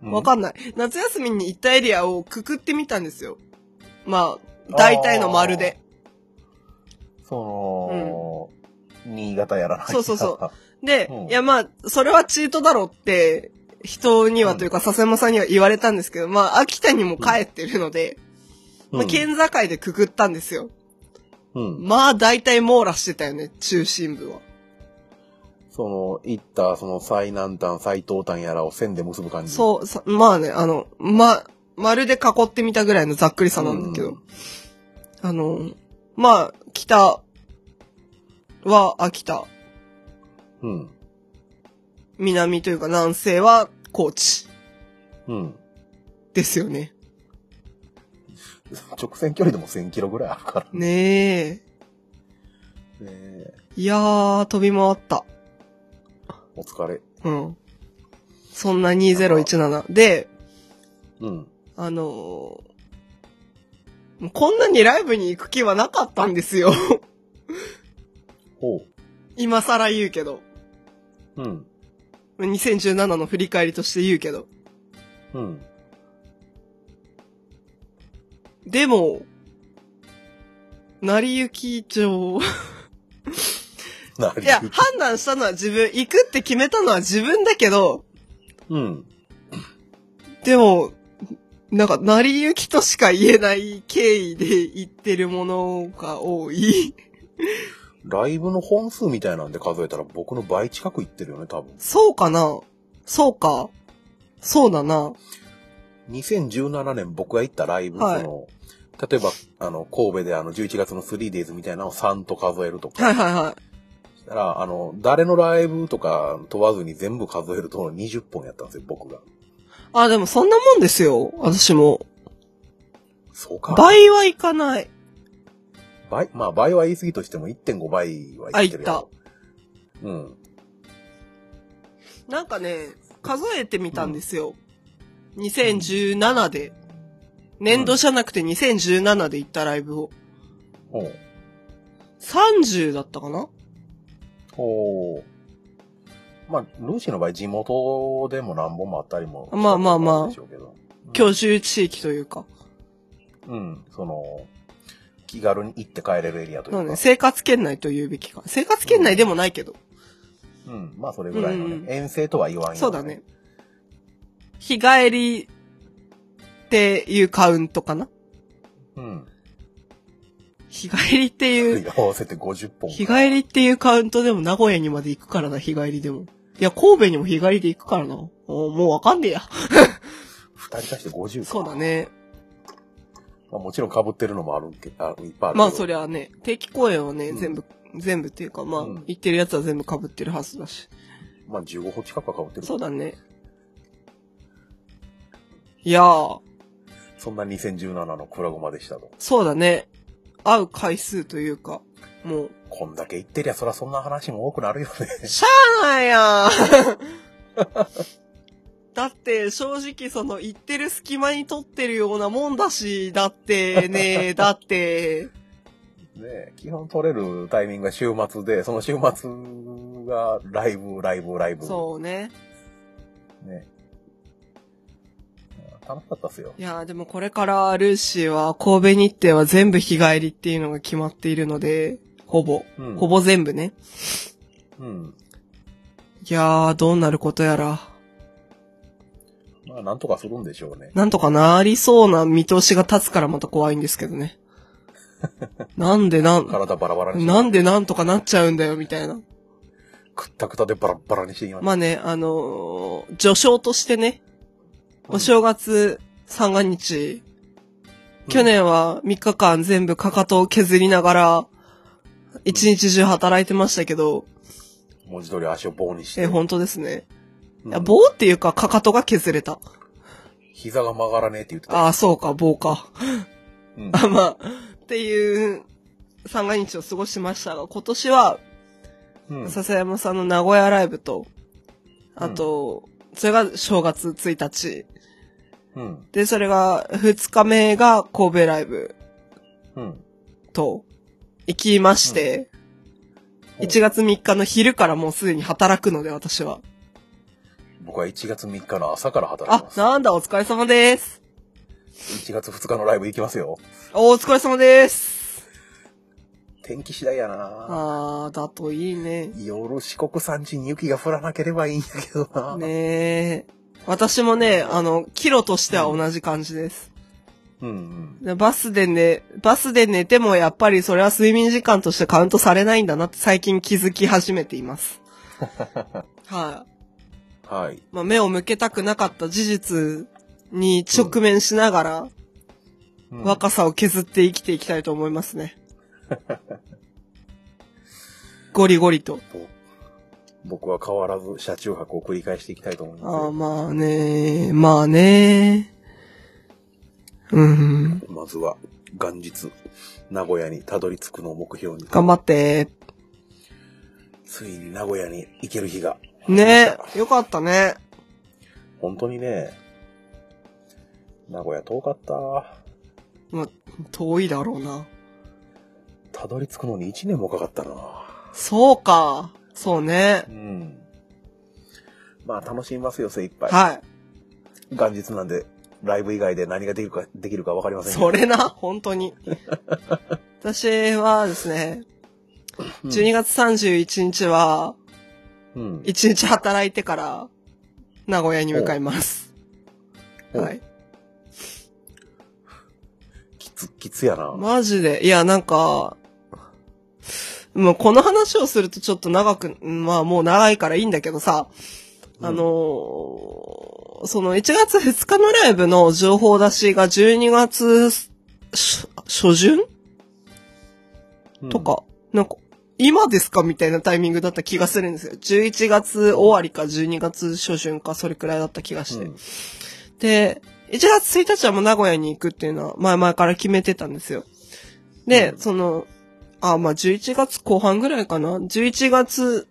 わかんない。夏休みに行ったエリアをくくってみたんですよ。まあ、大体の丸で。
その、新潟やらない
そうそうそで、
うん
いやまあ、それはチートだろって、人にはというか、笹山さんには言われたんですけど、まあ、秋田にも帰ってるので、
う
まあ、
ん
県境でくくったんですよ。
うん。
まあ、大体網羅してたよね、中心部は。
その、行った、その、最南端、最東端やらを線で結ぶ感じ。
そう、さまあね、あの、ま、丸で囲ってみたぐらいのざっくりさなんだけど、
うん
あの、まあ、北は秋田、
うん。
南というか南西は高知
うん。
ですよね。
直線距離でも1000キロぐらいある
[LAUGHS]
からね。
ねえ。
ね
いやー、飛び回った。
お疲れ。
うん。そんな2017。で、
うん。
あのーもうこんなにライブに行く気はなかったんですよ。 [LAUGHS]
ほう。
今更言うけど。
うん。
2017の振り返りとして言うけど。
うん。
でも、成り行き上。
なる
いや、判断したのは自分、行くって決めたのは自分だけど、
うん。
でも、なんか、成り行きとしか言えない経緯で行ってるものが多い。
ライブの本数みたいなんで数えたら僕の倍近く行ってるよね、多分。
そうかなそうか。そうだな。
2017年僕が行ったライブ、
はい
その、例えば、あの、神戸であの、11月の 3days みたいなのを3と数えるとか。
はいはいはい。
だから、あの、誰のライブとか問わずに全部数えると20本やったんですよ、僕が。
あ、でもそんなもんですよ。私も。
そうか。
倍はいかない。
倍まあ、倍は言い過ぎとしても1.5倍は言ってるやろ。うん。
なんかね、数えてみたんですよ。2017で。年度じゃなくて2017で行ったライブを。
ほう。
30だったかな
ほう。まあ、ルーシーの場合、地元でも何本もあったりも。
まあまあまあ
でしょうけど。
居住地域というか。
うん。その、気軽に行って帰れるエリアという
ま
か。
あね、生活圏内というべきか。生活圏内でもないけど。
うん。まあ、それぐらいのね。
うん
遠征とは言わんよ、
そうだね。。日帰りっていうカウントかな
うん。
日帰りっていう、
合わせて50本。
日帰りっていうカウントでも名古屋にまで行くからな、日帰りでも。いや、神戸にも日帰りで行くからな。おーもうわかんねえや。
二人足して50か。
そうだ。ね。
まあ、もちろん被ってるのもあるけど、あいっぱいあるけど。
まあそりゃね、定期公演はね、
うん
全部、全部っていうか、まあ、
うん
行ってるやつは全部被ってるはずだし。
まあ、15歩近くは被ってる。
そうだね。いやー、
そんな2017のクラゴマでしたと。
そうだね。会う回数というか、もう、
こんだけ行ってりゃ、そらそんな話も多くなるよね。 [LAUGHS]
しゃあないやんだって、正直その、行ってる隙間に撮ってるようなもんだし、だってね、だって、
ねえ基本取れるタイミングが週末で、その週末がライブ、ライブ、ライブ。
そうね。
う。ね。楽しかったっすよ。
いやーでもこれからルーシーは神戸日程は全部日帰りっていうのが決まっているので、ほぼ、
うん
ほぼ全部ね。
うん。
いやーどうなることやら。
まあ、なんとかするんでしょうね。
なんとかなりそうな見通しが立つからまた怖いんですけどね。なんでなん、
体バラバラにして
なんでなんとかなっちゃうんだよ、みたいな。
くったくたでバラバラにしていきま
まあね、あのー序章としてね、お正月三が日、
うん
去年は3日間全部かかとを削りながら、一日中働いてましたけど、
文字通り足を棒にして。
え、本当ですね。
うん
いや棒っていうか、かかとが削れた。
膝が曲がらねえって言ってた。
ああ、そうか、棒か。 [LAUGHS]
うん。
あ、まあ、っていう、三が日を過ごしましたが、今年は、
うん
笹山さんの名古屋ライブと、あと、それが正月1日。
うん。
で、それが、2日目が神戸ライブ
うん。
と、行きまして、
うん
1月3日の昼からもうすでに働くので、私は。
僕は1月3日の朝から働き
あ
ま、す。
なんだ、お疲れ様です。
1月2日のライブ行きますよ。
お疲れ様です。
天気次第やな
あー、だといいね。
夜四国山地に雪が降らなければいいんだけどな。
ねえ。私もね、あの、キロとしては同じ感じです。
うんうん。
でバスでね、バスで寝てもやっぱりそれは睡眠時間としてカウントされないんだなって最近気づき始めて
[LAUGHS]
います。はい、
はい。
まあ、目を向けたくなかった事実に直面しながら、
うん
若さを削って生きていきたいと思いま
[LAUGHS]
すね。ゴリゴリと。
僕は変わらず車中泊を繰り返していきたいと思い
ああ、
ま
まあね、まあね。うん、
す。まずは、元日、名古屋にたどり着くのを目標に。
頑張って。
ついに名古屋に行ける日が。
ね、よかったね。
本当にね、名古屋遠かった。
まあ、遠いだろうな。
たどり着くのに1年もかかったな。
そうか。そうね
う。ん。まあ楽しみますよ、精一杯。
はい。
元日なんで、ライブ以外で何ができるか、できるかわかりませんけど
それな、本
[LAUGHS]
当に。私はですね、
うん
12月31日は、
うん。
1日働いてから、名古屋に向かいます。
お
はい。
きつ、きつやな。
マジで。いや、なんか、もうこの話をするとちょっと長く、まあもう長いからいいんだけどさ、
うん
あのーその1月2日のライブの情報出しが12月初初旬
うん
と。か、なんか、今ですかみたいなタイミングだった気がするんですよ。11月終わりか12月初旬か、それくらいだった気がして。
うん
で、1月1日はもう名古屋に行くっていうのは前々から決めてたんですよ。で、
うん
その、あ、まあ、11月後半ぐらいかな。11月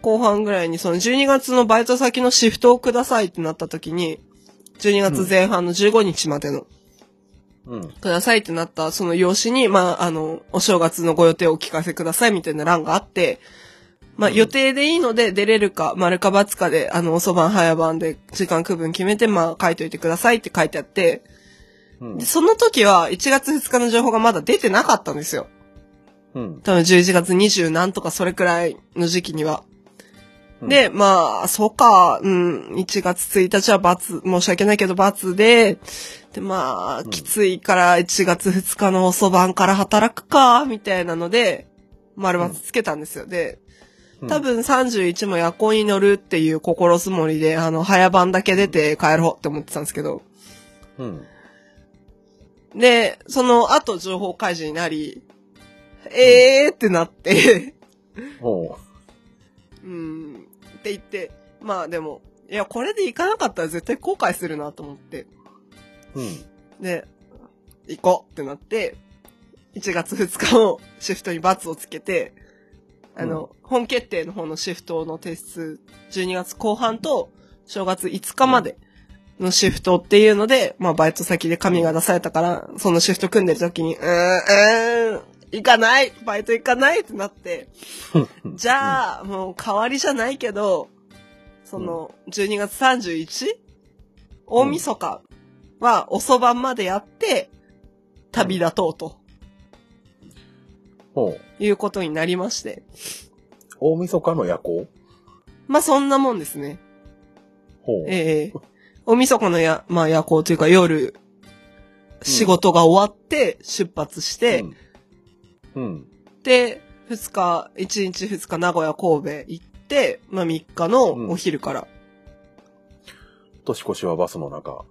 後半ぐらいに、その12月のバイト先のシフトをくださいってなった時に、 12月前半の15日までの、
うん。
くださいってなった、その用紙に、まあ、あの、お正月のご予定をお聞かせくださいみたいな欄があって、まあ、予定でいいので出れるか、丸か×かで、あの、遅番早番で時間区分決めて、まあ、書いといてくださいって書いてあって、
うん
で。その時は1月2日の情報がまだ出てなかったんですよ。
うん。
多分11月20何とかそれくらいの時期には。
うん
で、まあ、そうか、うん、1月1日は罰、申し訳ないけど罰で、で、まあ、きついから1月2日の遅番から働くか、みたいなので、丸×つけたんですよ。で、多分31も夜行に乗るっていう心積もりで、あの、早番だけ出て帰ろうって思ってたんですけど、
うん。
で、その後情報開示になり、えーってなって、
ほ
うん、って言って、まあでも、いや、これで行かなかったら絶対後悔するなと思って、
う。うん。
で、行こうってなって、1月2日をシフトに罰をつけて、あの、本決定の方のシフトの提出、12月後半と正月5日までのシフトっていうので、まあバイト先で紙が出されたから、そのシフト組んでる時に、うーん、うーん、行かないバイト行かないってなって、じゃあ、もう代わりじゃないけど、その、12月 31? 大晦日は遅番までやって、旅立とうと
ほう。
いうことになりまして。
大晦日の夜行
まあそんなもんですね。
ほう。
ええ大晦日のや、まあ夜行というか夜、仕事が終わって出発して、
うん。うん。
で、2日、1日2日名古屋神戸行って、まあ3日のお昼から。
年越しはバスの中。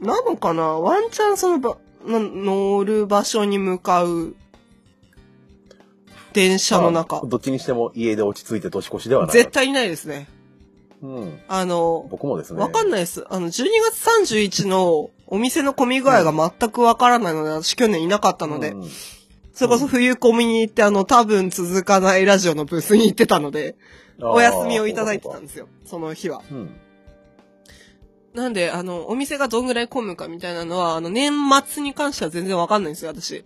なのかなワンチャンそのば、な乗る場所に向かう、電車の中
まあ。どっちにしても家で落ち着いて年越しではない。
絶。対いないですね。
うん。
あの、
僕もですね。
わかん
ない。
ないです。あの、12月31のお店の混み具合が全くわからないので、私去年いなかったので、それこそ冬込みに行って、あの、多分続かないラジオのブースに行ってたので、お休みをいただいてたん
で
ですよ、その日は。
す。うん。
なんで、あの、お店がどんぐらい混むかみたいなのは、あの、年末に関しては全然わかんないんですよ、私。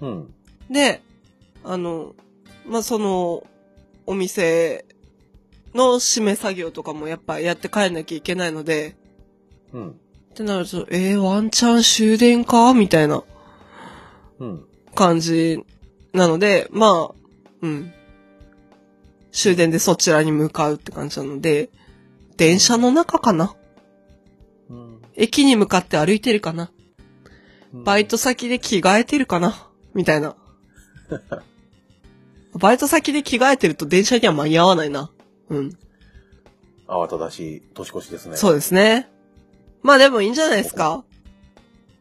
うん。
で、あの、まあ、その、お店の締め作業とかもやっぱやって帰んなきゃいけないので、
うん。
ってなると、えー、ワンチャン終電かみたいな
うん。
感じなので、まあ、うん。終電でそちらに向かうって感じなので、電車の中かな
うん。
駅に向かって歩いてるかな
うん
バイト先で着替えてるかなみたいな。バイト先で着替えてると電車には間に合わないな。うん。
慌ただしい年越しですね。
そうですね。まあでもいいんじゃないですか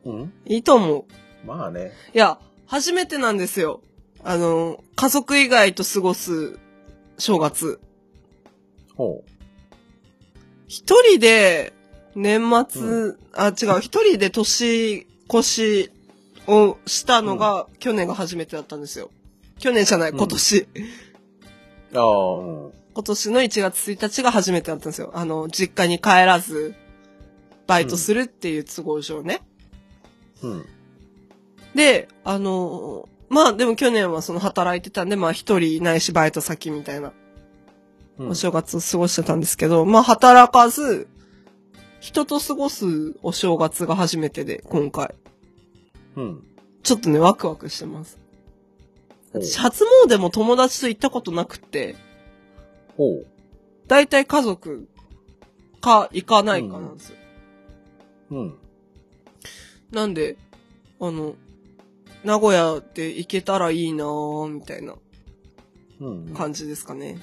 うん。
いいと思う。
まあね。
いや、初めてなんですよ。あの、家族以外と過ごす正月。
ほ
一人で年末、あ、違う、一人で年越しをしたのが、去年が初めてだったんですよ。去年じゃない、
うん
今年。 [LAUGHS]
う。ああ、うん。
今年の1月1日が初めてだったんですよ。あの、実家に帰らず、バイトするっていう都合上ね。
うん。
で、あの、まあでも去年はその働いてたんで、まあ一人ないしバイト先みたいな
うん
お正月を過ごしてたんですけど、まあ働かず、人と過ごすお正月が初めてで、今回。
うん。
ちょっとね、ワクワクしてます。
ほう
私、初詣も友達と行ったことなくて、
ほう。
だいたい家族か行かないかなんですよ。
うん。
なんで、あの、名古屋で行けたらいいなぁ、みたいな
うん。
感じですかね。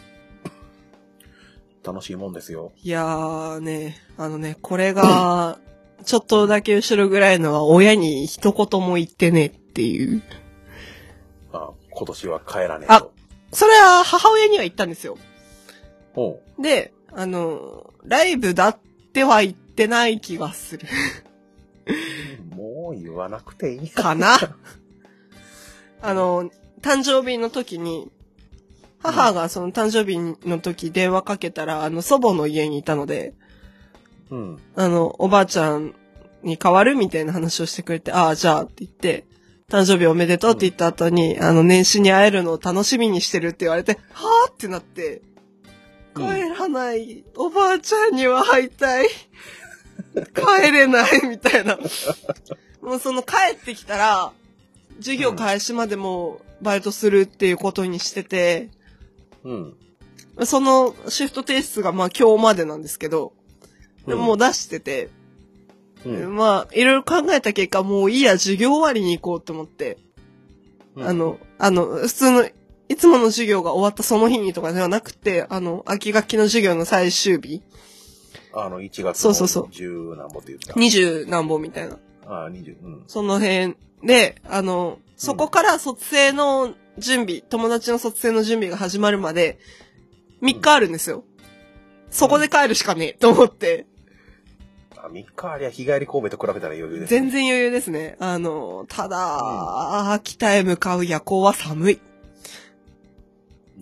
楽しいもんですよ。
いやーね、あのね、これが、ちょっとだけ後ろぐらいのは親に一言も言ってねっていう。
あ今年は帰らねえ
あ
と。
それは母親には言ったんですよ。
ほう。
で、あの、ライブだっては言ってない気がする。
もう言わなくていい
かなあの、誕生日の時に、母がその誕生日の時電話かけたら、あの、祖母の家にいたので、
うん。
あの、おばあちゃんに変わるみたいな話をしてくれて、ああ、じゃあって言って、誕生日おめでとうって言った後に、あの、年始に会えるのを楽しみにしてるって言われて、はあってなって、
うん
帰らない、おばあちゃんには会いたい。帰れない、みたいな。もうその帰ってきたら、授業開始までもうバイトするっていうことにしてて、
うん。
そのシフト提出がまあ今日までなんですけど、でももう出してて、
うん、うん、
まあ、いろいろ考えた結果、もういいや、授業終わりに行こうと思って、
うん
あ、の、あの、普通の、いつもの授業が終わったその日にとかではなくて、あの、秋学期の授業の最終日、
あの、1月
そうそうそう
十何本って言った。
二十何本みたいな、
ああ、20。うん。
その辺で、あの、そこから卒生の準備、友達の卒生の準備が始まるまで、3日あるんですよ。そこで帰るしかねえと思って、
あ、3日ありゃ日帰り神戸と比べたら余裕です。
全。然余裕ですね。あの、ただ、秋田へ向かう夜行は寒い。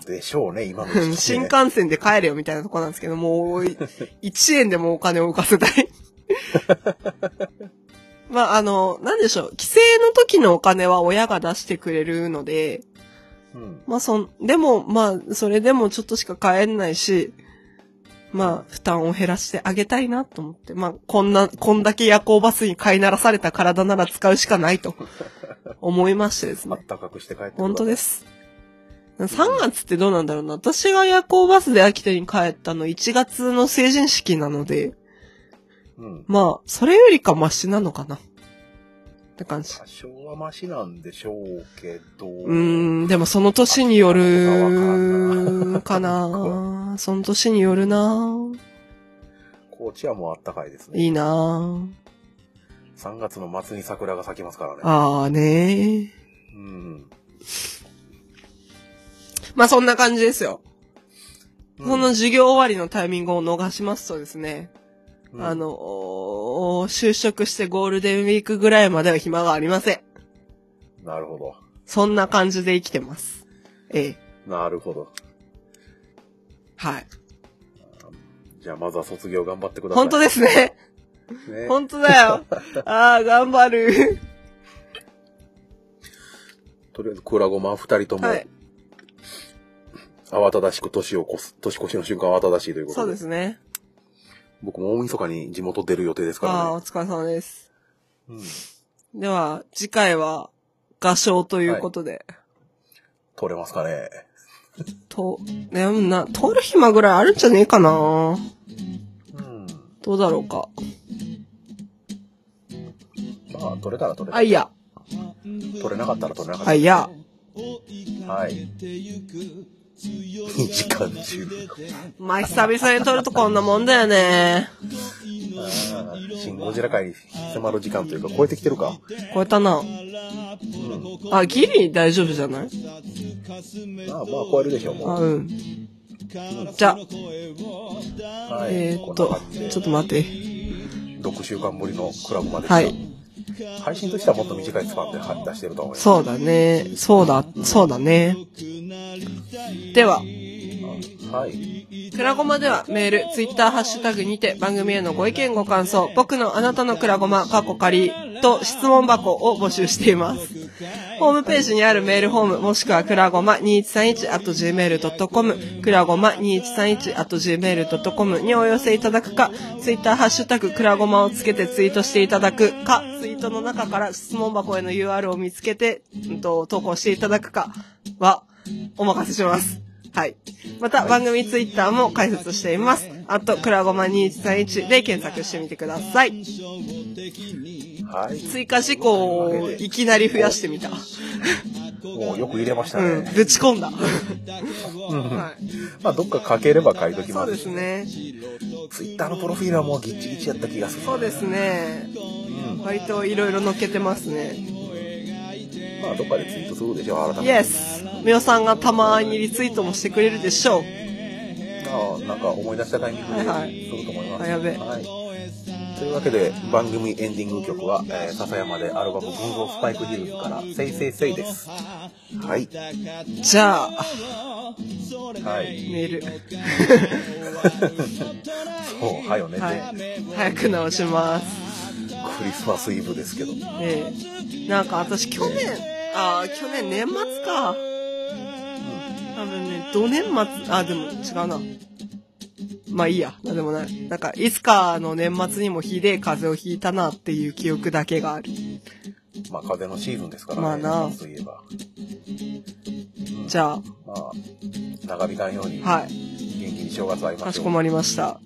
でしょうね、今の
うん
時期
新
ね。
幹線で帰れよみたいなとこなんですけど、もう、1円でもお金を浮かせたい。 [LAUGHS] まあ、あの、なんでしょう。帰省の時のお金は親が出してくれるので、
うん。
まあ、そん、でも、まあ、それでもちょっとしか帰んないし、まあ、負担を減らしてあげたいなと思って、まあ、こんな、こんだけ夜行バスに飼いならされた体なら使うしかないと思いましてです
あ
ね
っ。たかくして帰ってください
本当で。す。3月ってどうなんだろうな。私が夜行バスで秋田に帰ったの1月の成人式なので、
うん。
まあ、それよりかマシなのかな。って感じ。
多少はマシなんでしょうけど。
うーん、でもその年による、
か
か
な
な。その年によるな。
高知はもうあったかいですね。
いいな。
3月の末に桜が咲きますからね。
あーね
うん。
まあそんな感じですよ。
うん
その、授業終わりのタイミングを逃しますとですね、
うん
あ、の、お就職してゴールデンウィークぐらいまでは暇がありません。
なるほど。
そんな感じで生きてます。ええ。
なるほど。
はい。
じゃあまずは卒業頑張ってください。
本当です
[LAUGHS]
ね。
すね。
本当だよ。ああ、頑張る。
とりあえず、クラゴマン二人とも、
はい。
慌ただしく年を越す、年越しの瞬間慌ただしいということで。
そうですね。
僕も大晦日に地元出る予定ですか
ああ、
らね
お疲れ様です。。
うん
では、次回は、画唱ということで。
取れますかね。
と、ね、な、通る暇ぐらいあるんじゃねえかな。
うん。
どうだろうか。
まあ、取れたら取れ
あ、
た。
いや。
取れなかったら取れなかった
あ、いや。
ら。はい。2時間10分。
まあ、久々に撮るとこんなもんだよね。
あー新ゴジラ界に迫る時間というか、超えてきてるか。
超えたな。あ、ギリ大丈夫じゃない
まあまあ、超えるでしょう、
あ、
もう。
うん。じゃあ、
はい。
えーっ
こんな
と
感じ、で
ちょっと待って。
6週間ぶりのクラブまでした、
はい。
配信としてはもっと短いスパンでは出してると思います。
そうだね。そうだ、そうだね。では、
はい。
クラゴマではメール、ツイッター、ハッシュタグにて番組へのご意見ご感想、僕のあなたのクラゴマ、過去仮と質問箱を募集しています。ホームページにあるメールフォーム、もしくはクラゴマ 2131-gmail.com、クラゴマ 2131-gmail.com にお寄せいただくか、ツイッター、ハッシュタグ、クラゴマをつけてツイートしていただくか、ツイートの中から質問箱への UR を見つけて、うんと、投稿していただくかは、お任せします。はい。また、番組ツイッターも開設しています。あと、クラゴマ2131で検索してみてください。
はい。
追加事項をいきなり増やしてみた。
もうよく入れました
う
ね。
ん、ぶち込んだ。
うん
はい。
[LAUGHS] まあ、どっか書ければ書いとき
そ
ま
う
す。
です。ね。
ツイッターのプロフィールはもうギッチギチやった気がする。
そうですね。割といろいろ乗っけてますね。
まあ、どっかでツイートするでしょう、改
イ
めて。
エスみおさんがたまにリツイートもしてくれるでしょ
ま
う。
あ、なんか思い出したタイミング
はいはい
ですると思います。
あやべ
はい。というわけで、番組エンディング曲は、えー、笹山でアルバム、群像スパイクヒルズから、せいせいせいです。はい。 [LAUGHS]
じゃあ、
はい。
メ
[LAUGHS]
ール。
そう、はよね。で、
はい。早く直します。
クリスマスイブですけど。
ええなんか私去年、ああ、去年年末か。多分ね、土年末、あ、でも違うな。まあいいや、なんでもない。なんか、いつかの年末にもひでえ風邪をひいたなっていう記憶だけがある。
まあ、風のシーズンですからね。
まあな
夏といえば。
じゃあ、
まあ、長引かんように、元
は
気
い。
に正月会いま
か
し
し
ょ
こ
う。
まりました。
は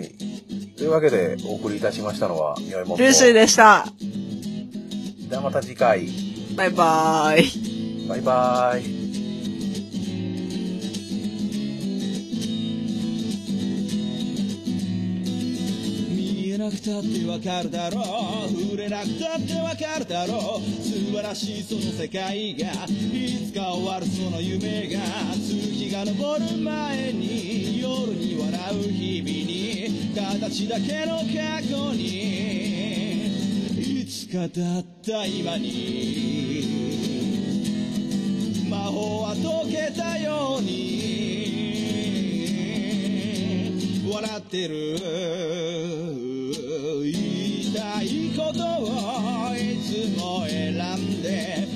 い。というわけで、お送りいたしましたのは、よいもんと
ルーシー。でした。
ではまた次回。
バイバーイ。
バイバイ。
見えなくたってわかるだろう触れなくたってわかるだろう素晴らしいその世界がいつか終わるその夢が月が昇る前に夜に笑う日々に形だけの過去にいつかだった今に魔法は解けたように笑ってる言いたいことをいつも選んで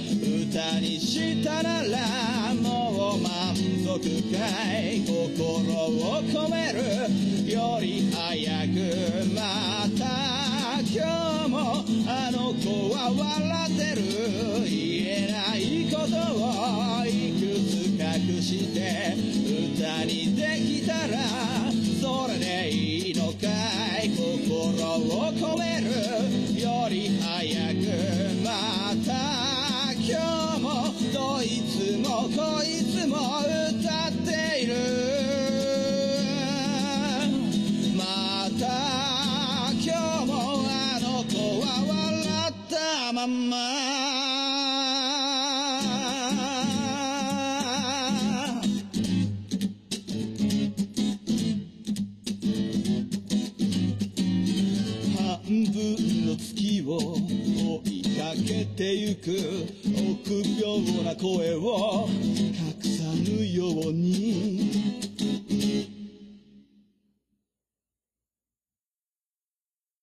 歌にしたならもう満足かい心を込めるより早くまた今日もあの子は笑ってる言えないことをいくつ隠して歌にできたらそれでいいのかい心を込めるより早くまた今日もどいつもこいつも歌っているまた今日もあの子は笑ったまんま半分の月を追いかけてゆく臆病な声を